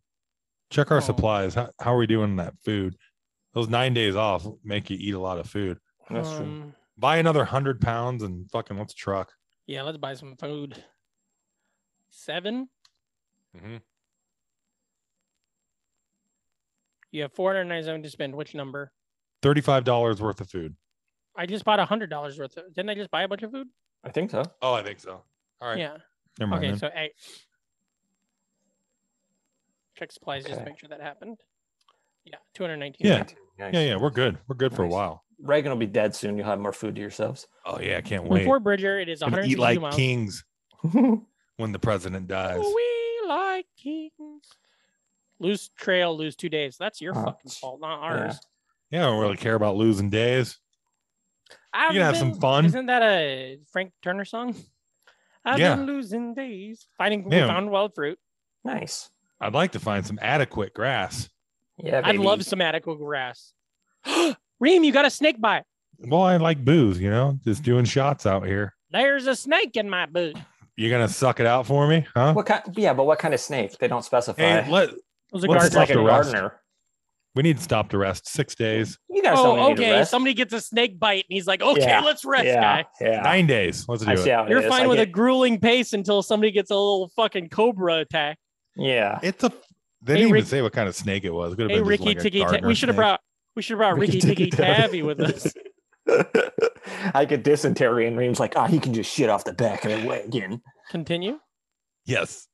C: Check our
B: Oh.
C: supplies. How, how are we doing on that food? Those nine days off make you eat a lot of food.
G: That's true.
B: Um,
C: Buy another hundred pounds and fucking let's truck.
B: Yeah, let's buy some food. Seven.
C: Mm-hmm.
B: You have four hundred ninety-seven to spend. Which number?
C: Thirty-five dollars worth of food.
B: I just bought hundred dollars worth. Of, didn't I just buy a bunch of food?
G: I think so.
C: Oh, I think so. All right.
B: Yeah.
C: Never mind.
B: Okay.
C: then.
B: So eight. Check supplies. Just
G: Okay.
B: make sure that happened. Yeah, two hundred nineteen.
C: yeah.
G: Nice.
C: Yeah, yeah, we're good. We're good for a
G: Nice.
C: while.
G: Reagan will be dead soon. You'll have more food to yourselves.
C: Oh yeah, I can't
B: From
C: wait.
B: Fort Bridger, it is
C: Gonna
B: 162
C: eat like
B: miles. Oh,
C: kings when the president dies.
B: We like kings. Lose trail, lose two days. That's your
G: Huh.
B: fucking fault, not ours.
C: Yeah, I don't really care about losing days.
B: I've
C: You can have some fun.
B: Isn't that a Frank Turner song? I've
C: Yeah.
B: been losing days finding we
C: Man.
B: found wild fruit.
G: nice.
C: I'd like to find some adequate grass.
G: Yeah,
B: I'd
G: baby.
B: love some adequate grass. Reem, you got a snake bite.
C: Well, I like booze, you know, just doing shots out here.
B: There's a snake in my boot. It
C: You're gonna suck it out for me, huh?
G: What kind? Yeah, but what kind of snake? They don't specify.
C: Hey, let
B: was a
C: What's
G: it's
B: gardener.
C: stop
G: like a
C: the rest.
G: gardener.
C: we need to stop to rest. Six days,
G: You guys don't
B: Oh,
G: need to
B: okay.
G: rest.
B: Somebody gets a snake bite, and he's like, "Okay,
G: Yeah.
B: let's rest,
G: yeah,
B: guy."
G: yeah.
C: nine days. Let's do
G: I
C: it.
G: see how it
B: You're
G: is.
B: fine
G: I
B: with a
G: get-
B: grueling pace until somebody gets a little fucking cobra attack.
G: Yeah.
C: It's a. They
B: Hey,
C: didn't
B: Rick-
C: even say what kind of snake it was. It could have
B: Hey,
C: been just
B: Ricky
C: like a
B: Tikki. Ta-
C: gardener
B: we should have
C: snake.
B: brought. We should have brought Ricky Tikki Tavi with us.
G: I get dysentery, and Reem's like, "Ah, he can just shit off the back of the wagon."
B: Continue.
C: Yes,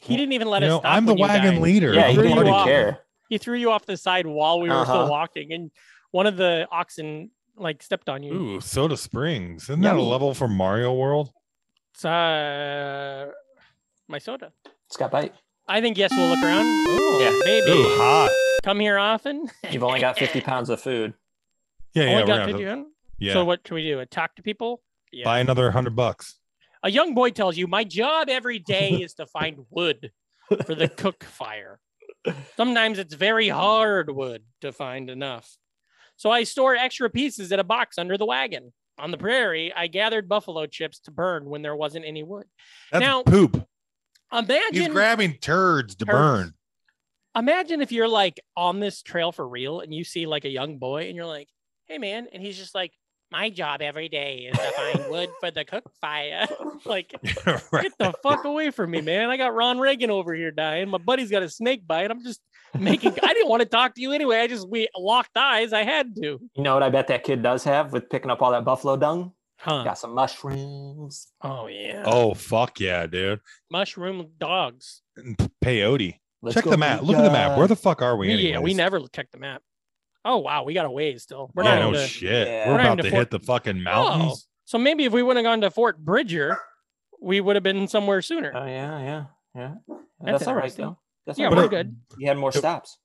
B: He didn't even let
C: you
B: us
C: know,
B: stop.
C: I'm the
B: when you
C: wagon
B: died.
C: leader.
G: Yeah,
C: I'm
G: he
C: the
B: threw you
G: didn't
C: party
G: even
B: off.
C: leader.
G: care.
B: He threw you off the side while we were still
G: Uh-huh.
B: walking, and one of the oxen like stepped on you.
C: Ooh, Soda Springs. Isn't that a
G: Yummy.
C: level from Mario World?
B: It's uh, my soda.
G: It's got bite.
B: I think yes. We'll look around.
G: Yeah.
B: Baby,
C: Ooh, hot.
B: come here often.
G: You've only got 50 pounds of food.
C: Yeah, yeah.
B: Only got
C: we're gonna have
B: 50
C: to-
B: on?
C: yeah.
B: So what should we do? Talk to people? Yeah.
C: Buy another hundred bucks.
B: A young boy tells you, My job every day is to find wood for the cook fire. Sometimes it's very hard wood to find enough. So I store extra pieces in a box under the wagon. On the prairie, I gathered buffalo chips to burn when there wasn't any wood.
C: That's
B: Now-
C: poop. He's
B: Imagine
C: grabbing turds to
B: Turds.
C: burn.
B: imagine if you're like on this trail for real and you see like a young boy and you're like, hey man, and he's just like, my job every day is to find wood for the cook fire. like,
C: right.
B: get the fuck away from me, man. I got Ron Reagan over here dying. My buddy's got a snake bite. I'm just making I didn't want to talk to you anyway. I just we locked eyes. I had to.
G: You know what I bet that kid does have with picking up all that buffalo dung?
B: Huh.
G: Got some mushrooms.
B: Oh yeah.
C: Oh fuck yeah, dude.
B: Mushroom dogs.
C: And p- Peyote.
G: Let's
C: Check
G: go uh,
C: the map.
G: eat
C: Look at the map. Where
G: that.
C: the fuck are we?
B: yeah, we
C: anyways?
B: never checked the map. Oh wow, we got a ways still. We're
C: yeah,
B: not
C: no
B: into-
C: shit.
G: Yeah.
C: We're
B: We're not
C: about
B: into
C: to
B: Fort-
C: hit the fucking mountains.
B: So maybe if we wouldn't have gone to Fort Bridger, we would have been somewhere sooner.
G: Oh yeah, yeah, yeah.
B: That's
G: That's, all right
B: interesting.
G: though. That's
B: yeah,
G: all
C: Uh, but
B: we're
C: it-
G: right.
B: good.
G: You had more stops.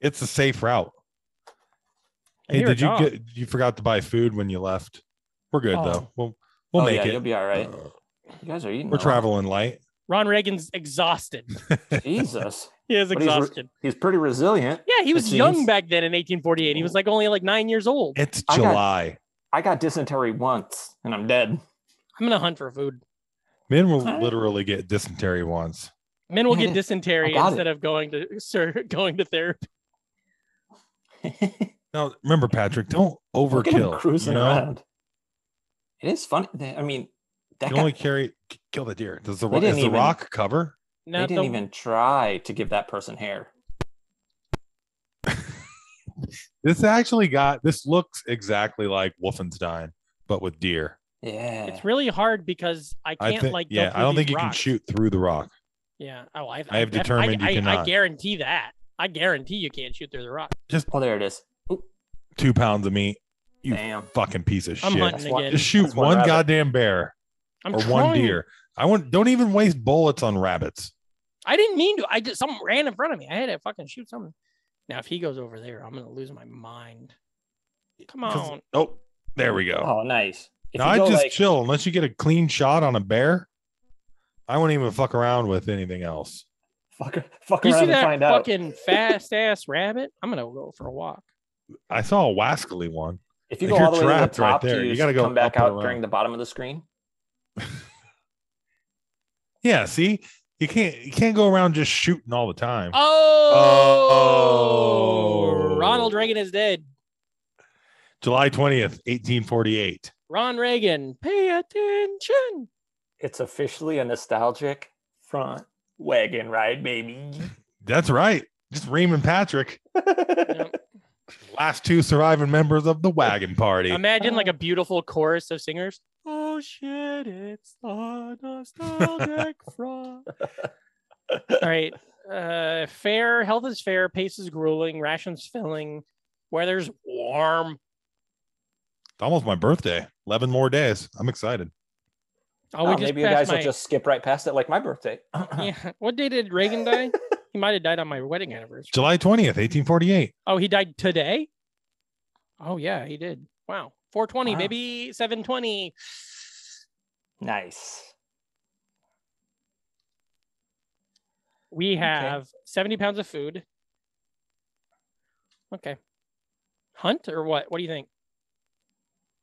C: It's a safe route. Hey,
B: Here,
C: did you
B: dog.
C: get you forgot to buy food when you left? We're good
B: Oh.
C: though. We'll we'll
G: oh,
C: make
G: yeah,
C: it.
G: You'll be all right.
C: Uh,
G: You guys are eating.
C: We're
G: a lot.
C: traveling light.
B: Ron Reagan's exhausted.
G: Jesus,
B: He is
G: But he's re-
B: exhausted.
G: he's pretty resilient.
B: Yeah, he
G: It
B: was young
G: seems.
B: back then in 1848. He was like only like nine years old.
C: It's
G: I got-
C: July.
G: I got dysentery once, and I'm dead.
B: I'm gonna hunt for food.
C: Men will
G: Huh?
C: literally get dysentery once.
B: Men will get
G: I
B: dysentery
G: got
B: instead of going to sir going to therapy.
C: Now remember, Patrick, don't
G: Look at him
C: overkill.
G: cruising
C: you know?
G: around. It is funny. They- I mean,
C: You
G: that
C: can
G: guy,
C: only carry k- kill the deer. Does the
G: They
C: rock is
G: didn't
C: the
G: even-
C: rock cover?
B: No,
G: they didn't
B: don't-
G: even try to give that person hair.
C: This actually got this looks exactly like Wolfenstein, but with deer.
G: Yeah,
B: it's really hard because I
C: I
B: can't
C: think
B: like. go
C: yeah, I
B: through
C: don't
B: these
C: think you can
B: rocks.
C: shoot through the rock.
B: Yeah. Oh, I,
C: I have
B: def-
C: determined you
B: I, I, I
C: cannot.
B: guarantee that. I guarantee you can't shoot through the rock.
G: oh, there it is. Ooh,
C: Two pounds of meat, You
G: damn.
C: fucking piece of
B: I'm
C: shit.
B: hunting
F: That's why-
B: again.
C: Just shoot
F: That's one
C: one
F: rabbit.
C: goddamn bear
B: I'm
C: or
B: trying.
C: one deer. I want don't even waste bullets on rabbits.
B: I didn't mean to. I just something ran in front of me. I had to fucking shoot something. Now if he goes over there, I'm gonna lose my mind. Come
C: 'Cause-
B: on.
C: Oh, there we go.
G: Oh, nice. If
C: Now
G: you
C: I
G: go,
C: just
G: like-
C: chill unless you get a clean shot on a bear. I won't even fuck around with anything else.
G: fuck, fuck
B: You
G: around
B: see
G: and
B: that
G: find out.
B: fucking fast ass rabbit? I'm gonna go for a walk.
C: I saw a wascally one.
G: If you
C: If
G: go
C: you're
G: all the way to the
C: trapped right
G: top,
C: there,
G: do
C: you
G: you,
C: gotta
G: gotta
C: go
G: come
C: up
G: back
C: and
G: out
C: around.
G: during the bottom of the screen.
C: Yeah, see, you can't you can't go around just shooting all the time.
B: Oh,
C: Oh.
B: Ronald Reagan is dead.
C: July twentieth, eighteen forty-eight.
B: Ron Reagan, pay attention.
G: It's officially a nostalgic front wagon ride, baby.
C: That's right. Just Reem and Patrick,
B: Yep.
C: last two surviving members of the wagon party.
B: Imagine like a beautiful chorus of singers. Oh shit, it's the nostalgic frog. All right. Uh, fair, health is fair, pace is grueling, rations filling, weather's warm.
C: It's almost my birthday. Eleven more days. I'm excited.
B: Oh,
G: Oh,
B: we just
G: maybe you
B: passed
G: guys
B: my...
G: will just skip right past it, like my birthday.
B: Yeah. What day did Reagan die? he might have died on my wedding anniversary.
C: July twentieth, eighteen forty-eight.
B: Oh, he died today? Oh, yeah, he did. Wow. 420,
G: Wow.
B: maybe 720.
G: Nice.
B: We have 70 pounds of food. Okay. Hunt or what? What do you think?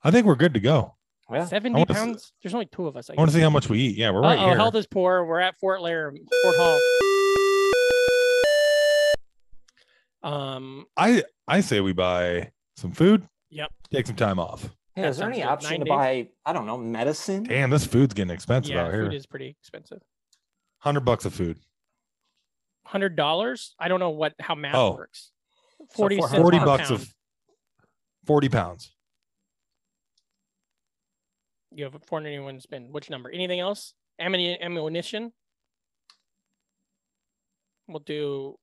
C: I think we're good to go.
G: Well,
B: 70
C: wanna s-
B: pounds? There's only two of us. I
C: I want
B: guess.
C: to see how much we eat. Yeah, we're right
B: Uh-oh,
C: here.
B: health is poor. We're at Fort Laram, Fort Hall. Um,
C: I I say we buy some food.
B: Yep.
C: Take some time off.
G: hey,
B: that
G: is there
B: sounds
G: any
B: good.
G: option
B: Nine
G: to
B: days.
G: buy? I don't know, medicine.
C: Damn, this food's getting expensive
B: yeah,
C: out here.
B: food is pretty expensive.
C: Hundred bucks of food.
B: Hundred dollars? I don't know what how math
C: Oh.
B: works. Forty,
G: $400
B: cents
C: Forty
B: per
C: bucks
B: pound.
C: of forty pounds.
B: you have four hundred one spin. Which number? Anything else? Ammuni- ammunition. We'll do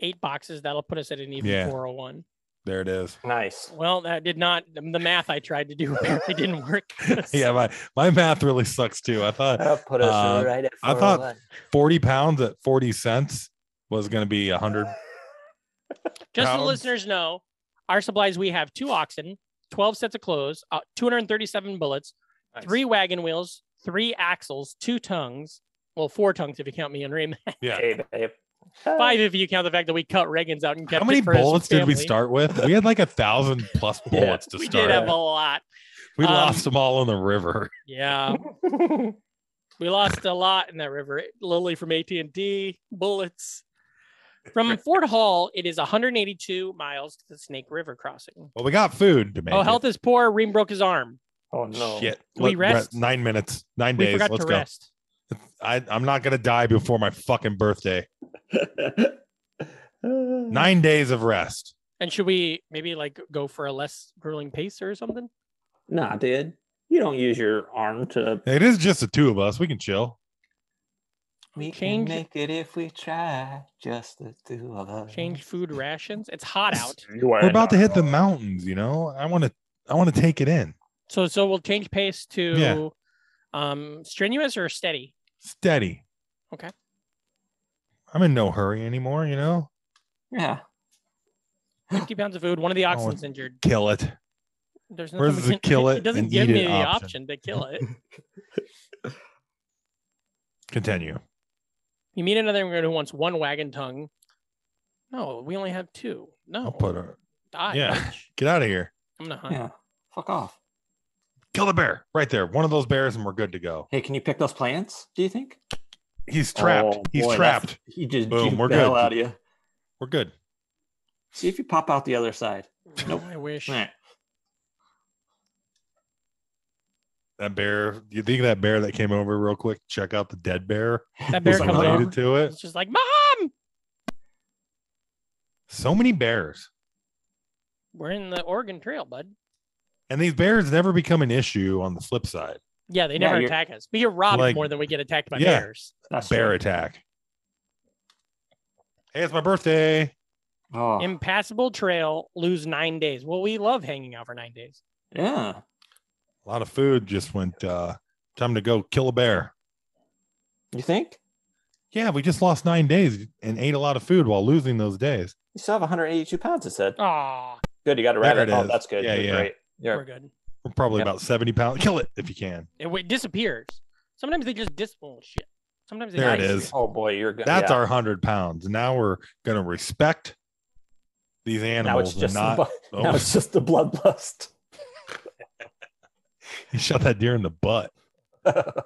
B: eight boxes. That'll put us at an even
C: Yeah.
B: four hundred one.
C: There it is.
G: Nice.
B: Well, that did not. The math I tried to do apparently didn't work.
C: yeah, my my math really sucks too. I thought
G: That'll put us
C: Uh,
G: right at
C: I thought-
G: 401.
C: 40 pounds at 40 cents was going to be 100.
B: Just so the
C: pounds.
B: listeners know, our supplies we have two oxen, 12 sets of clothes, uh, 237 bullets,
F: Nice.
B: three wagon wheels, three axles, two tongues. Well, four tongues if you count me and Reem.
C: Yeah.
G: Hey, babe.
B: Five if you count the fact that we cut Reagan's out and kept
C: How many
B: it for his
C: bullets did
B: family.
C: we start with? We had like a thousand plus
G: Yeah,
C: bullets to
B: We
C: start.
B: did have
C: with.
B: a lot.
C: we
B: um,
C: lost them all in the river.
B: Yeah, we lost a lot in that river. Lily from AT and T, bullets. From Fort Hall, it is 182 miles to the Snake River crossing.
C: Well, we got food to make.
B: oh,
C: it.
B: health is poor. Reem broke his arm.
G: oh no.
C: Shit.
B: Do we
C: Let-
B: rest?
C: Nine minutes, nine
B: We
C: days.
B: forgot
C: Let's
B: to
C: go.
B: rest.
C: I, I'm not going to die before my fucking birthday. Nine days of rest.
B: And should we maybe like go for a less grueling pace or something?
G: Nah, dude. You don't use your arm to.
C: It is just the two of us. We can chill.
G: We
B: Change-
G: can make it if we try. Just the two of us.
B: Change food rations. It's hot out.
C: We're about to hit the mountains, you know? I want to. I want to take it in
B: So so we'll change pace to
C: Yeah.
B: um strenuous or steady.
C: steady.
B: Okay.
C: I'm in no hurry anymore, you know?
G: Yeah.
B: 50 pounds of food. One of
C: Oh,
B: the oxen's injured.
C: Kill it.
B: There's
C: Where's
B: nothing-
C: the kill
B: It
C: it
B: doesn't
C: and
B: give
C: eat
B: me
C: it
B: the
C: option?
B: option to kill it.
C: Continue.
B: You meet another immigrant who wants one wagon tongue. No, we only have two. No,
C: I'll put her.
B: die.
C: yeah.
B: bitch.
C: Get out of here.
B: I'm gonna hunt.
G: Yeah. Fuck off.
C: Kill the bear right there. One of those bears, and we're good to go.
G: Hey, can you pick those plants? Do you think?
C: He's trapped.
G: Oh,
C: He's
G: boy, that's-
C: trapped.
G: He just
C: Boom,
G: juked
C: we're
G: the hell
C: good.
G: out of you.
C: We're good.
G: See if you pop out the other side. Nope.
B: I wish.
G: Meh.
C: That bear. You think that bear that came over real quick? Check out the dead bear.
B: That bear
C: was
B: comes
C: related
B: over.
C: to it.
B: It's just like mom.
C: So many bears,
B: We're in the Oregon Trail, bud.
C: and these bears never become an issue. On the flip side,
B: Yeah, they
G: Yeah,
B: never
G: you're-
B: attack us. We get robbed
C: Like-
B: more than we get attacked by
C: Yeah.
B: bears.
G: That's
C: bear
G: true.
C: attack. Hey, it's my birthday.
G: Oh,
B: Impassable Trail lose nine days. Well, we love hanging out for nine days.
G: yeah.
C: A lot of food just went. uh Time to go kill a bear.
G: You think?
C: Yeah, we just lost nine days and ate a lot of food while losing those days.
G: You still have 182 pounds, it said.
B: Ah,
G: Good, you got a
C: There
G: rabbit.
C: it
G: Oh,
C: is.
G: that's good.
C: Yeah,
G: good,
C: yeah.
G: Great. Yeah.
B: we're good.
C: We're probably
G: Yep.
C: about seventy pounds. Kill it if you can.
B: It, w- disappears. Sometimes they just dis oh, shit. Sometimes they
C: There it
B: die.
C: is.
G: Oh boy, you're good.
C: That's
G: yeah.
C: our hundred pounds. Now we're gonna respect these
G: now it's
C: animals
G: just
C: and not.
G: the, bu- now
C: Oh.
G: it's just the bloodlust.
C: He shot that deer in the butt.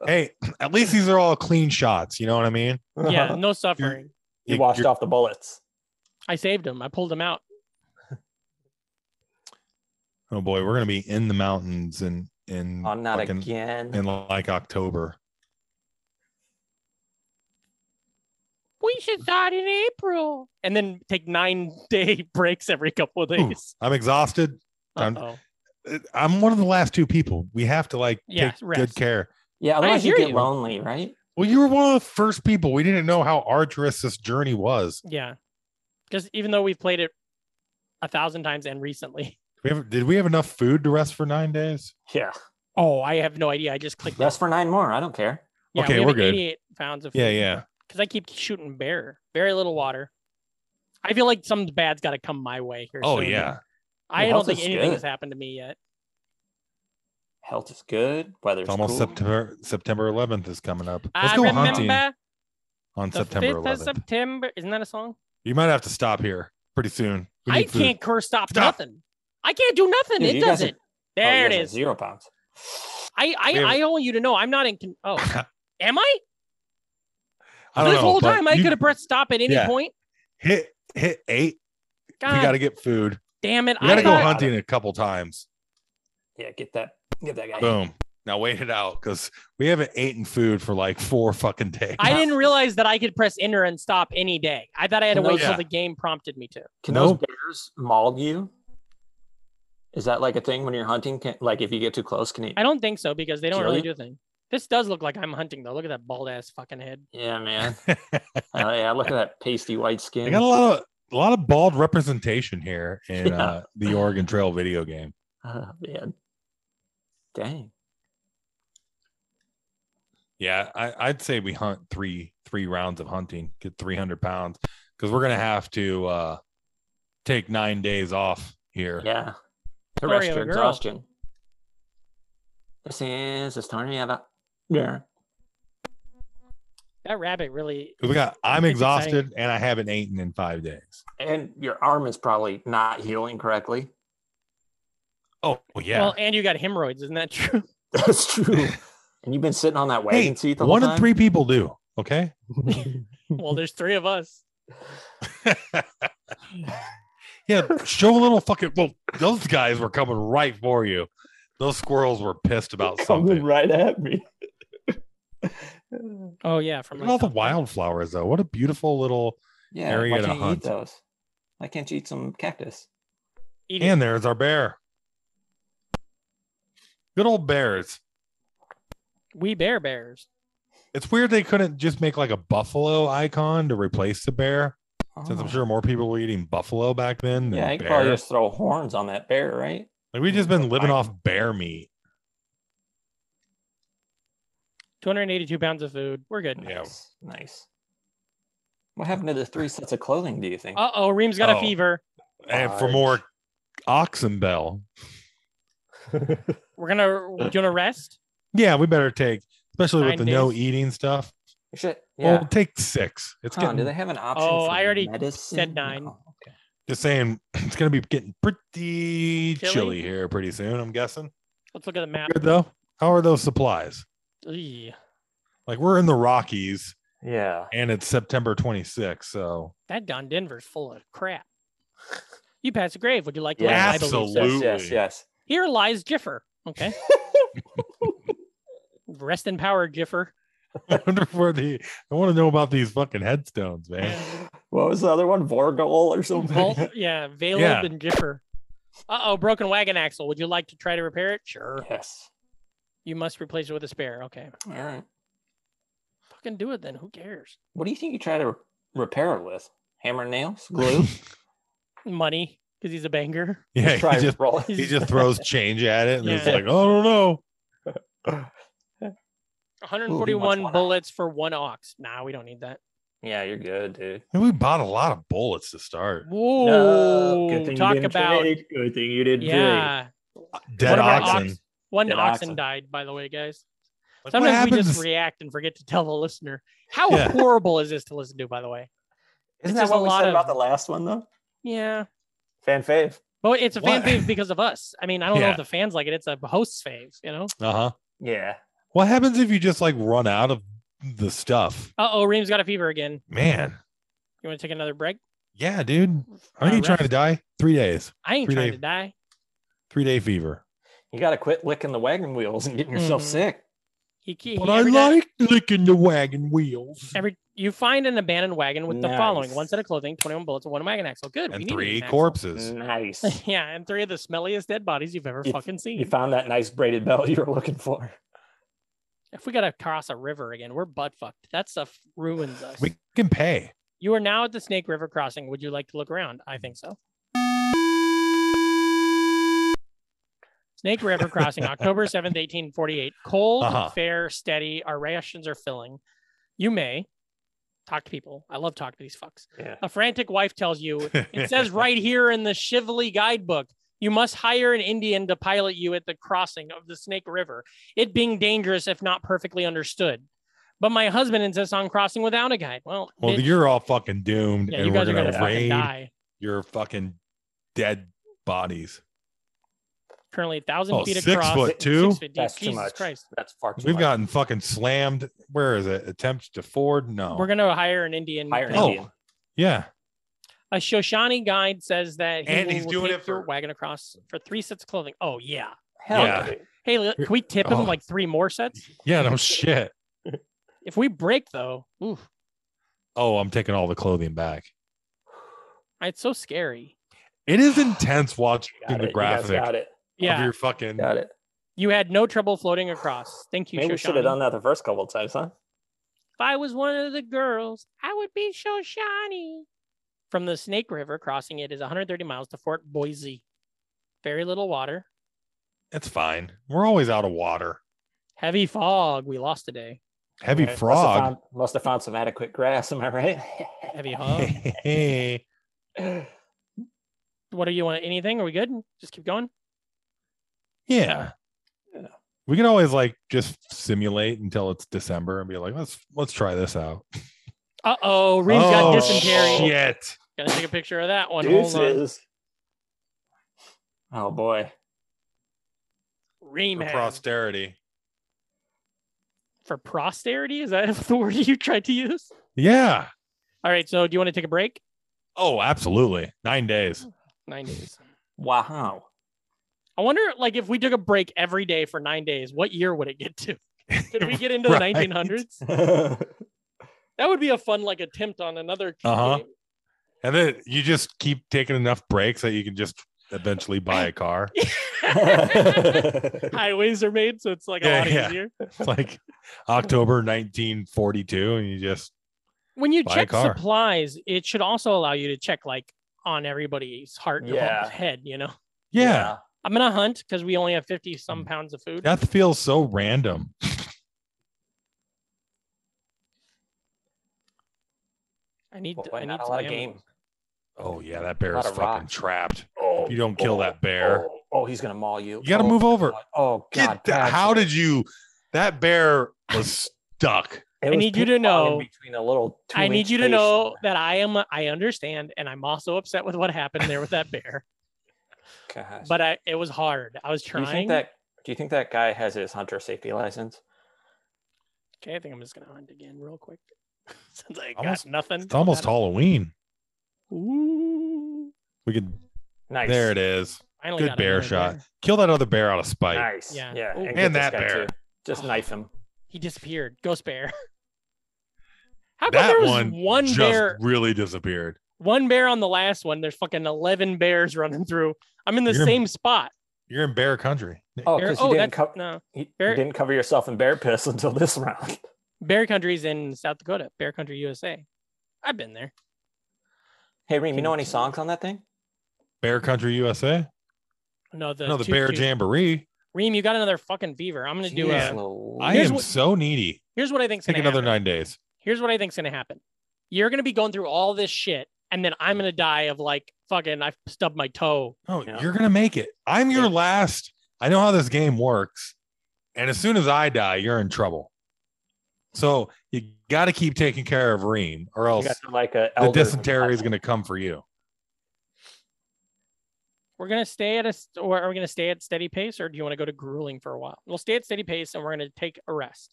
C: hey, at least these are all clean shots. You know what I mean?
B: Yeah, no suffering.
G: you
C: You-
G: washed
C: you're-
G: off the bullets.
B: I saved him. I pulled him out.
C: Oh boy, we're gonna be in the mountains and in
G: Oh, not
C: Mm, fucking-
G: again.
C: in like October.
B: We should start in April. And then take nine day breaks every couple of
C: Ooh,
B: days.
C: I'm exhausted. I'm-
B: Uh-oh.
C: Uh, I'm one of the last two people. We have to like
B: Yeah,
C: take
B: rest.
C: good care.
G: Yeah, otherwise you
B: hear
G: get
B: you.
G: lonely, right?
C: Well, you were one of the first people. We didn't know how arduous this journey was.
B: Yeah. Because even though we've played it a thousand times and recently.
C: We have, did we have enough food to rest for nine days?
G: Yeah.
B: Oh, I have no idea. I just clicked. it.
G: Rest for nine more. I don't care.
B: Yeah,
C: Okay,
B: we have
C: we're good.
B: 88 pounds of
C: Yeah, yeah.
B: Because I keep shooting bear. Very little water. I feel like some bad's got to come my way here.
C: Oh
B: soon.
C: yeah.
B: I
G: Your
B: don't
G: health
B: think
G: is
B: anything has
G: good.
B: happened to me yet.
G: Health is good. Weather's
C: It's almost
G: cool.
C: September September 11th is coming up. Let's
B: I
C: go
B: remember
C: hunting on
B: the
C: September
B: 5th of
C: 11th.
B: September. Isn't that a song?
C: You might have to stop here pretty soon. We
B: I
C: need food.
B: can't curse stop,
C: Stop.
B: nothing. I can't do nothing.
G: Dude,
B: it
G: you guys
B: doesn't.
G: are- Oh, you
B: there it
G: guys are
B: is.
G: Zero pounds.
B: I I,
C: We have-
B: I want you to know I'm not in. Con- oh, am I?
C: I don't
B: this
C: know,
B: whole
C: but
B: time I
C: you
B: could have pressed stop at any
C: Yeah.
B: point.
C: hit hit eight.
B: God
C: We got to get food.
B: damn it!
C: We got
B: I
C: to go
B: thought,
C: hunting a couple times.
G: Yeah, get that. Get that guy.
C: Boom. Now wait it out because we haven't eaten food for like four fucking days.
B: I didn't realize that I could press enter and stop any day. I thought I had to
G: No,
B: wait till
C: yeah.
B: the game prompted me to.
G: Can
C: No.
G: those bears maul you? Is that like a thing when you're hunting? Can, like if you get too close, can it?
B: I don't think so because they don't
G: Sure.
B: really do a thing. This does look like I'm hunting though. Look at that bald ass fucking head.
G: Yeah, man. oh, yeah, look at that pasty white
C: I
G: skin.
C: got a lot of a lot of bald representation here in
G: Yeah.
C: uh, the Oregon Trail video game.
G: Oh, man. Dang.
C: Yeah, I, I'd say we hunt three three rounds of hunting, get three hundred pounds, because we're gonna have to uh, take nine days off here.
G: Yeah. To
B: Story
G: rest
B: of
G: your
B: a girl.
G: exhaustion. This is the story of a yeah.
B: That rabbit really.
C: 'Cause We got I'm
B: It's
C: exhausted
B: exciting.
C: and I haven't eaten in five days.
G: And your arm is probably not healing correctly.
C: Oh yeah.
B: Well, and you got hemorrhoids, isn't that true?
G: That's true. and you've been sitting on that wagon
C: hey,
G: seat the
C: one
G: whole
C: in three people do. Okay.
G: time.
B: well, there's three of us.
C: yeah, show a little fucking. Well, those guys were coming right for you. Those squirrels were pissed about something.
G: right at me.
B: Oh yeah, from like
C: Look at all the
B: South Park.
C: wildflowers, though. What a beautiful little.
G: Yeah,
C: Area
G: why
C: to
G: can't you
C: hunt.
G: eat those? Why can't you eat some cactus?
B: Eat it.
C: And there's our bear. Good old bears.
B: We bear bears.
C: It's weird they couldn't just make like a buffalo icon to replace the bear, since
G: Oh.
C: I'm sure more people were eating buffalo back then than
G: Yeah, you could probably
C: bear.
G: just throw horns on that bear, right?
C: Like we've just been living off bear meat.
B: 282 pounds of food. We're good.
C: Yeah.
G: Nice. Nice. What happened to the three sets of clothing, do you think?
B: Uh oh, Reem's got
C: Oh.
B: a fever.
C: and for more oxen bell.
B: We're gonna do you wanna rest?
C: Yeah, we better take, especially with
B: Nine
C: the no
B: days.
C: eating stuff.
H: Shit.
C: Well,
H: Yeah.
C: we'll take six. Oh, It's
H: Come on,
C: getting,
H: do they have an option?
B: Oh,
H: for
B: I already
H: medicine?
B: said nine.
H: No, okay.
C: just saying it's gonna be getting pretty
B: Chilly?
C: chilly here pretty soon. I'm guessing.
B: Let's look at the map.
C: Good though. How are those supplies?
B: Eee,
C: Like we're in the Rockies
H: Yeah.
C: and it's September 26th, so
B: that Don Denver's full of crap. You pass a grave. Would you like to
H: Yeah,
B: live? I believe so.
C: absolutely.
H: Yes, yes,
B: Here lies Jiffer. Okay. Rest in power, Jiffer.
C: I wonder where the I want to know about these fucking headstones, man.
H: yes. What was the other one? Vorgol or something?
B: Vol- yeah, Valib
C: Yeah.
B: and Jiffer. Uh oh, broken wagon axle. Would you like to try to repair it? Sure.
H: yes.
B: You must replace it with a spare. Okay.
H: All right.
B: Fucking do it then. Who cares?
H: What do you think you try to re- repair it with? Hammer and nails? Glue?
B: Money, because he's a banger.
C: Yeah,
H: try
C: he just
H: roll.
C: he just throws change at it and it's
B: Yeah.
C: like, oh, I don't know.
H: one
B: 141
H: ox?
B: bullets for one ox. Nah, we don't need that.
H: Yeah, you're good, dude.
C: And we bought a lot of bullets to start.
B: Whoa.
G: Good thing
B: talk
G: you didn't
B: about.
G: trade. Good thing you didn't trade.
B: Yeah.
C: Dead
B: One of our
C: oxen.
B: ox- One
H: Dead
B: oxen,
H: oxen.
B: died, by the way, guys.
C: Like, what
B: Sometimes we
C: happens?
B: just react and forget to tell the listener. How
C: Yeah.
B: horrible is this to listen to, by the way?
H: Isn't
B: just
H: that
B: a
H: what we
B: lot
H: said
B: of-
H: about the last one, though?
B: Yeah.
F: Fan fave.
B: But it's a fan
C: What?
B: fave because of us. I mean, I don't know
C: Yeah.
B: if the fans like it. It's a host's fave, you know?
C: uh-huh.
H: Yeah.
C: What happens if you just like run out of the stuff?
B: Uh oh, Reem's got a fever again.
C: Man.
B: You want to take another break?
C: Yeah, dude. Are
B: Uh,
C: you trying to
B: rest.
C: die? Three days.
B: I ain't
C: Three
B: trying
C: day-
B: to die.
C: Three day fever.
H: You got to quit licking the wagon wheels and getting yourself
B: Mhm.
H: sick.
B: He, he,
C: But
B: he-
C: I
B: every time-
C: like licking the wagon wheels.
B: Every you find an abandoned wagon with the following:
H: Nice.
B: one set of clothing, twenty-one bullets, and one wagon axle. Good. we
C: and
B: need Uh, a
C: three
B: wagon axle.
C: corpses.
H: Nice.
B: yeah, and three of the smelliest dead bodies you've ever
H: You-
B: fucking seen.
H: you found that nice braided belt you were looking for.
B: if we gotta cross a river again, we're butt fucked. That stuff ruins us.
C: We can pay.
B: You are now at the Snake River crossing. Would you like to look around? I think so. Snake River Crossing, October 7th, 1848. Cold,
C: Uh-huh.
B: fair, steady. Our rations are filling. You may talk to people. I love talking to these fucks.
H: Yeah.
B: A frantic wife tells you, it says right here in the Shively guidebook, you must hire an Indian to pilot you at the crossing of the Snake River, it being dangerous if not perfectly understood. But my husband insists on crossing without a guide. Well,
C: Well,
B: bitch.
C: you're all fucking doomed,
B: Yeah,
C: and
B: you
C: we're
B: guys are
C: gonna,
B: gonna fucking
C: raid
B: die.
C: your fucking dead bodies.
B: Currently, thousand
C: Oh,
B: feet
C: six
B: across.
C: foot
B: and
C: two?
B: Six feet deep.
H: That's too
B: Jesus
H: much.
B: Christ.
H: That's far too
C: We've
H: much.
C: gotten fucking slammed. Where is it? Attempts to Ford? No.
B: We're gonna hire an Indian.
H: Hire an
B: uh,
C: oh,
H: Indian.
C: yeah.
B: A Shoshani guide says that he
C: And
B: will
C: he's doing
B: take
C: it
B: your
C: for-
B: wagon across for three sets of clothing. Oh yeah.
H: Hell
C: Yeah.
H: yeah. dude.
B: Hey, l- can we tip him
C: Oh.
B: like three more sets?
C: Yeah, no shit.
B: If we break though, oof,
C: Oh, I'm taking all the clothing back.
B: it's so scary.
C: It is intense watching
H: Got
C: the
H: it. You guys
C: graphic
H: Got it.
C: of
B: Yeah,
C: your fucking.
H: Got it.
B: you had no trouble floating across. Thank you,
H: Maybe we should have
B: Shoshani.
H: done that the first couple of times, huh?
B: If I was one of the girls, I would be Shoshani. From the Snake River crossing, it is 130 miles to Fort Boise. Very little water,
C: It's fine. We're always out of water.
B: heavy fog. We lost today.
C: Heavy
H: Must have
C: frog.
H: found- Must have found some adequate grass. Am I right?
B: Heavy hog.
C: Hey,
B: what do you want? Anything? Are we good? Just keep going.
C: yeah.
H: Yeah.
C: We can always like just simulate until it's December and be like, let's let's try this out.
B: Uh oh, Reem's got
C: Oh,
B: dysentery.
C: Shit.
B: Gotta take a picture of that one. Hold on.
H: Deuces. Oh boy.
B: Reem
C: For
B: has-
C: posterity.
B: for posterity. Is that the word you tried to use?
C: Yeah.
B: All right. So, do you want to take a break?
C: Oh, absolutely. Nine days.
B: Oh. Nine days.
H: Wow.
B: I wonder, like, if we took a break every day for nine days, what year would it get to? Did we get into
C: Right.
B: the 1900s?
H: That's
B: That would be a fun, like, attempt on another.
C: Uh-huh.
B: game.
C: And then you just keep taking enough breaks that you can just eventually buy a car.
B: Highways are made, so it's like a
C: Yeah,
B: lot
C: yeah.
B: easier.
C: It's like October 1942, and you just
B: When you
C: Buy a
B: check
C: car.
B: supplies, it should also allow you to check, like, on everybody's heart and
H: Yeah.
B: head, you know?
C: yeah,
B: I'm gonna hunt because we only have 50
C: Mm.
B: some pounds of food.
C: death feels so random.
B: I need
H: Boy,
B: I need
H: not a
B: some
H: lot of
B: ammo.
H: game.
C: Oh yeah, that bear
H: Lot
C: is
H: of
C: fucking
H: rocks.
C: trapped.
H: Oh,
C: If you don't kill
H: oh,
C: that bear,
H: Oh, oh, he's gonna maul you.
C: You gotta
H: Oh,
C: move over.
H: God. Oh
C: Get
H: god.
C: the- how did you? That bear was stuck.
H: It
B: I
H: was
B: need you to
H: ping-ponging
B: know-
H: between a little
B: I need
H: two-inch
B: you to
H: space.
B: know that I am I understand and I'm also upset with what happened there with that bear.
H: Gosh.
B: But I it was hard. I was
H: do you
B: trying.
H: think that do you think that guy has his hunter safety license?
B: okay, I think I'm just gonna hunt again real quick. Since I
C: Almost-
B: got nothing.
C: It's almost Halloween.
B: Ooh,
C: We could.
H: Nice.
C: There it is.
B: finally
C: Good
B: got
C: bear
B: another
C: shot.
B: bear.
C: Kill that other bear out of spite.
H: Nice.
B: Yeah.
H: Yeah.
B: Ooh.
H: get
C: And
H: this
C: that
H: guy,
C: bear.
H: Just knife him.
B: He disappeared. Ghost bear. How come there
C: That
B: was
C: one,
B: one
C: just
B: bear
C: really disappeared.
B: one bear on the last one? There's fucking eleven bears running through. I'm in the
C: You're-
B: same spot.
C: You're in bear country.
H: Oh,
B: Bear,
H: because you
B: oh,
H: didn't
B: that's
H: cover
B: no.
H: you,
B: bear-
H: didn't cover yourself in bear piss until this round.
B: Bear country's in South Dakota. Bear country, USA. I've been there.
H: Hey Reem, you know any
B: Continue.
H: songs on that thing?
C: Bear country USA.
B: No, the
C: no, the
B: toot
C: bear
B: toot.
C: jamboree.
B: Reem, you got another fucking fever. I'm gonna do
H: Jeez
B: a.
H: Louise.
C: I
B: Here's
C: am
B: what-
C: so needy.
B: Here's what I think's
C: Take
B: gonna
C: another
B: happen.
C: nine days.
B: Here's what I think's gonna happen. You're gonna be going through all this shit, and then I'm gonna die of like fucking I stubbed my toe.
C: Oh,
H: Yeah.
C: you're gonna make it. I'm your last. I know how this game works, and as soon as I die, you're in trouble. So you got to keep taking care of Reem, or
H: You
C: else
H: got
B: uh,
H: like a
C: the
H: elder-
C: dysentery is gonna come for you.
B: We're gonna stay at a st- or are we gonna stay at steady pace, or do you want to go to grueling for a while? We'll stay at steady pace, and we're gonna take a rest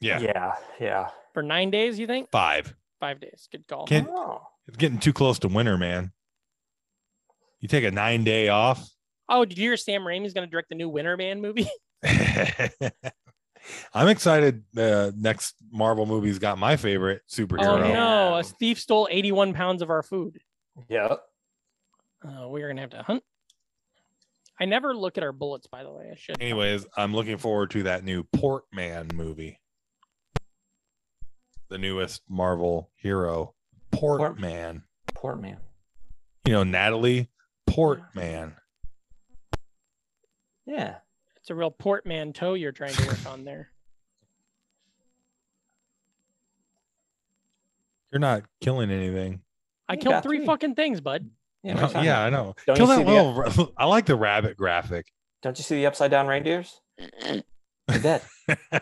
C: Yeah,
H: Yeah, yeah.
B: for nine days. You think
C: five.
B: five days? Good call.
C: Can-
H: Oh.
C: It's getting too close to winter, man. You take a nine day off.
B: oh, did you hear Sam Raimi's gonna direct the new Winter Man movie?
C: I'm excited. The next Marvel movie's got my favorite
B: oh
C: superhero.
B: no, a
H: Yeah.
B: thief stole 81 pounds of our food.
H: Yeah.
B: Uh, we're gonna have to hunt. I never look at our bullets, by the way. I should.
C: Anyways, I'm looking forward to that new Portman movie. The newest Marvel hero, Portman.
H: Poor man.
C: You know, Natalie Portman.
H: Yeah.
B: It's a real portmanteau you're trying to work on there.
C: You're not killing anything.
B: I
H: You
B: killed
H: got
B: three,
H: three.
B: fucking things, bud.
H: Yeah.
C: No,
H: what are you talking
C: Uh, yeah,
H: about?
C: I know.
H: Don't
C: Kill
H: you see
C: that
H: the-
C: little. I like the rabbit graphic.
H: Don't you see the upside down reindeers? They're dead.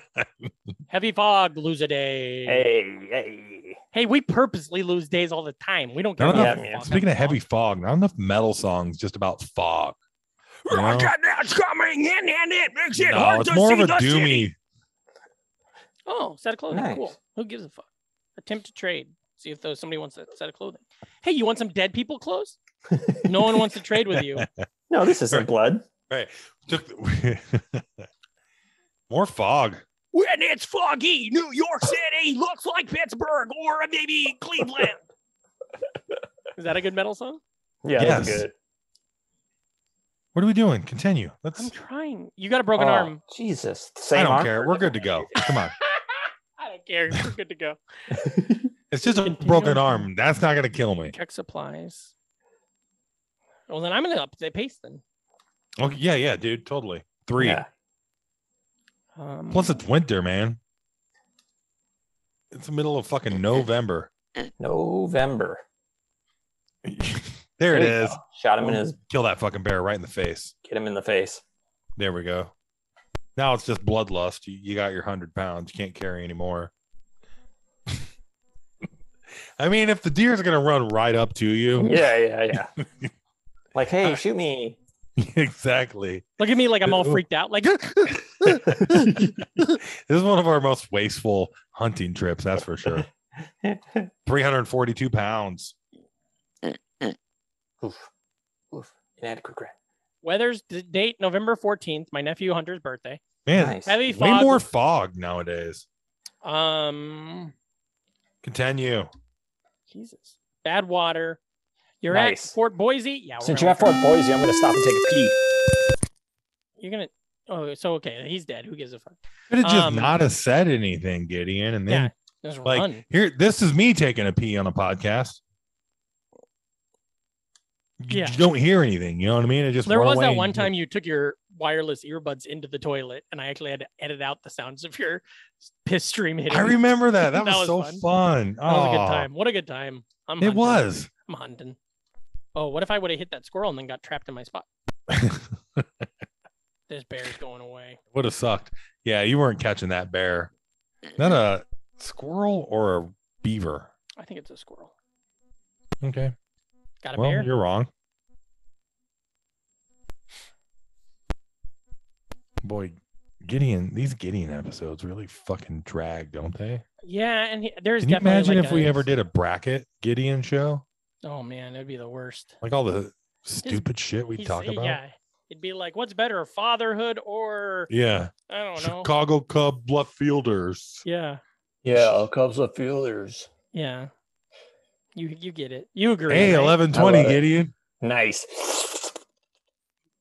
B: Heavy fog, lose a day. Hey,
H: hey,
B: we purposely lose days all the time. We don't care.
C: None of
B: about
H: the-
B: heavy fog.
C: Speaking of heavy fog, not enough metal songs just about fog. You know?
E: that's coming in and it makes it
C: No,
E: hard
C: it's
E: to
C: more of
E: see
C: a
E: the city.
C: doomy.
B: Oh, set of clothing.
H: Nice.
B: Cool. Who gives a fuck? Attempt to trade. See if those, somebody wants a set of clothing. Hey, you want some dead people clothes? no one wants to trade with you.
H: No, this isn't blood.
C: Took the- more fog.
E: When it's foggy, New York City looks like Pittsburgh or maybe Cleveland.
B: Is that a good metal song?
H: Yeah, that's
C: Yes.
H: good.
C: What are we doing? Continue. Let's.
B: I'm trying. You got a broken
H: Oh,
B: arm.
H: Jesus. Same
C: I don't
H: arm?
C: care. We're good to go. Come on.
B: I don't care. We're good to go.
C: It's just a
B: Continue.
C: broken arm. That's not gonna kill me.
B: Check supplies. Well, then I'm gonna up the pace then.
C: Okay. Yeah. Yeah, dude. Totally. Three.
H: Yeah.
B: Um,
C: Plus, it's winter, man. It's the middle of fucking November.
H: November.
C: there it
H: There you
C: is.
H: go. Shot
G: Oh.
H: him in his
C: Kill that fucking bear right in the face.
H: get him in the face.
C: There we go. Now it's just bloodlust. You, you got your hundred pounds. You can't carry anymore. I mean, if the deer's gonna run right up to you,
H: Yeah, yeah, yeah. like, hey, shoot me.
C: exactly.
B: look at me like I'm all
C: Ooh.
B: freaked out. Like,
C: this is one of our most wasteful hunting trips, that's for sure. 342 pounds.
H: Oof. Oof. Inadequate grab.
B: weather's d- date November 14th, my nephew Hunter's birthday.
C: Man,
H: Nice.
B: Heavy
C: way
B: fog.
C: more fog nowadays.
B: Um,
C: Continue.
B: Jesus. Bad water. You're
H: Nice.
B: at Fort Boise. Yeah. we're
H: Since you're
B: on-
H: at Fort Boise, I'm gonna stop and take a pee.
B: You're gonna. Oh, so okay. He's dead. Who gives a fuck?
C: Could have just
B: Um,
C: not have said anything, Gideon. And
B: Yeah.
C: then
B: Just
C: like
B: run.
C: here, this is me taking a pee on a podcast. You
B: Yeah.
C: don't hear anything. You know what I mean? It just
B: There
C: went
B: was
C: away
B: that
C: and-
B: one time you took your wireless earbuds into the toilet, and I actually had to edit out the sounds of your piss stream hitting.
C: I remember that. That,
B: That was
C: was, so
B: fun.
C: fun.
B: That was a
C: Aw,
B: good time. What a good time. I'm
C: It
B: hunting.
C: was.
B: I'm hunting. Oh, what if I would have hit that squirrel and then got trapped in my spot? This bear's going away.
C: Would have sucked. Yeah, you weren't catching that bear. Not a squirrel or a beaver.
B: I think it's a squirrel.
C: Okay.
B: Got a
C: Well,
B: bear?
C: you're wrong. Boy, Gideon, these Gideon episodes really fucking drag, don't they?
B: Yeah, and he, there's
C: Can you
B: definitely
C: imagine
B: like
C: if
B: a-
C: we ever did a bracket Gideon show?
B: Oh man, that'd be the worst.
C: Like all the stupid shit we
B: He's-
C: talk about?
B: Yeah, it'd be like, what's better, fatherhood or
C: Yeah.
B: I don't know.
C: Chicago Cub left fielders.
B: Yeah,
G: Yeah, Cubs of Fielders.
B: yeah. You you get it. You agree?
C: Hey,
B: right?
G: I
C: 1120,
G: love it.
C: Gideon.
G: Nice.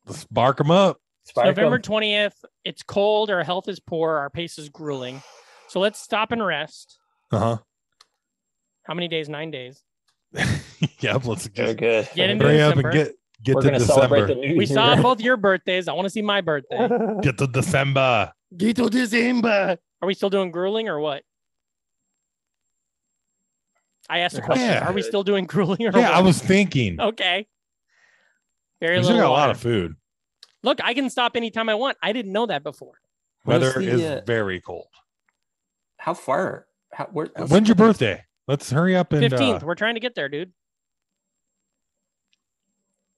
C: Let's bark them up.
B: So
G: Sparkle.
B: November twentieth. It's cold. Our health is poor. Our pace is grueling. So let's stop and rest.
C: Uh
B: How many days? Nine days.
C: huh. yeah, let's
G: Very
C: just
G: good.
B: Get into
C: hurry up and
B: December.
C: get get
G: We're
C: to
G: going to
C: December.
G: celebrate the new
B: We
G: year.
B: saw both your birthdays. I want to see my birthday.
C: Get to December.
B: Get to December. Are we still doing grueling or what? I asked the question.
C: Yeah.
B: Are we still doing grueling or
C: Yeah, I
B: what?
C: was thinking.
B: okay. Oh, Very
C: We
B: little.
C: still got a lot
B: water.
C: of food.
B: Look, I can stop anytime I want. I didn't know that before.
H: What
C: Weather
H: is the,
C: is
H: uh,
C: very cold.
H: How far? How, where, what's-
C: When's your birthday? Let's hurry up and.
B: Fifteenth,
C: Uh,
B: we're trying to get there, dude.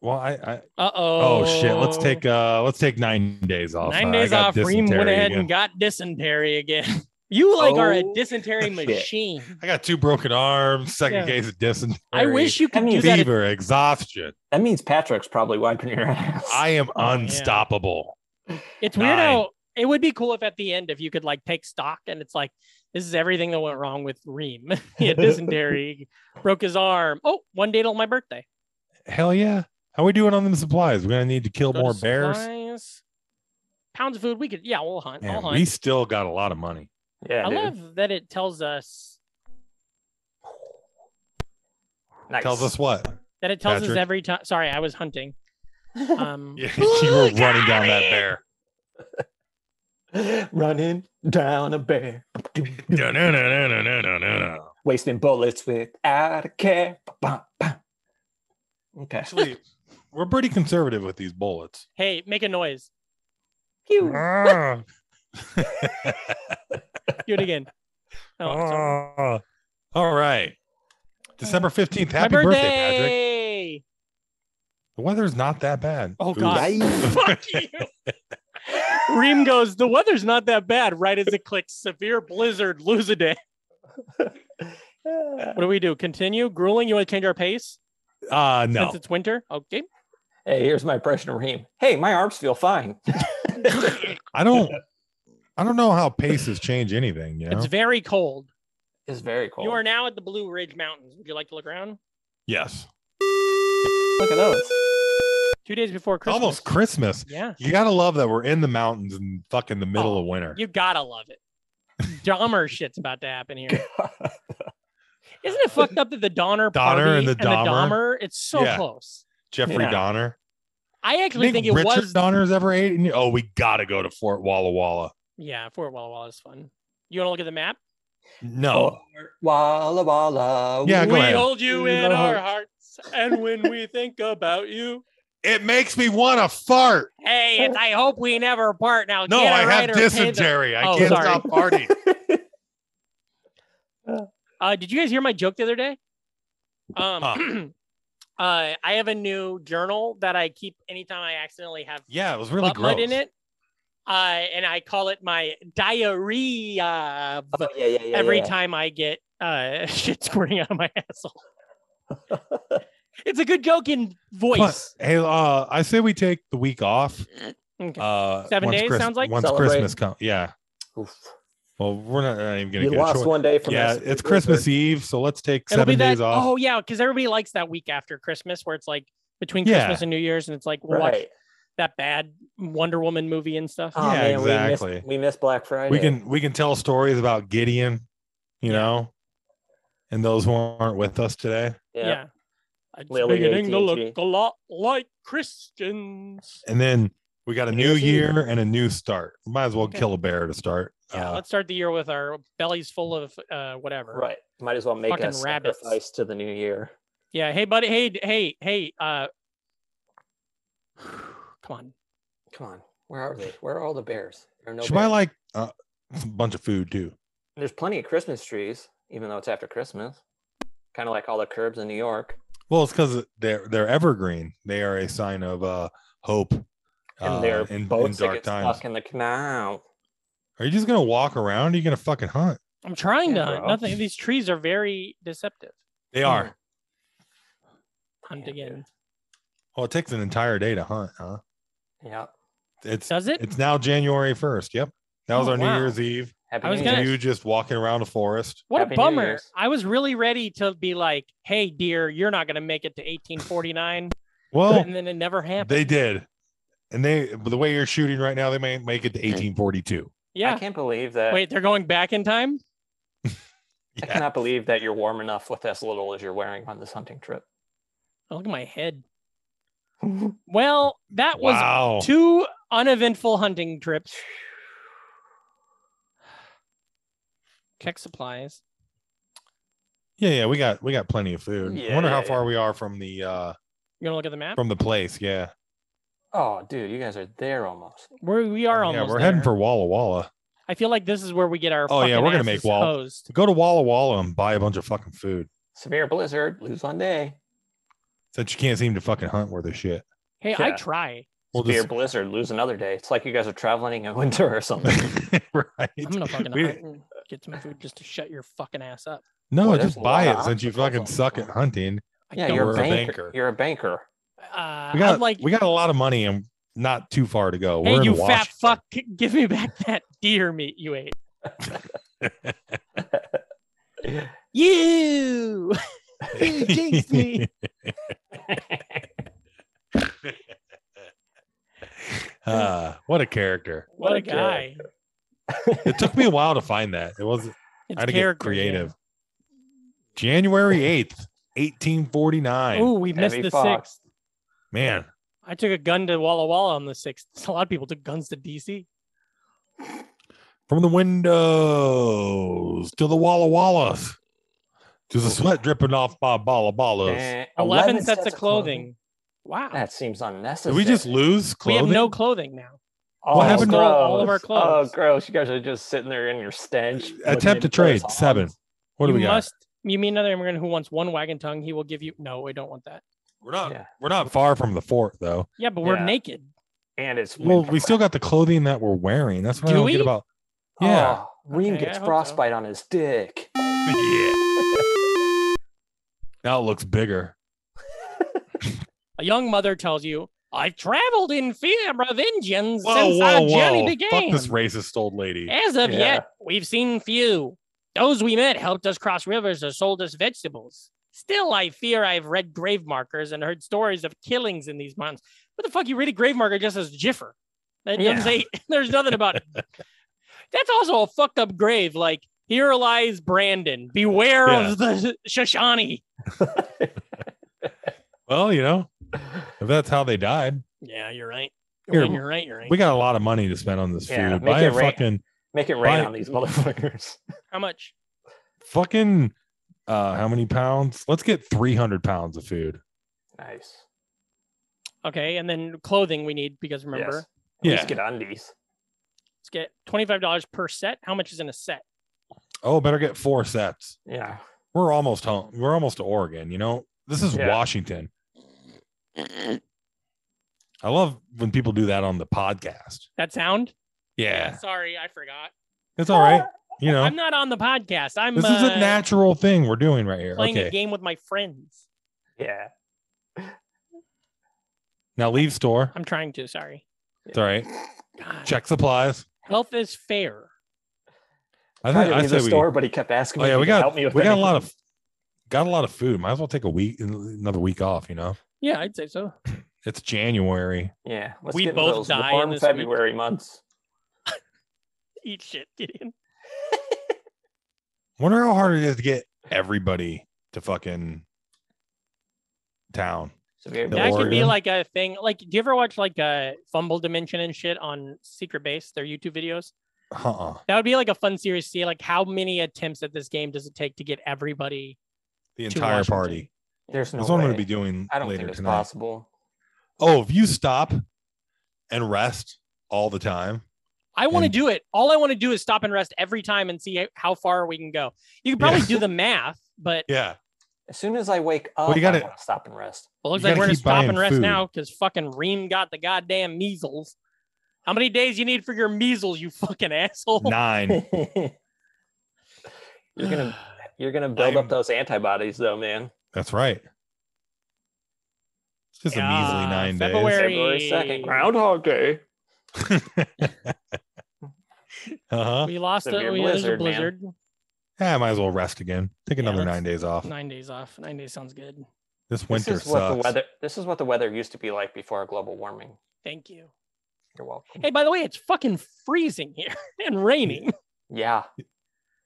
C: well, I. I
B: Uh oh.
C: oh shit! Let's take uh let's take nine days off.
B: nine
C: Uh, I
B: days
C: got
B: off. Reem went
C: dysentery
B: ahead
C: again.
B: and got dysentery again. You like are a
H: Oh,
B: dysentery machine.
C: I got two broken arms, second
B: Yeah.
C: case of dysentery.
B: I wish you
H: I
B: could
H: mean,
B: do that. at-
C: fever, exhaustion.
H: That means Patrick's probably wiping your ass.
C: I am
B: Oh, yeah.
C: unstoppable.
B: It's weird
C: Nine.
B: how it would be cool if at the end if you could like take stock and it's like this is everything that went wrong with Reem. he had dysentery, broke his arm. Oh, one day till my birthday.
C: Hell yeah! How we doing on them supplies? We're gonna need to kill
B: Go to
C: more bears.
B: supplies. Pounds of food. We could yeah, we'll hunt.
C: Man,
B: I'll hunt.
C: we still got a lot of money.
H: yeah,
B: I
H: dude.
B: love that it tells us
H: nice.
C: Tells us what?
B: that it tells us
C: Patrick?
B: every time. Sorry, I was hunting. Um,
C: you were running down that bear.
H: running down a bear,
C: No, no, no, no, no, no, no, no.
H: wasting bullets without a care. Ba, ba, ba. Okay.
C: Actually, we're pretty conservative with these bullets.
B: Hey, make a noise.
H: Phew.
C: Ah,
B: Do it again. Oh, sorry.
C: ah. All right. December 15th. Happy
B: my
C: birthday,
B: birthday.
C: Patrick. The weather's not that bad.
B: Oh
C: Ooh.
B: god. Fuck you. Reem goes, the weather's not that bad, right as it clicks severe blizzard, lose a day. What do we do? Continue? Grueling? You want to change our pace?
C: Uh, no.
B: Since it's winter? Okay.
H: Hey, here's my impression of Raheem. Hey, my arms feel fine.
C: I don't. I don't know how paces change anything. You know?
B: It's very cold.
H: It's very cold.
B: You are now at the Blue Ridge Mountains. Would you like to look around?
C: yes.
H: Look at those.
B: Two days before
C: It's
B: Christmas.
C: almost Christmas.
B: Yeah.
C: You gotta love that we're in the mountains and fucking the middle
B: Oh,
C: of winter.
B: You gotta love it. Dahmer shit's about to happen here. Isn't it fucked up that the Donner,
C: Donner
B: party
C: and the Dahmer?
B: Dahmer, It's so
C: Yeah.
B: close.
C: Jeffrey
H: Yeah.
C: Donner.
B: I actually think, it
C: Richard
B: was.
C: Donner's ever ate. in- Oh, we gotta go to Fort Walla Walla.
B: yeah, Fort Walla Walla is fun. You want to look at the map?
C: No.
B: Oh.
H: Walla walla.
C: Oh. Yeah, go
B: we
C: ahead.
B: hold you in our hearts, and when we think about you,
C: It makes me want to fart.
B: hey, it's, I hope we never part. Now,
C: No,
B: get it
C: I
B: right
C: have
B: or pay the-
C: dysentery. I
B: Oh,
C: can't
B: sorry.
C: stop farting.
B: Uh, did you guys hear my joke the other day? Um, uh, I have a new journal that I keep anytime I accidentally have
C: Yeah, it was really
B: butt mud
C: gross.
B: in it, uh, and I call it my diarrhea.
H: Oh, yeah, yeah, yeah,
B: every
H: yeah.
B: time I get uh, shit squirting out of my asshole. it's a good joke in voice.
C: Hey, uh, I say we take the week off.
B: Eh, Okay.
C: Uh,
B: Seven
C: once
B: days,
C: Chris-
B: sounds like?
C: once
H: Celebrate.
C: Christmas comes. Yeah.
H: Oof.
C: Well, we're not, not even gonna
H: You
C: get a
H: lost
C: choice.
H: one day from
C: Yeah,
H: us.
C: it's Christmas Eve, so let's take
B: It'll be
C: seven
B: that.
C: days off.
B: Oh yeah, because everybody likes that week after Christmas, where it's like between
C: Yeah.
B: Christmas and New Year's, and it's like we'll watch
H: Right.
B: that bad Wonder Woman movie and stuff.
H: Oh,
C: Yeah,
H: man, we missed- We
C: exactly.
H: missed, Black Friday.
C: we can we can tell stories about Gideon, you know, and those who aren't with us today.
B: yeah.
H: Yeah.
B: It's
H: Lily
B: beginning to
H: AT&T.
B: look a lot like Christians.
C: And then we got a new
H: Yes,
C: year and a new start. Might as well
B: Okay.
C: kill a bear to start.
B: Yeah,
C: Uh,
B: let's start the year with our bellies full of uh, whatever.
H: Right. Might as well make
B: Fucking
H: a
B: rabbits.
H: sacrifice to the new year.
B: Yeah. Hey, buddy. Hey, d- hey, hey. Uh, come on.
G: Come on, where are they? Where are all the bears? There are no
C: she might
G: bears.
C: like uh, a bunch of food too.
G: There's plenty of Christmas trees, even though it's after Christmas. Kind of like all the curbs in New York.
C: Well, it's because they're they're evergreen. They are a sign of uh hope.
G: And
C: uh,
G: there are
C: in- in,
G: boats that
C: dark
G: get
C: times.
G: stuck in the canal.
C: Are you just gonna walk around? Or are you gonna fucking hunt?
B: I'm trying
G: Yeah,
B: to.
G: bro.
B: Nothing. These trees are very deceptive.
C: They
G: Hmm.
C: are.
B: Hunt
G: Yeah,
B: again.
C: Well, it takes an entire day to hunt, huh?
G: Yeah.
C: It's
B: Does it?
C: it's now January first. Yep, that was
B: Oh,
C: our
B: wow.
C: New Year's Eve.
G: Happy
B: I was
G: New
B: gonna-
G: Year.
C: You just walking around a forest.
B: What
G: Happy
B: a
G: New
B: bummer.
G: Year's.
B: I was really ready to be like, hey, dear, you're not going to make it to 1849.
C: Well,
B: and then it never happened.
C: Oh, they did, and they the way you're shooting right now, they may make it to 1842.
G: I
B: yeah.
G: can't believe that.
B: Wait, they're going back in time?
G: I cannot believe that you're warm enough with as little as you're wearing on this hunting trip.
B: Oh, look at my head. Well, that was
C: Wow.
B: two uneventful hunting trips. Check supplies.
C: yeah, yeah, we got we got plenty of food. I
G: Yeah,
C: wonder how
G: yeah,
C: far we are from the uh
B: You gonna look at the map?
C: from the place. Yeah,
G: Oh, dude, you guys are there almost.
B: We're, we are almost.
C: yeah, we're heading
B: there.
C: for Walla Walla.
B: I feel like this is where we get our.
C: Oh, yeah,
B: fucking
C: we're gonna make
B: asses
C: wall-
B: hosed.
C: Go to Walla Walla and buy a bunch of fucking food
G: Severe blizzard, lose one day.
C: since you can't seem to fucking hunt worth a shit.
B: Hey, I
G: Yeah.
B: try.
C: We'll
G: Severe
C: just
G: blizzard, lose another day. It's like you guys are traveling in winter or something.
C: right.
B: I'm gonna fucking
C: We-
B: hunt and get some food just to shut your fucking ass up.
C: No,
G: Boy, there's
C: just
G: a
C: buy
G: lot
C: it
G: of
C: since you
G: obstacles
C: fucking
G: on this
C: suck at
G: one.
C: hunting.
B: I
G: yeah,
B: don't-
G: you're a
C: we're a
G: banker.
C: banker.
G: You're a banker.
B: Uh,
C: We got
B: I'm like,
C: we got a lot of money and not too far to go.
B: hey,
C: We're in
B: you fat
C: Washington.
B: fuck, g- give me back that deer meat you ate. You. You jinxed me.
C: Ah, what a character!
B: What a guy.
G: Okay.
C: It took me a while to find that. It was
B: It's
C: I had to get
B: character, yeah.
C: creative. January eighth, eighteen forty nine.
B: Oh, we missed
G: Heavy
B: the
G: Fox.
B: sixth.
C: Man,
B: I took a gun to Walla Walla on the sixth. A lot of people took guns to DC.
C: from the windows to the Walla Wallas, to the sweat dripping off my balla ballas.
G: Eh,
B: Eleven, sets, of clothing. Wow.
G: That seems unnecessary.
C: Did we just lose
B: we
C: clothing?
B: have no clothing now.
G: Oh,
C: What happened to-
B: Stole all of our
G: gross.
B: clothes?
G: Oh, gross! You guys are just sitting there in your stench.
C: Attempt
G: looking at
C: to
G: each
C: trade,
G: other's
C: seven.
G: arms.
C: what do
B: you
C: we got?
B: must you mean another immigrant who wants one wagon tongue, he will give you no, we don't want that.
C: We're not.
G: Yeah.
C: We're not far from the fort, though.
B: Yeah, but we're
G: Yeah.
B: naked.
G: And it's
C: Well,
G: winter.
C: we still got the clothing that we're wearing. That's what
B: Do
C: I don't
B: we?
C: get about.
G: Oh,
C: Yeah.
G: Reem
B: Okay,
G: gets
B: I hope so.
G: frostbite on his dick.
C: yeah. Now it looks bigger.
B: A young mother tells you, I've traveled in fear of Indians
C: Whoa,
B: since our
C: whoa,
B: journey
C: whoa!
B: began.
C: Fuck this racist old lady.
B: As of
G: Yeah.
B: yet, we've seen few. Those we met helped us cross rivers or sold us vegetables. Still, I fear I've read grave markers and heard stories of killings in these mountains. What the fuck? You read a grave marker just as Jiffer. That doesn't
G: Yeah.
B: say there's nothing about it. That's also a fucked up grave. Like, here lies Brandon. Beware
C: Yeah.
B: of the Shoshani.
C: Well, you know, if that's how they died,
B: Yeah, you're right.
C: Here,
B: When you're right. You're right.
C: we got a lot of money to spend on this
G: Yeah,
C: food.
G: make
C: Buy
G: it
C: a
G: rain.
C: fucking
G: Make it rain
C: Right.
G: on these motherfuckers.
B: How much?
C: fucking uh how many pounds? Let's get 300 pounds of food.
G: Nice.
B: Okay, and then clothing we need because remember,
G: Yes. At
C: Yeah.
G: least get undies.
B: let's get twenty five dollars per set. How much is in a set?
C: Oh, better get four sets.
G: Yeah.
C: We're almost home. We're almost to Oregon, you know. This is
G: Yeah.
C: Washington. I love when people do that on the podcast.
B: That sound?
C: Yeah.
B: Sorry, I forgot.
C: It's all right. You know.
B: I'm not on the podcast. I'm
C: This is
B: uh,
C: a natural thing we're doing right here.
B: playing a
C: Okay.
B: game with my friends.
G: Yeah.
C: Now leave store.
B: I'm trying to. Sorry.
C: It's all right.
B: God.
C: Check supplies.
B: Health is fair.
C: I,
G: Tried
C: think,
G: to
C: I
G: leave the
C: say we,
G: store, but he kept asking
C: Oh
G: me
C: yeah,
G: if
C: we
G: he could
C: got
G: help me with
C: we got a
G: anything.
C: lot of got a lot of food. Might as well take a week another week off, you know.
B: Yeah, I'd say so.
C: It's January.
G: Yeah. Let's
B: We
G: get into
B: both
G: those
B: die
G: warm
B: this week.
G: February months.
B: Eat shit, Gideon.
C: Wonder how hard it is to get everybody to fucking town.
G: Severe
C: The
B: that could be
C: Oregon.
B: like a thing. Like, do you ever watch like a Fumble Dimension and shit on Secret Base? Their YouTube videos.
C: Uh-uh.
B: That would be like a fun series. To see like how many attempts at this game does it take to get everybody
C: The
B: to
C: entire
B: Washington.
C: party.
H: There's no
C: That's what I'm
H: way.
C: going to be doing
H: I don't
C: later
H: think it's
C: tonight.
H: possible.
C: Oh, if you stop and rest all the time,
B: I want to
C: And-
B: do it. All I want to do is stop and rest every time and see how far we can go. You could probably
C: Yeah.
B: do the math, but
C: yeah,
H: As soon as I wake up,
C: you gotta-
H: I want to stop and rest.
B: Well, it looks
C: You
B: like
C: gotta
B: we're gonna
C: keep
B: stop
C: buying
B: and rest
C: food.
B: now because fucking Reem got the goddamn measles. How many days you need for your measles, you fucking asshole?
C: nine.
H: you're gonna you're gonna build
C: I'm-
H: up those antibodies though, man.
C: That's right. It's just a measly
B: Yeah,
C: nine
B: February-
H: February second, Groundhog Day.
C: days. uh huh.
B: We lost a,
H: Severe
B: we, there's a
H: blizzard, man.
B: blizzard.
C: Yeah, I might as well rest again. Take
B: Yeah,
C: another
B: let's-
C: nine days off.
B: Nine days off. Nine days sounds good.
C: This winter
H: this is what the
C: sucks.
H: weather this is what the weather used to be like before global warming.
B: Thank you.
H: You're welcome.
B: Hey, by the way, it's fucking freezing here and raining.
H: Yeah.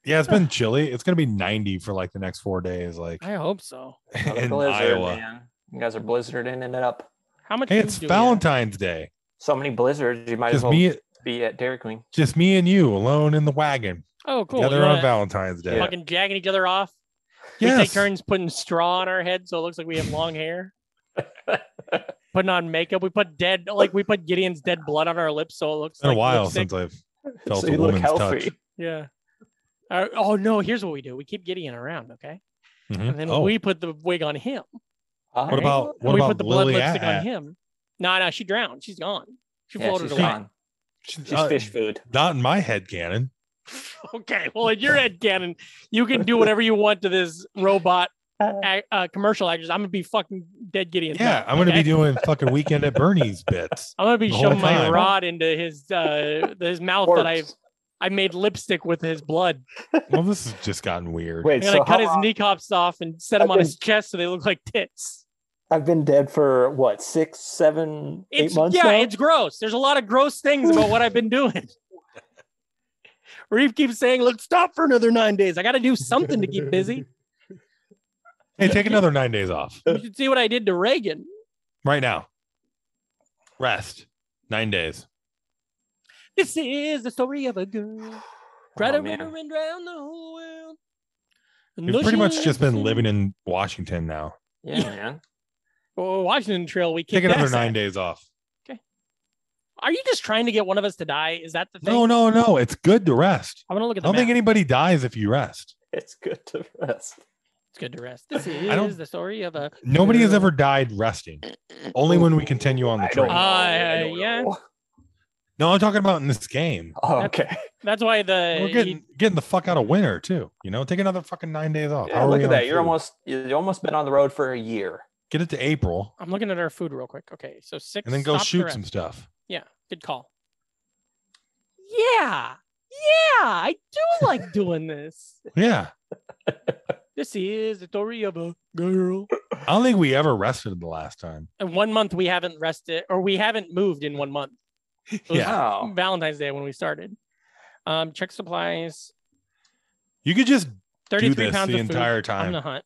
C: Yeah, it's been chilly. It's gonna be ninety for like the next four days, like
B: I hope so.
H: Another
C: in
H: blizzard,
C: Iowa.
H: man. You guys are blizzarding it up.
B: How much?
C: Hey,
B: food
C: it's
B: do we have?
C: Valentine's Day.
H: So many blizzards, you might as
C: Just
H: well
C: me,
H: be at Dairy Queen.
C: just me and you alone in the wagon
B: Oh, cool.
C: together
B: You
C: on
B: wanna
C: Valentine's Day.
B: Fucking jagging each other off. We take
C: Yes.
B: turns putting straw on our head, so it looks like we have long hair. Putting on makeup, we put dead, like we put Gideon's dead blood on our lips, so it looks
C: It's been
B: like
C: a while
B: lipstick.
C: since I've felt
H: so
C: a
H: you look
C: woman's
H: healthy.
C: touch.
B: Yeah. Uh, oh no! Here's what we do: we keep Gideon around, okay?
C: Mhm.
B: And then
C: Oh,
B: we put the wig on him.
H: All
C: what
H: right.
B: and
C: about what
B: we
C: about
B: put the
C: Lily
B: blood lipstick
C: At-
B: on him. No, no, she drowned. She's gone. She
H: yeah,
B: floated
H: she's
B: away.
H: gone. She's
C: Uh,
H: fish food.
C: Not in my head cannon.
B: Okay. Well, in your head, Cannon, you can do whatever you want to this robot ac- uh, commercial actress. I'm gonna be fucking dead Gideon.
C: Yeah, I'm gonna
B: okay?
C: be doing fucking weekend at Bernie's bits.
B: I'm gonna be
C: the whole
B: shoving my
C: time.
B: rod into his uh his mouth that I
H: Corpse.
B: I made lipstick with his blood.
C: Well, this has just gotten weird.
B: I'm
H: Wait,
B: gonna
H: so
B: cut
H: how
B: his
H: long-
B: kneecaps off and set them
H: I've
B: on his chest so they look like tits.
H: I've been dead for what six, seven, eight
B: It's
H: months
B: yeah,
H: now.
B: it's gross. There's a lot of gross things about what I've been doing. Reeve keeps saying, "Let's stop for another nine days. I got to do something to keep busy."
C: Hey, take another nine days off
B: You should see what I did to Reagan.
C: right now. Rest nine days.
B: This is the story of a girl try
H: Oh,
B: to
H: man.
B: rid her and drown the whole world.
C: We've pretty much just been living in Washington now.
H: yeah, man.
B: oh, Washington Trail. We
C: Take
B: kicked
C: another
B: ass
C: nine
B: at.
C: days off.
B: Are you just trying to get one of us to die? Is that the thing?
C: No, no, no. It's good to rest.
B: I'm gonna look at
C: I
B: the
C: don't
B: map.
C: think anybody dies if you rest.
H: It's good to rest.
B: it's good to rest. This is
C: don't-
B: the story of a.
C: Nobody has
B: girl.
C: ever died resting. Only when we continue on the
H: I don't
C: trail.
H: know. I
B: Uh,
H: don't
B: yeah.
H: know.
C: No, I'm talking about in this game.
H: Oh, okay.
B: That's why the
C: We're getting getting the fuck out of winter too. You know, take another fucking nine days off.
H: Yeah,
C: How are
H: look
C: we
H: at
C: on
H: that. You're
C: food?
H: almost you've almost been on the road for a year.
C: get it to April
B: I'm looking at our food real quick. Okay, so six.
C: and then go
B: stop the
C: shoot
B: rest.
C: some stuff.
B: Yeah, good call. Yeah, yeah, I do like doing this.
C: Yeah,
B: This is the story of a girl.
C: I don't think we ever rested the last time.
B: And one month we haven't rested, or we haven't moved in one month. It was
C: Yeah.
H: Wow.
B: Valentine's Day when we started. Um, check supplies.
C: You could just do
B: Thirty-three
C: this
B: pounds
C: the
B: of food.
C: entire
B: On
C: time.
B: the hunt.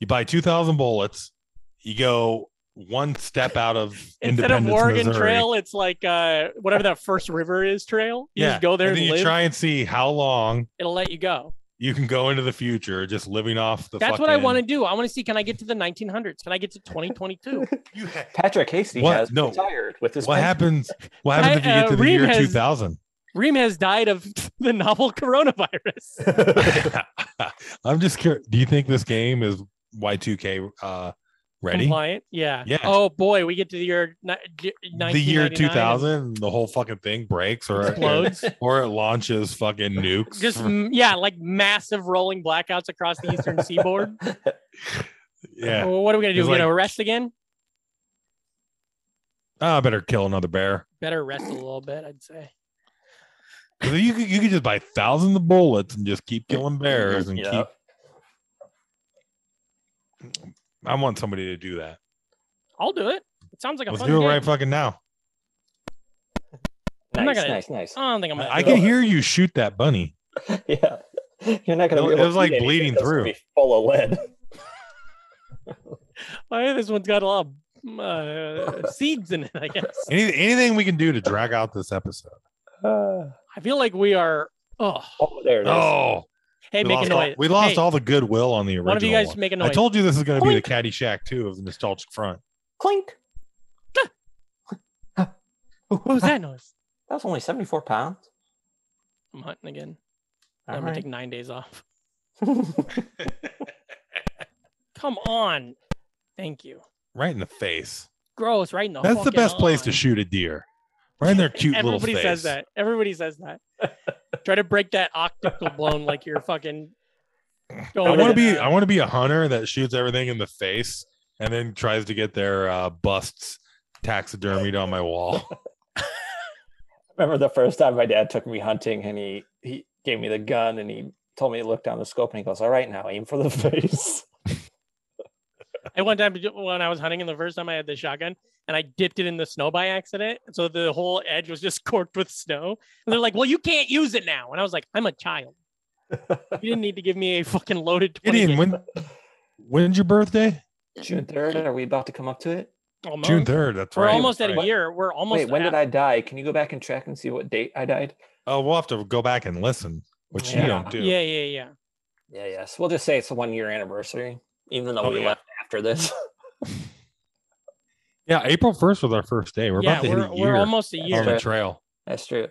C: You buy two thousand bullets. You go one step out of
B: Instead of
C: Independence,
B: Oregon
C: Missouri.
B: Trail, it's like uh, whatever that first river is trail. You
C: yeah,
B: just go there
C: and
B: and,
C: then you
B: live.
C: try and see how long
B: It'll let you go.
C: you can go into the future just living off the.
B: That's what I
C: fucking-
B: want to do. I want to see can I get to the 1900s? Can I get to 2022?
C: You ha-
H: Patrick Hasty
C: What?
H: has
C: No.
H: retired with his
C: what
H: pension.
C: happens? What happens if you
B: I-
C: get
B: uh,
C: to the
B: Reem
C: year
B: has-
C: two thousand?
B: Reem has died of the novel coronavirus.
C: I'm just curious. Do you think this game is Y2K uh, ready?
B: Compliant. Yeah.
C: Yeah.
B: Oh boy, we get to the year ni- j-
C: The year
B: 1999 and
C: 2000, the whole fucking thing breaks or
B: Explodes.
C: or it launches fucking nukes.
B: Just
C: from-
B: m- yeah, like massive rolling blackouts across the eastern seaboard.
C: yeah.
B: Well, what are we gonna do?
C: It's
B: We're gonna
C: like-
B: rest again?
C: Ah, I better kill another bear.
B: Better rest a little bit, I'd say.
C: 'Cause You could, you could just buy thousands of bullets and just keep killing bears and
H: Yeah.
C: keep. I want somebody to do that.
B: I'll do it. It sounds like a
C: Let's
B: fun
C: do it
B: game.
C: right fucking now.
H: Nice,
B: I'm not gonna-
H: nice, nice.
B: I don't think I'm gonna.
C: I, I
B: do it.
C: can hear you shoot that bunny.
H: yeah. You're not gonna.
C: It
H: be able
C: was
H: to
C: like
H: eat anything.
C: bleeding
H: It's gonna
C: through.
H: be full of lead.
B: Oh, yeah, this one's got a lot of uh, seeds in it. I guess.
C: Any, anything we can do to drag out this episode.
H: Uh,
B: I feel like we are. Oh,
H: oh, there it is.
C: Oh,
B: Hey,
C: we
B: make
C: lost
B: a noise.
C: All, we lost
B: Hey,
C: all the goodwill on the original.
B: One of you guys
C: one.
B: make a
C: I
B: noise.
C: told you this is going to be the Caddyshack too of the nostalgic front.
G: Clink.
B: what was that noise?
G: That was only 74 pounds.
B: I'm hunting again.
G: All
B: I'm gonna
G: right.
B: take nine days off. Come on. Thank you.
C: Right in the face.
B: Gross, right in the
C: That's the
B: fucking
C: best place to
B: eye.
C: shoot a deer. Right in their cute little
B: Everybody
C: face.
B: says that. Everybody says that. Try to break that octacle blown like you're fucking.
C: I
B: going
C: want to
B: in
C: be
B: there.
C: I want to be a hunter that shoots everything in the face and then tries to get their uh, busts taxidermied on my wall.
I: Remember the first time my dad took me hunting and he he gave me the gun and he told me to look down the scope and he goes, "All right, now aim for the face."
B: I one time when I was hunting, and the first time I had the shotgun, and I dipped it in the snow by accident, so the whole edge was just corked with snow. And they're like, "Well, you can't use it now." And I was like, "I'm a child. You didn't need to give me a fucking loaded 20
C: Gideon, when when's your birthday?
G: June 3rd, are we about to come up to it?
B: almost.
C: June third. That's
B: We're
C: right.
B: almost
C: That's
B: at a
C: right.
B: year. We're almost.
G: Wait, when
B: at-
G: did I die? Can you go back and check and see what date I died?
C: Oh, we'll have to go back and listen, which you
G: Yeah.
C: don't do.
B: Yeah, yeah, yeah.
G: Yeah, yes. We'll just say it's the one year anniversary, even though
C: Oh,
G: we
C: yeah.
G: left after this.
C: Yeah, April first was our first day. We're
B: yeah,
C: about to
B: we're,
C: hit a
B: we're
C: year
B: almost a
C: on
B: year.
C: the trail.
G: That's true.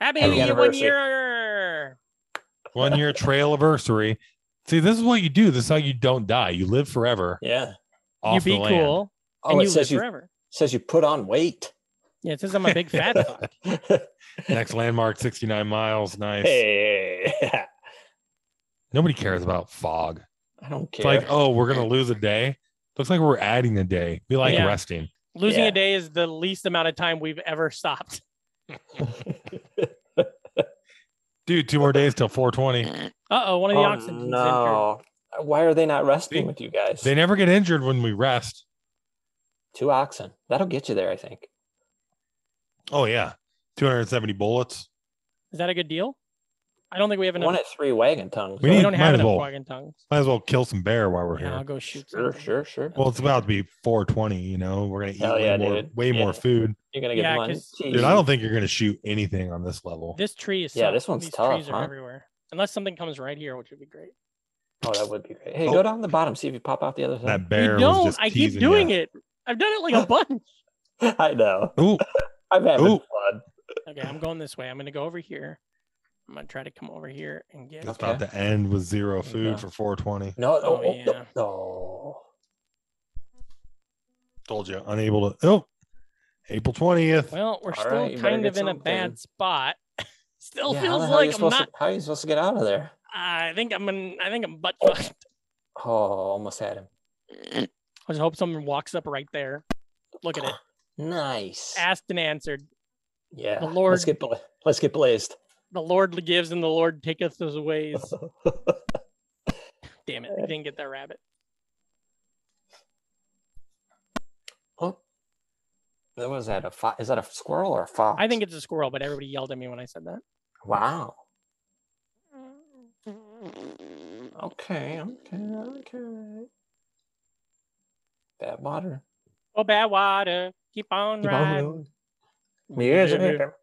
B: Happy
G: Happy
B: one
G: anniversary.
B: year.
C: One year trail anniversary. See, this is what you do. This is how you don't die. You live forever.
G: Yeah.
B: You
C: Off
B: be
C: the land.
B: cool,
G: Oh,
B: and
G: it
B: you live
G: says you
B: forever.
G: says you put on weight.
B: Yeah, it says I'm a big fat fuck.
C: Next landmark, sixty nine miles. Nice.
G: hey,
C: Nobody cares about fog.
G: I don't care.
C: It's like, oh, we're gonna lose a day. Looks like we're adding a day. We like
B: Yeah.
C: resting.
B: Losing
G: Yeah.
B: a day is the least amount of time we've ever stopped.
C: Dude, two more days till 420.
B: Uh oh, one of the
G: oh,
B: oxygens.
G: no. Why are they not resting
C: They-
G: with you guys?
C: They never get injured when we rest.
G: Two oxen. That'll get you there, I think.
C: Oh yeah. 270 bullets.
B: Is that a good deal? I don't think we have enough.
G: One at three wagon tongues.
C: We
B: we
C: need-
B: don't
C: might
B: have
C: as
B: enough
C: well.
B: wagon tongues.
C: Might as well kill some bear while we're
B: Yeah, I'll
C: here.
B: go shoot.
G: sure,
B: something.
G: sure, sure.
C: Well, it's about to be 420, you know. We're gonna eat
G: Hell
C: way,
G: yeah,
C: more,
G: dude.
C: way more
G: Yeah.
C: food.
G: You're gonna get
B: Yeah,
G: money.
B: 'cause-
C: Dude, I don't think you're gonna shoot anything on this level.
B: This tree is
G: Yeah,
B: tough.
G: this one's
B: These
G: tough,
B: Trees are
G: huh?
B: everywhere, unless something comes right here, which would be great.
G: Oh, that would be great. Hey,
C: Oh.
G: go down the bottom, see if you pop out the other
C: That
G: side.
C: bear
B: you
C: was
B: don't.
C: just
B: I keep doing it. I've done it like a bunch.
G: I know.
C: Ooh,
G: I'm having
C: Ooh.
G: fun.
B: Okay, I'm going this way. I'm going to go over here. I'm going to try to come over here and get.
C: it's about to end with zero food
G: Yeah.
C: for 420.
G: No, oh,
B: Oh,
G: oh,
B: yeah.
G: no. Oh. no.
C: Told you, unable to. Oh, April 20th.
B: Well, we're
G: All
B: still
G: right, you better
B: kind
G: get
B: of in a
G: something.
B: bad spot. Still
G: Yeah, how the
B: feels
G: hell are you
B: like I'm
G: supposed
B: not. uh,
G: To, how are you supposed to get out of there?
B: I think I'm. In, I think I'm butt fucked.
G: Oh, almost had him.
B: I just hope someone walks up right there. Look at it.
G: Nice.
B: Asked and answered.
G: yeah.
B: the Lord-
G: Let's get bla- let's get blazed.
B: The Lord gives and the Lord taketh us away. Damn it! I didn't get that rabbit.
G: oh. What was that? A fo- is that a squirrel or a fox?
B: I think it's a squirrel, but everybody yelled at me when I said that.
G: Wow. Okay. Okay. Okay. Bad water.
B: Oh, bad water. Keep on
G: Keep on
B: riding.
G: rolling. Years later.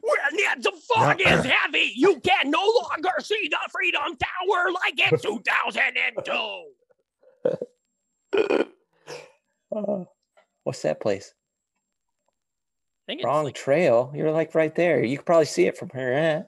B: Where near the fog is heavy, you can no longer see the Freedom Tower like in 2002.
G: Uh, what's that place?
B: I think
G: Wrong trail. You're like right there. You could probably see it from here. Eh?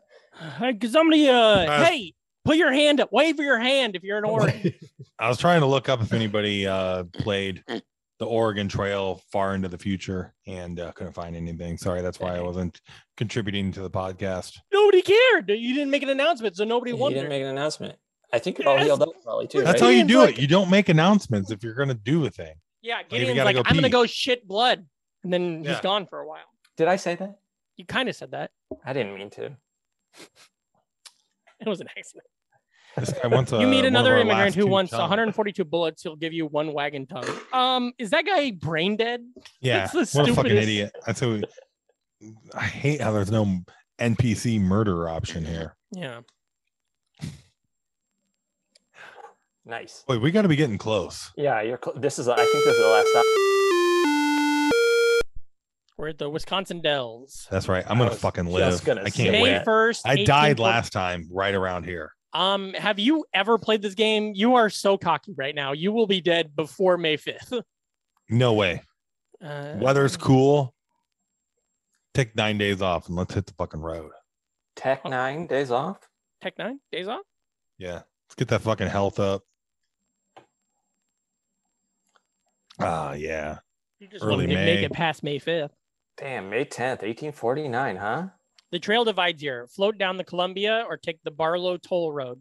B: Hey, somebody, uh,
C: Uh,
B: hey, put your hand up. Wave your hand if you're in Oregon.
C: I was trying to look up if anybody uh, played the Oregon Trail far into the future and uh, couldn't find anything. Sorry, that's why I
G: Dang.
C: wasn't contributing to the podcast.
B: nobody cared. You didn't make an announcement, so nobody
G: You
B: wondered.
G: didn't make an announcement. I think you're all healed up probably too.
C: That's
G: right?
C: how you
B: Gideon's
C: do
B: like-
C: it. You don't make announcements if you're going to do a thing.
B: yeah,
C: even
B: Gideon's
C: gotta
B: like,
C: go
B: I'm gonna
C: pee."
B: go shit blood, and then he's
C: Yeah.
B: gone for a while.
G: Did I say that?
B: You kind of said that.
G: I didn't mean to.
B: It was an accident.
C: This guy wants a,
B: you meet
C: Uh, one of
B: another
C: our
B: immigrant
C: last
B: who
C: two
B: wants
C: tons.
B: 142 bullets. He'll give you one wagon tongue. Um, is that guy brain dead?
C: Yeah,
B: That's the
C: what a fucking
B: stupidest-
C: idiot. That's who. I hate how there's no NPC murder option here.
B: Yeah.
G: Nice.
C: Wait, we got to be getting close.
G: Yeah, you're. Cl- this is. I think this is the last.
B: We're We're at the Wisconsin Dells.
C: That's right. I'm
G: I
C: gonna
G: was
C: fucking
G: just
C: live.
G: gonna
C: I
G: say
C: can't
B: May
C: wait.
G: that.
B: first.
C: I died last time right around here.
B: Um, have you ever played this game? You are so cocky right now. You will be dead before May fifth.
C: No way.
B: Uh,
C: Weather's cool. Take nine days off and let's hit the fucking road.
G: Tech nine days off.
B: Tech Nine days off.
C: Yeah. Let's get that fucking health up. Ah, yeah.
B: You just want
C: Early
B: to make
C: May.
B: it past May fifth.
G: Damn, May tenth, eighteen forty nine, huh?
B: The trail divides here. Float down the Columbia or take the Barlow Toll Road.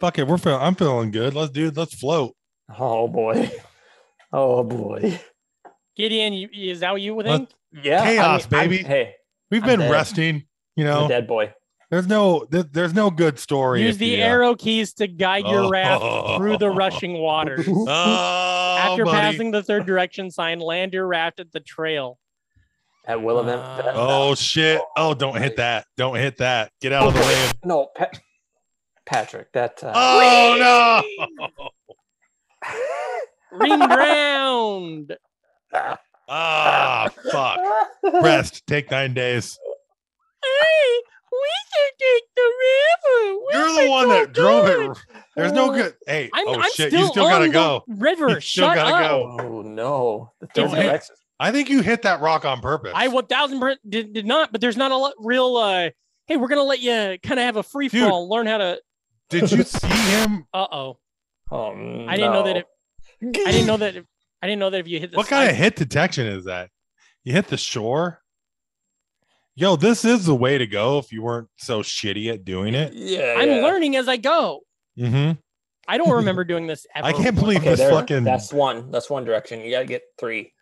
C: Fuck it. We're feeling. I'm feeling good. Let's do. Let's float.
G: Oh boy. Oh boy.
B: Gideon, you, is that what you think?
G: Yeah. I
C: Chaos,
G: mean, I'm-
C: baby.
G: Hey,
C: We've
G: I'm
C: been
G: dead.
C: resting. You
G: I'm a
C: know,
G: dead boy.
C: there's no there, there's no good story.
B: Use
C: if
B: the
C: you, uh,
B: arrow keys to guide your raft through the
C: rushing.
B: rushing waters.
C: Oh,
B: After
C: buddy.
B: passing the third direction sign, land your raft at the trail.
G: At will of them.
B: Uh,
G: that-
C: Oh shit! Oh, don't hit that! Don't hit that! Get out of the way!
G: No, Pat- Patrick. That. Uh,
C: Oh no!
B: Ring ground.
C: Ah, fuck! Rest. Take nine days.
B: Hey, we should take the river.
C: You're the one that drove it. There's no good. Hey,
B: I'm,
C: oh
B: I'm
C: shit!
B: still
C: you still
B: on
C: gotta
B: the
C: go.
B: River,
C: You still
B: shut
C: gotta
B: up.
C: go.
G: oh no. The
C: Don't
G: third
C: hit-
G: direction-
C: I think you hit that rock on purpose.
B: I one thousand per- did, did not, but there's not a lot real. Uh, hey, we're gonna let you kind of have a free
C: Dude.
B: fall, learn how to.
C: Did you see him?
B: Uh oh,
G: Oh,
B: I didn't know that.
G: no.
B: If, I didn't know that. If, I didn't know that if you hit the
C: What kind of hit detection is that? You hit the shore. Yo, this is the way to go if you weren't so shitty at doing it.
G: Yeah.
B: I'm
G: yeah.
B: learning as I go.
C: Mm-hmm.
B: I don't remember doing this. Ever.
C: I can't believe
G: Okay,
C: this
G: there,
C: fucking.
G: that's one. That's one direction. You gotta get three.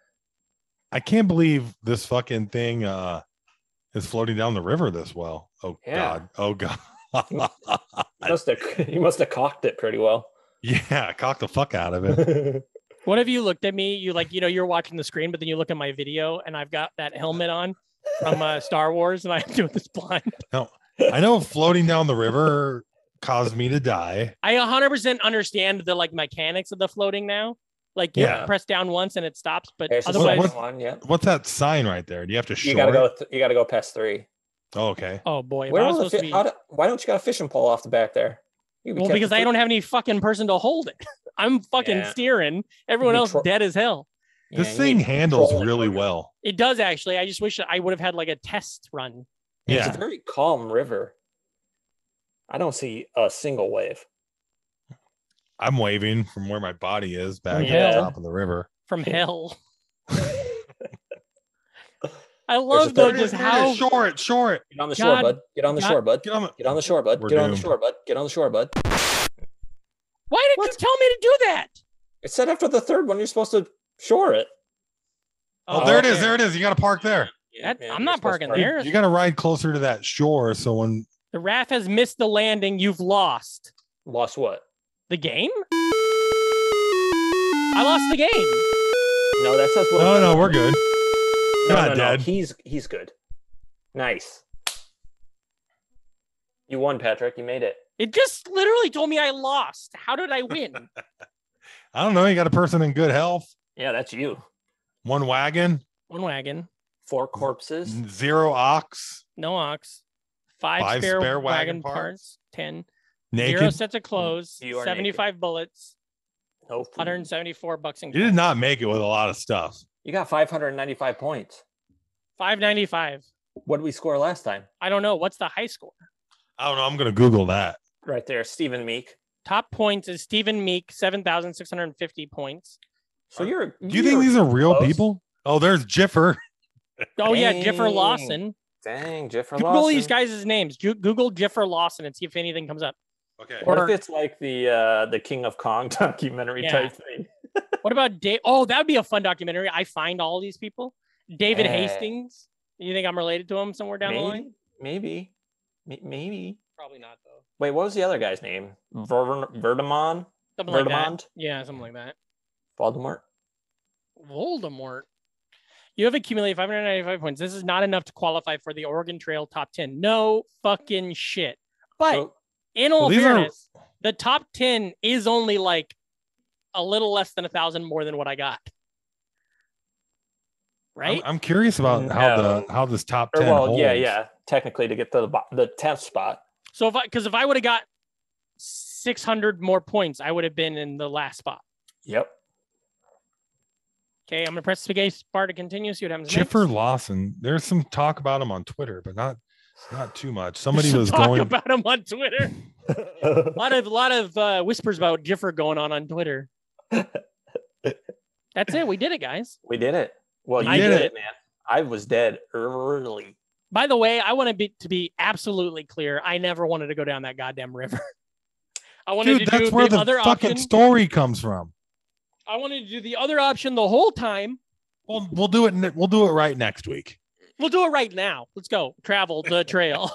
C: I can't believe this fucking thing uh is floating down the river this well. Oh
G: Yeah.
C: god. Oh god.
G: You must have. You must have cocked it pretty well.
C: yeah, cock the fuck out of it.
B: What have you looked at me? You like, you know, you're watching the screen, but then you look at my video, and I've got that helmet on from uh, Star Wars, and I'm doing this blind.
C: I know floating down the river caused me to die.
B: I 100% understand the like mechanics of the floating now. Like, you
C: Yeah.
B: press down once and it stops, but
G: There's the
B: otherwise,
G: second one. Yeah.
C: What's that sign right there? Do you have to shore?
G: You gotta go. Th- you gotta go past three.
C: Oh, okay.
B: oh boy, if
G: Where
B: I
G: are
B: was
G: the
B: supposed
G: fi-
B: to be.
G: how do- why don't you got a fishing pole off the back there? You could
B: Well,
G: catch
B: because
G: a
B: I
G: fi-
B: don't have any fucking person to hold it. I'm fucking
G: Yeah.
B: steering. Everyone
G: You
B: else
G: tro-
B: dead as hell.
G: Yeah,
C: This
G: you
C: thing
G: need to
C: handles
G: control it.
C: really well.
B: It does actually. I just wish I would have had like a test run.
C: Yeah.
G: It's a very calm river. I don't see a single wave.
C: I'm waving from where my body is back
B: Yeah.
C: at the top of the river.
B: from hell. I
G: a
B: love though
G: third-
B: just
G: there's
B: how
C: shore it, shore it.
G: Get on the
B: God-
G: shore, bud. Get on the
B: God-
G: shore, bud.
C: Get on the
G: Get on the shore, bud.
C: We're
G: Get on the
C: doomed.
G: shore, bud. Get on the shore, bud.
B: why did you tell me to do that?
G: It said after the third one, you're supposed to shore it.
C: Oh, there it is.
G: okay.
C: There it is. You gotta park there.
B: That-
G: Yeah,
B: I'm
G: you're
B: not
G: supposed to
B: parking
G: park.
B: there.
C: You gotta ride closer to that shore so when
B: The raft has missed the landing. You've lost
G: Lost what?
B: the game. I lost the game.
G: No, that says what.
C: Oh, No, no, we're good.
G: No,
C: not
G: no, no.
C: dead.
G: He's he's good. Nice. You won, Patrick. You made it.
B: It just literally told me I lost. How did I win?
C: I don't know. You got a person in good health,
G: Yeah, that's you.
C: one wagon,
B: One wagon,
G: Four corpses.
C: zero ox,
B: no ox, five,
C: Five
B: spare,
C: spare
B: wagon,
C: wagon
B: parts,
C: parts,
B: ten,
C: naked.
B: zero sets of clothes,
G: You are naked.
B: seventy-five bullets,
G: No food.
B: 174 bucks in
C: You did not make it with a lot of stuff.
G: You got 595 points.
B: 595.
G: What did we score last time?
B: I don't know what's the high score.
C: I don't know. I'm gonna Google that.
G: Right there, Stephen Meek.
B: Top points is Stephen Meek, seven thousand six hundred and fifty points.
G: So you're.
C: Uh, Do you think these are real
G: close.
C: people? Oh, there's Jiffer.
B: Oh yeah, Jiffer
G: Dang.
B: Lawson.
G: Dang, Jeffrey
B: Google these guys' names. Ju- Google Jiffer Lawson and see if anything comes up.
C: Okay.
G: What
B: or-
G: if it's like the uh, the King of Kong documentary
B: Yeah.
G: type thing?
B: What about Dave? Oh, that would be a fun documentary. I find all these people. David
G: Yeah.
B: Hastings. You think I'm related to him somewhere down the line?
G: Maybe, maybe, May- maybe.
B: Probably not though.
G: Wait, what was the other guy's name? Ver- Verdamon,
B: Something like that.
G: Verdamont?
B: Yeah, something like that.
G: Voldemort.
B: Voldemort. You have accumulated 595 points. This is not enough to qualify for the Oregon Trail top 10. No fucking shit. But
G: So-
B: in all
C: Well, these are-
B: fairness, the top 10 is only like a little less than a thousand more than what I got. right?
C: I'm, I'm curious about how
G: No.
C: the how this top
G: Or,
C: ten.
G: well, yeah,
C: holds.
G: yeah. Technically, to get to the bo- the tenth spot.
B: so if I because if I would have got 600 more points, I would have been in the last spot.
G: Yep.
B: Okay, I'm gonna press the space bar to continue. See what happens.
C: Chiffer
B: next.
C: Lawson. There's some talk about him on Twitter, but not not too much. Somebody
B: Some
C: was
B: talk
C: going.
B: about him on Twitter. a lot of lot of uh, whispers about Jiffer going on on Twitter. That's it. We did it, guys.
G: We did it. Well, you
B: I
G: did
B: did
G: it. man. I was dead early.
B: By the way, I want to be to be absolutely clear. I never wanted to go down that goddamn river. I wanted
C: Dude,
B: to do
C: that's where
B: the,
C: the
B: other
C: fucking
B: option.
C: story comes from.
B: I wanted to do the other option the whole time.
C: We'll we'll do it. ne- We'll do it right next week.
B: We'll do it right now. Let's go. Travel the trail.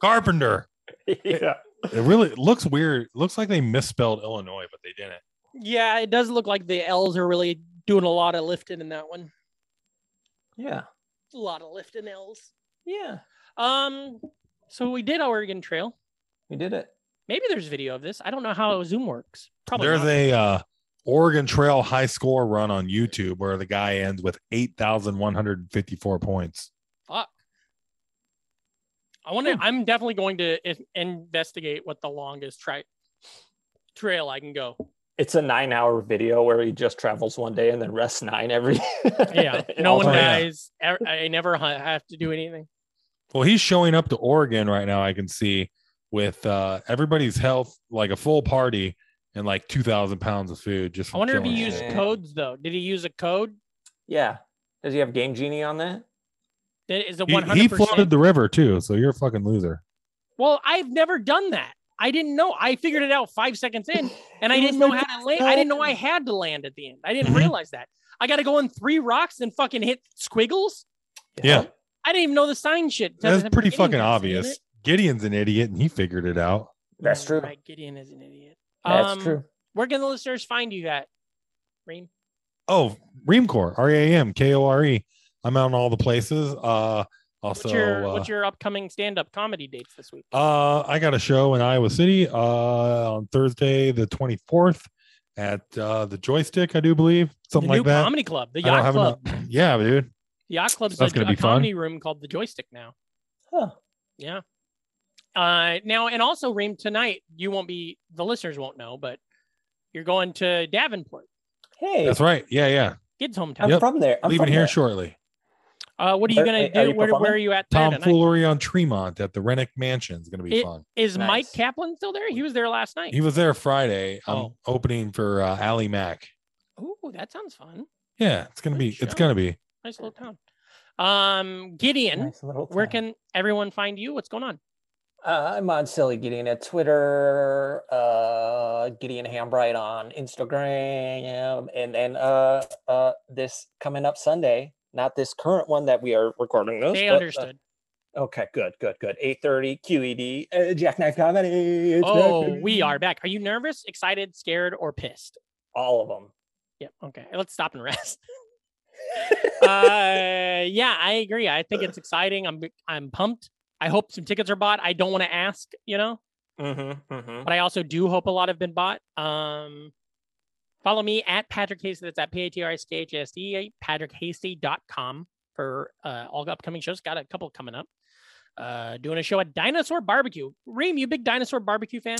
C: Carpenter.
G: yeah.
C: It really it looks weird. It looks like they misspelled Illinois, but they didn't.
B: yeah, it does look like the L's are really doing a lot of lifting in that one.
G: Yeah.
B: A lot of lifting L's.
G: Yeah.
B: Um, so we did Oregon Trail.
G: We did it.
B: Maybe there's video of this. I don't know how Zoom works. Probably
C: There's
B: not.
C: a uh, Oregon Trail high score run on YouTube where the guy ends with eight thousand one hundred fifty four points.
B: I want to.
C: Hmm.
B: I'm definitely going to i- investigate what the longest tri- trail I can go.
G: It's a nine-hour video where he just travels one day and then rests nine every.
B: Yeah,
G: in
B: no
G: all
B: one
C: Oh,
G: time.
C: yeah.
B: dies. e- I never ha- have to do anything.
C: Well, he's showing up to Oregon right now. I can see with uh, everybody's health, like a full party and like two thousand pounds of food.
B: I
C: Just from
B: wonder if he
C: killing
B: used
C: shit.
G: Yeah.
B: codes though. Did he use a code?
G: Yeah. Does he have Game Genie on that?
B: That is a
C: He-
B: one
C: He
B: hundred
C: flooded
B: percent.
C: the river too, so you're a fucking loser.
B: Well, I've never done that. I didn't know. I figured it out five seconds in, and I didn't know how to land. I didn't know I had to land at the end. I didn't
C: Mhm.
B: realize that. I got to go in three rocks and fucking hit squiggles.
C: Yeah,
B: I didn't even know the sign shit.
C: that's
B: Doesn't have
C: pretty
B: Gideon in
C: fucking
B: it,
C: obvious.
B: isn't
C: Gideon's an idiot, and he figured it out.
B: it?
G: That's
B: No,
G: true.
B: right, Gideon is an idiot.
G: That's
B: Um,
G: true.
B: Where can the listeners find you at? Reem?
C: Oh, Reamcore, R E A M K O R E. I'm out in all the places. Uh, also,
B: what's your
C: uh,
B: what's your upcoming stand up comedy dates this week?
C: Uh, I got a show in Iowa City uh, on Thursday, the 24th, at uh, the Joystick, I do believe, something
B: the
C: like
B: new
C: that.
B: comedy club, the
C: I don't
B: yacht
C: have
B: club.
C: enough- Yeah, dude.
B: The yacht club's a,
C: That's gonna
B: a
C: be fun.
B: comedy room called the Joystick now.
G: Huh.
B: Yeah. Uh, now and also Reem tonight you won't be the listeners won't know, but you're going to Davenport,
G: Hey,
C: That's right. Yeah, yeah.
B: kids' hometown.
G: I'm
C: Yep.
G: from there. I'm
C: Leaving
G: from
C: here
G: there.
C: shortly.
B: Uh, what are you
G: Are-
B: gonna
G: are
B: do?
G: you
B: where, where
G: performing?
B: are you at? there tonight?
C: Tomfoolery on Tremont at the Rennick Mansion is going to be
B: It-
C: fun.
B: Is Mike
G: Nice.
B: Kaplan still there? He was there last night.
C: He was there Friday. I'm
B: Oh.
C: opening for uh, Ally Mack.
B: Ooh, that sounds fun.
C: Yeah, it's gonna
B: Good
C: be. It's
B: show.
C: gonna be.
B: Nice little town. Um, Gideon,
G: Nice little
B: where
G: town.
B: can everyone find you? What's going on?
G: Uh, I'm on Silly Gideon at Twitter, uh, Gideon Hambright on Instagram, and then uh, uh, this coming up Sunday, not this current one that we are recording this.
B: They
G: but, uh,
B: understood.
G: okay, good, good, good. 8:30 QED, uh, Jackknife Comedy. it's back,
B: Oh,
G: baby.
B: we are back. Are you nervous, excited, scared, or pissed?
G: all of them.
B: Yeah. Okay. Let's stop and rest. uh, yeah, I agree. I think it's exciting. I'm I'm pumped. I hope some tickets are bought. I don't want to ask, you know,
G: Mm-hmm, mm-hmm.
B: but I also do hope a lot have been bought. Um, follow me at Patrick Hasty. That's at P A T E, R I S K H A S D, patrickhasty.com for uh, all upcoming shows. Got a couple coming up. Uh, doing a show at Dinosaur Barbecue. Reem, you big Dinosaur Barbecue fan?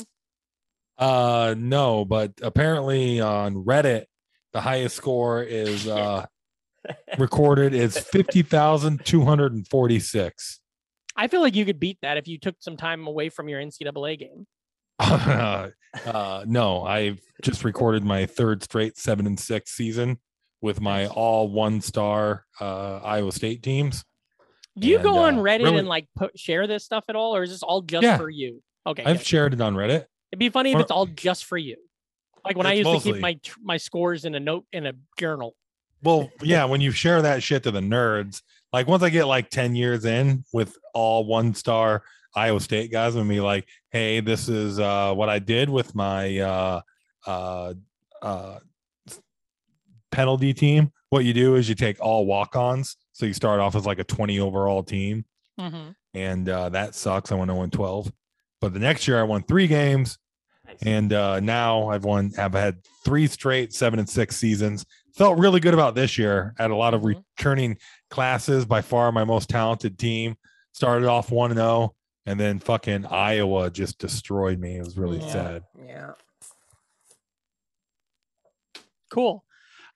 C: Uh, no, but apparently on Reddit, the highest score is uh recorded is fifty thousand two hundred and forty six.
B: I feel like you could beat that if you took some time away from your NCAA game.
C: uh, no, I've just recorded my third straight seven and six season with my all one star uh, Iowa State teams.
B: Do you go on
C: And, uh,
B: Reddit
C: really-
B: and like put, share this stuff at all, or is this all just
C: Yeah.
B: for you? Okay,
C: I've
B: good.
C: shared it on Reddit.
B: it'd be funny if
C: one-
B: it's all just for you. Like when I
C: It's
B: used to
C: mostly-
B: keep my tr- my scores in a note in a journal.
C: Well, yeah, when you share that shit to the nerds, like once I get like 10 years in with all one star Iowa State guys, and be like, hey, this is uh, what I did with my uh, uh, uh, penalty team. What you do is you take all walk ons. So you start off as like a 20 overall team, and uh, that sucks. I went 0 12. But the next year I won three games, and uh, now I've won, I've had three straight seven and six seasons. felt really good about this year. Had a lot of
B: Mhm.
C: returning classes. By far, my most talented team started off one and zero, and then fucking Iowa just destroyed me. It was really
G: Yeah.
C: sad.
G: Yeah.
B: Cool.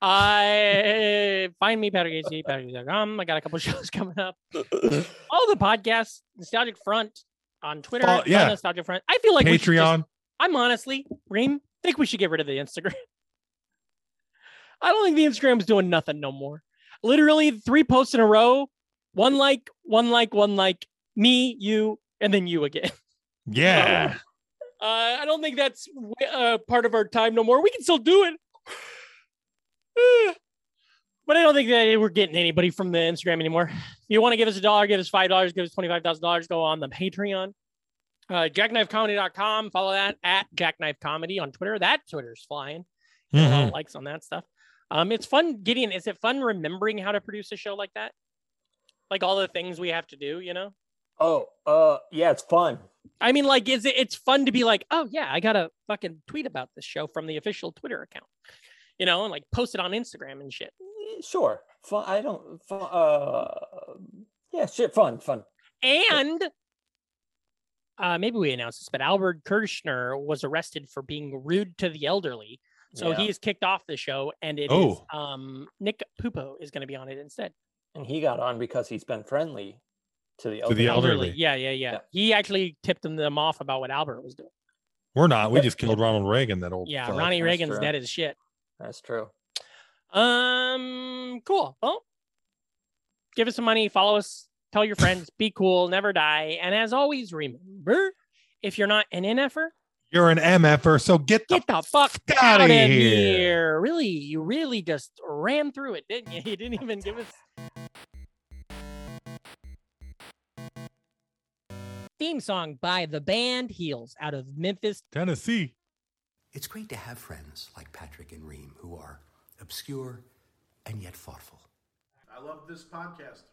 B: Uh, find me, PatterGates, PatterGates.com. I got a couple shows coming up. All the podcasts, Nostalgic Front on Twitter.
C: Oh,
B: find
C: yeah.
B: Nostalgic Front. I feel like we should just-
C: Patreon.
B: I'm honestly, Reem, think we should get rid of the Instagram. I don't think the Instagram's doing nothing no more. Literally three posts in a row, one like, one like, one like, me, you, and then you again.
C: yeah.
B: Uh, I don't think that's uh, part of our time no more. We can still do it. but I don't think that we're getting anybody from the Instagram anymore. If you want to give us a dollar, give us $5, give us $25,000, go on the Patreon. Uh, jackknifecomedy.com. Follow that at Jackknife Comedy on Twitter. That Twitter's flying. Get a lot of
C: Mhm.
B: likes on that stuff. Um, it's fun, Gideon. Is it fun remembering how to produce a show like that? Like all the things we have to do, you know?
H: Oh, uh, yeah, it's fun.
B: I mean, like, is it? It's fun to be like, oh yeah, I got a fucking tweet about this show from the official Twitter account, you know, and like post it on Instagram and shit.
H: Eh, Sure, fun. I don't. Fun, uh, yeah, shit, fun, fun.
B: And uh, maybe we announced this, but Albert Kirschner was arrested for being rude to the elderly, so
H: Yeah.
B: he is kicked off the show, and it is
C: Oh.
B: um, Nick Pupo is going to be on it instead.
H: And he got on because he's been friendly to the
C: To
H: elderly.
C: the elderly.
B: Yeah, yeah, yeah,
H: Yeah.
B: He actually tipped them, them off about what Albert was doing.
C: We're not. We just killed Ronald Reagan. That old.
B: Yeah,
C: Oh, fuck.
B: Ronnie
H: that's
B: Reagan's
H: true.
B: dead as shit.
H: That's true.
B: Um, cool. Well, give us some money, follow us, tell your friends, be cool, never die. And as always, remember if you're not an NFer,
C: You're an mf'er, so get the
B: get the fuck
C: Outta
B: out of here.
C: here.
B: Really, you really just ran through it, didn't you? You didn't even give us. Theme song by the band Heels out of Memphis,
C: Tennessee.
J: It's great to have friends like Patrick and Reem who are obscure and yet thoughtful.
K: I love this podcast.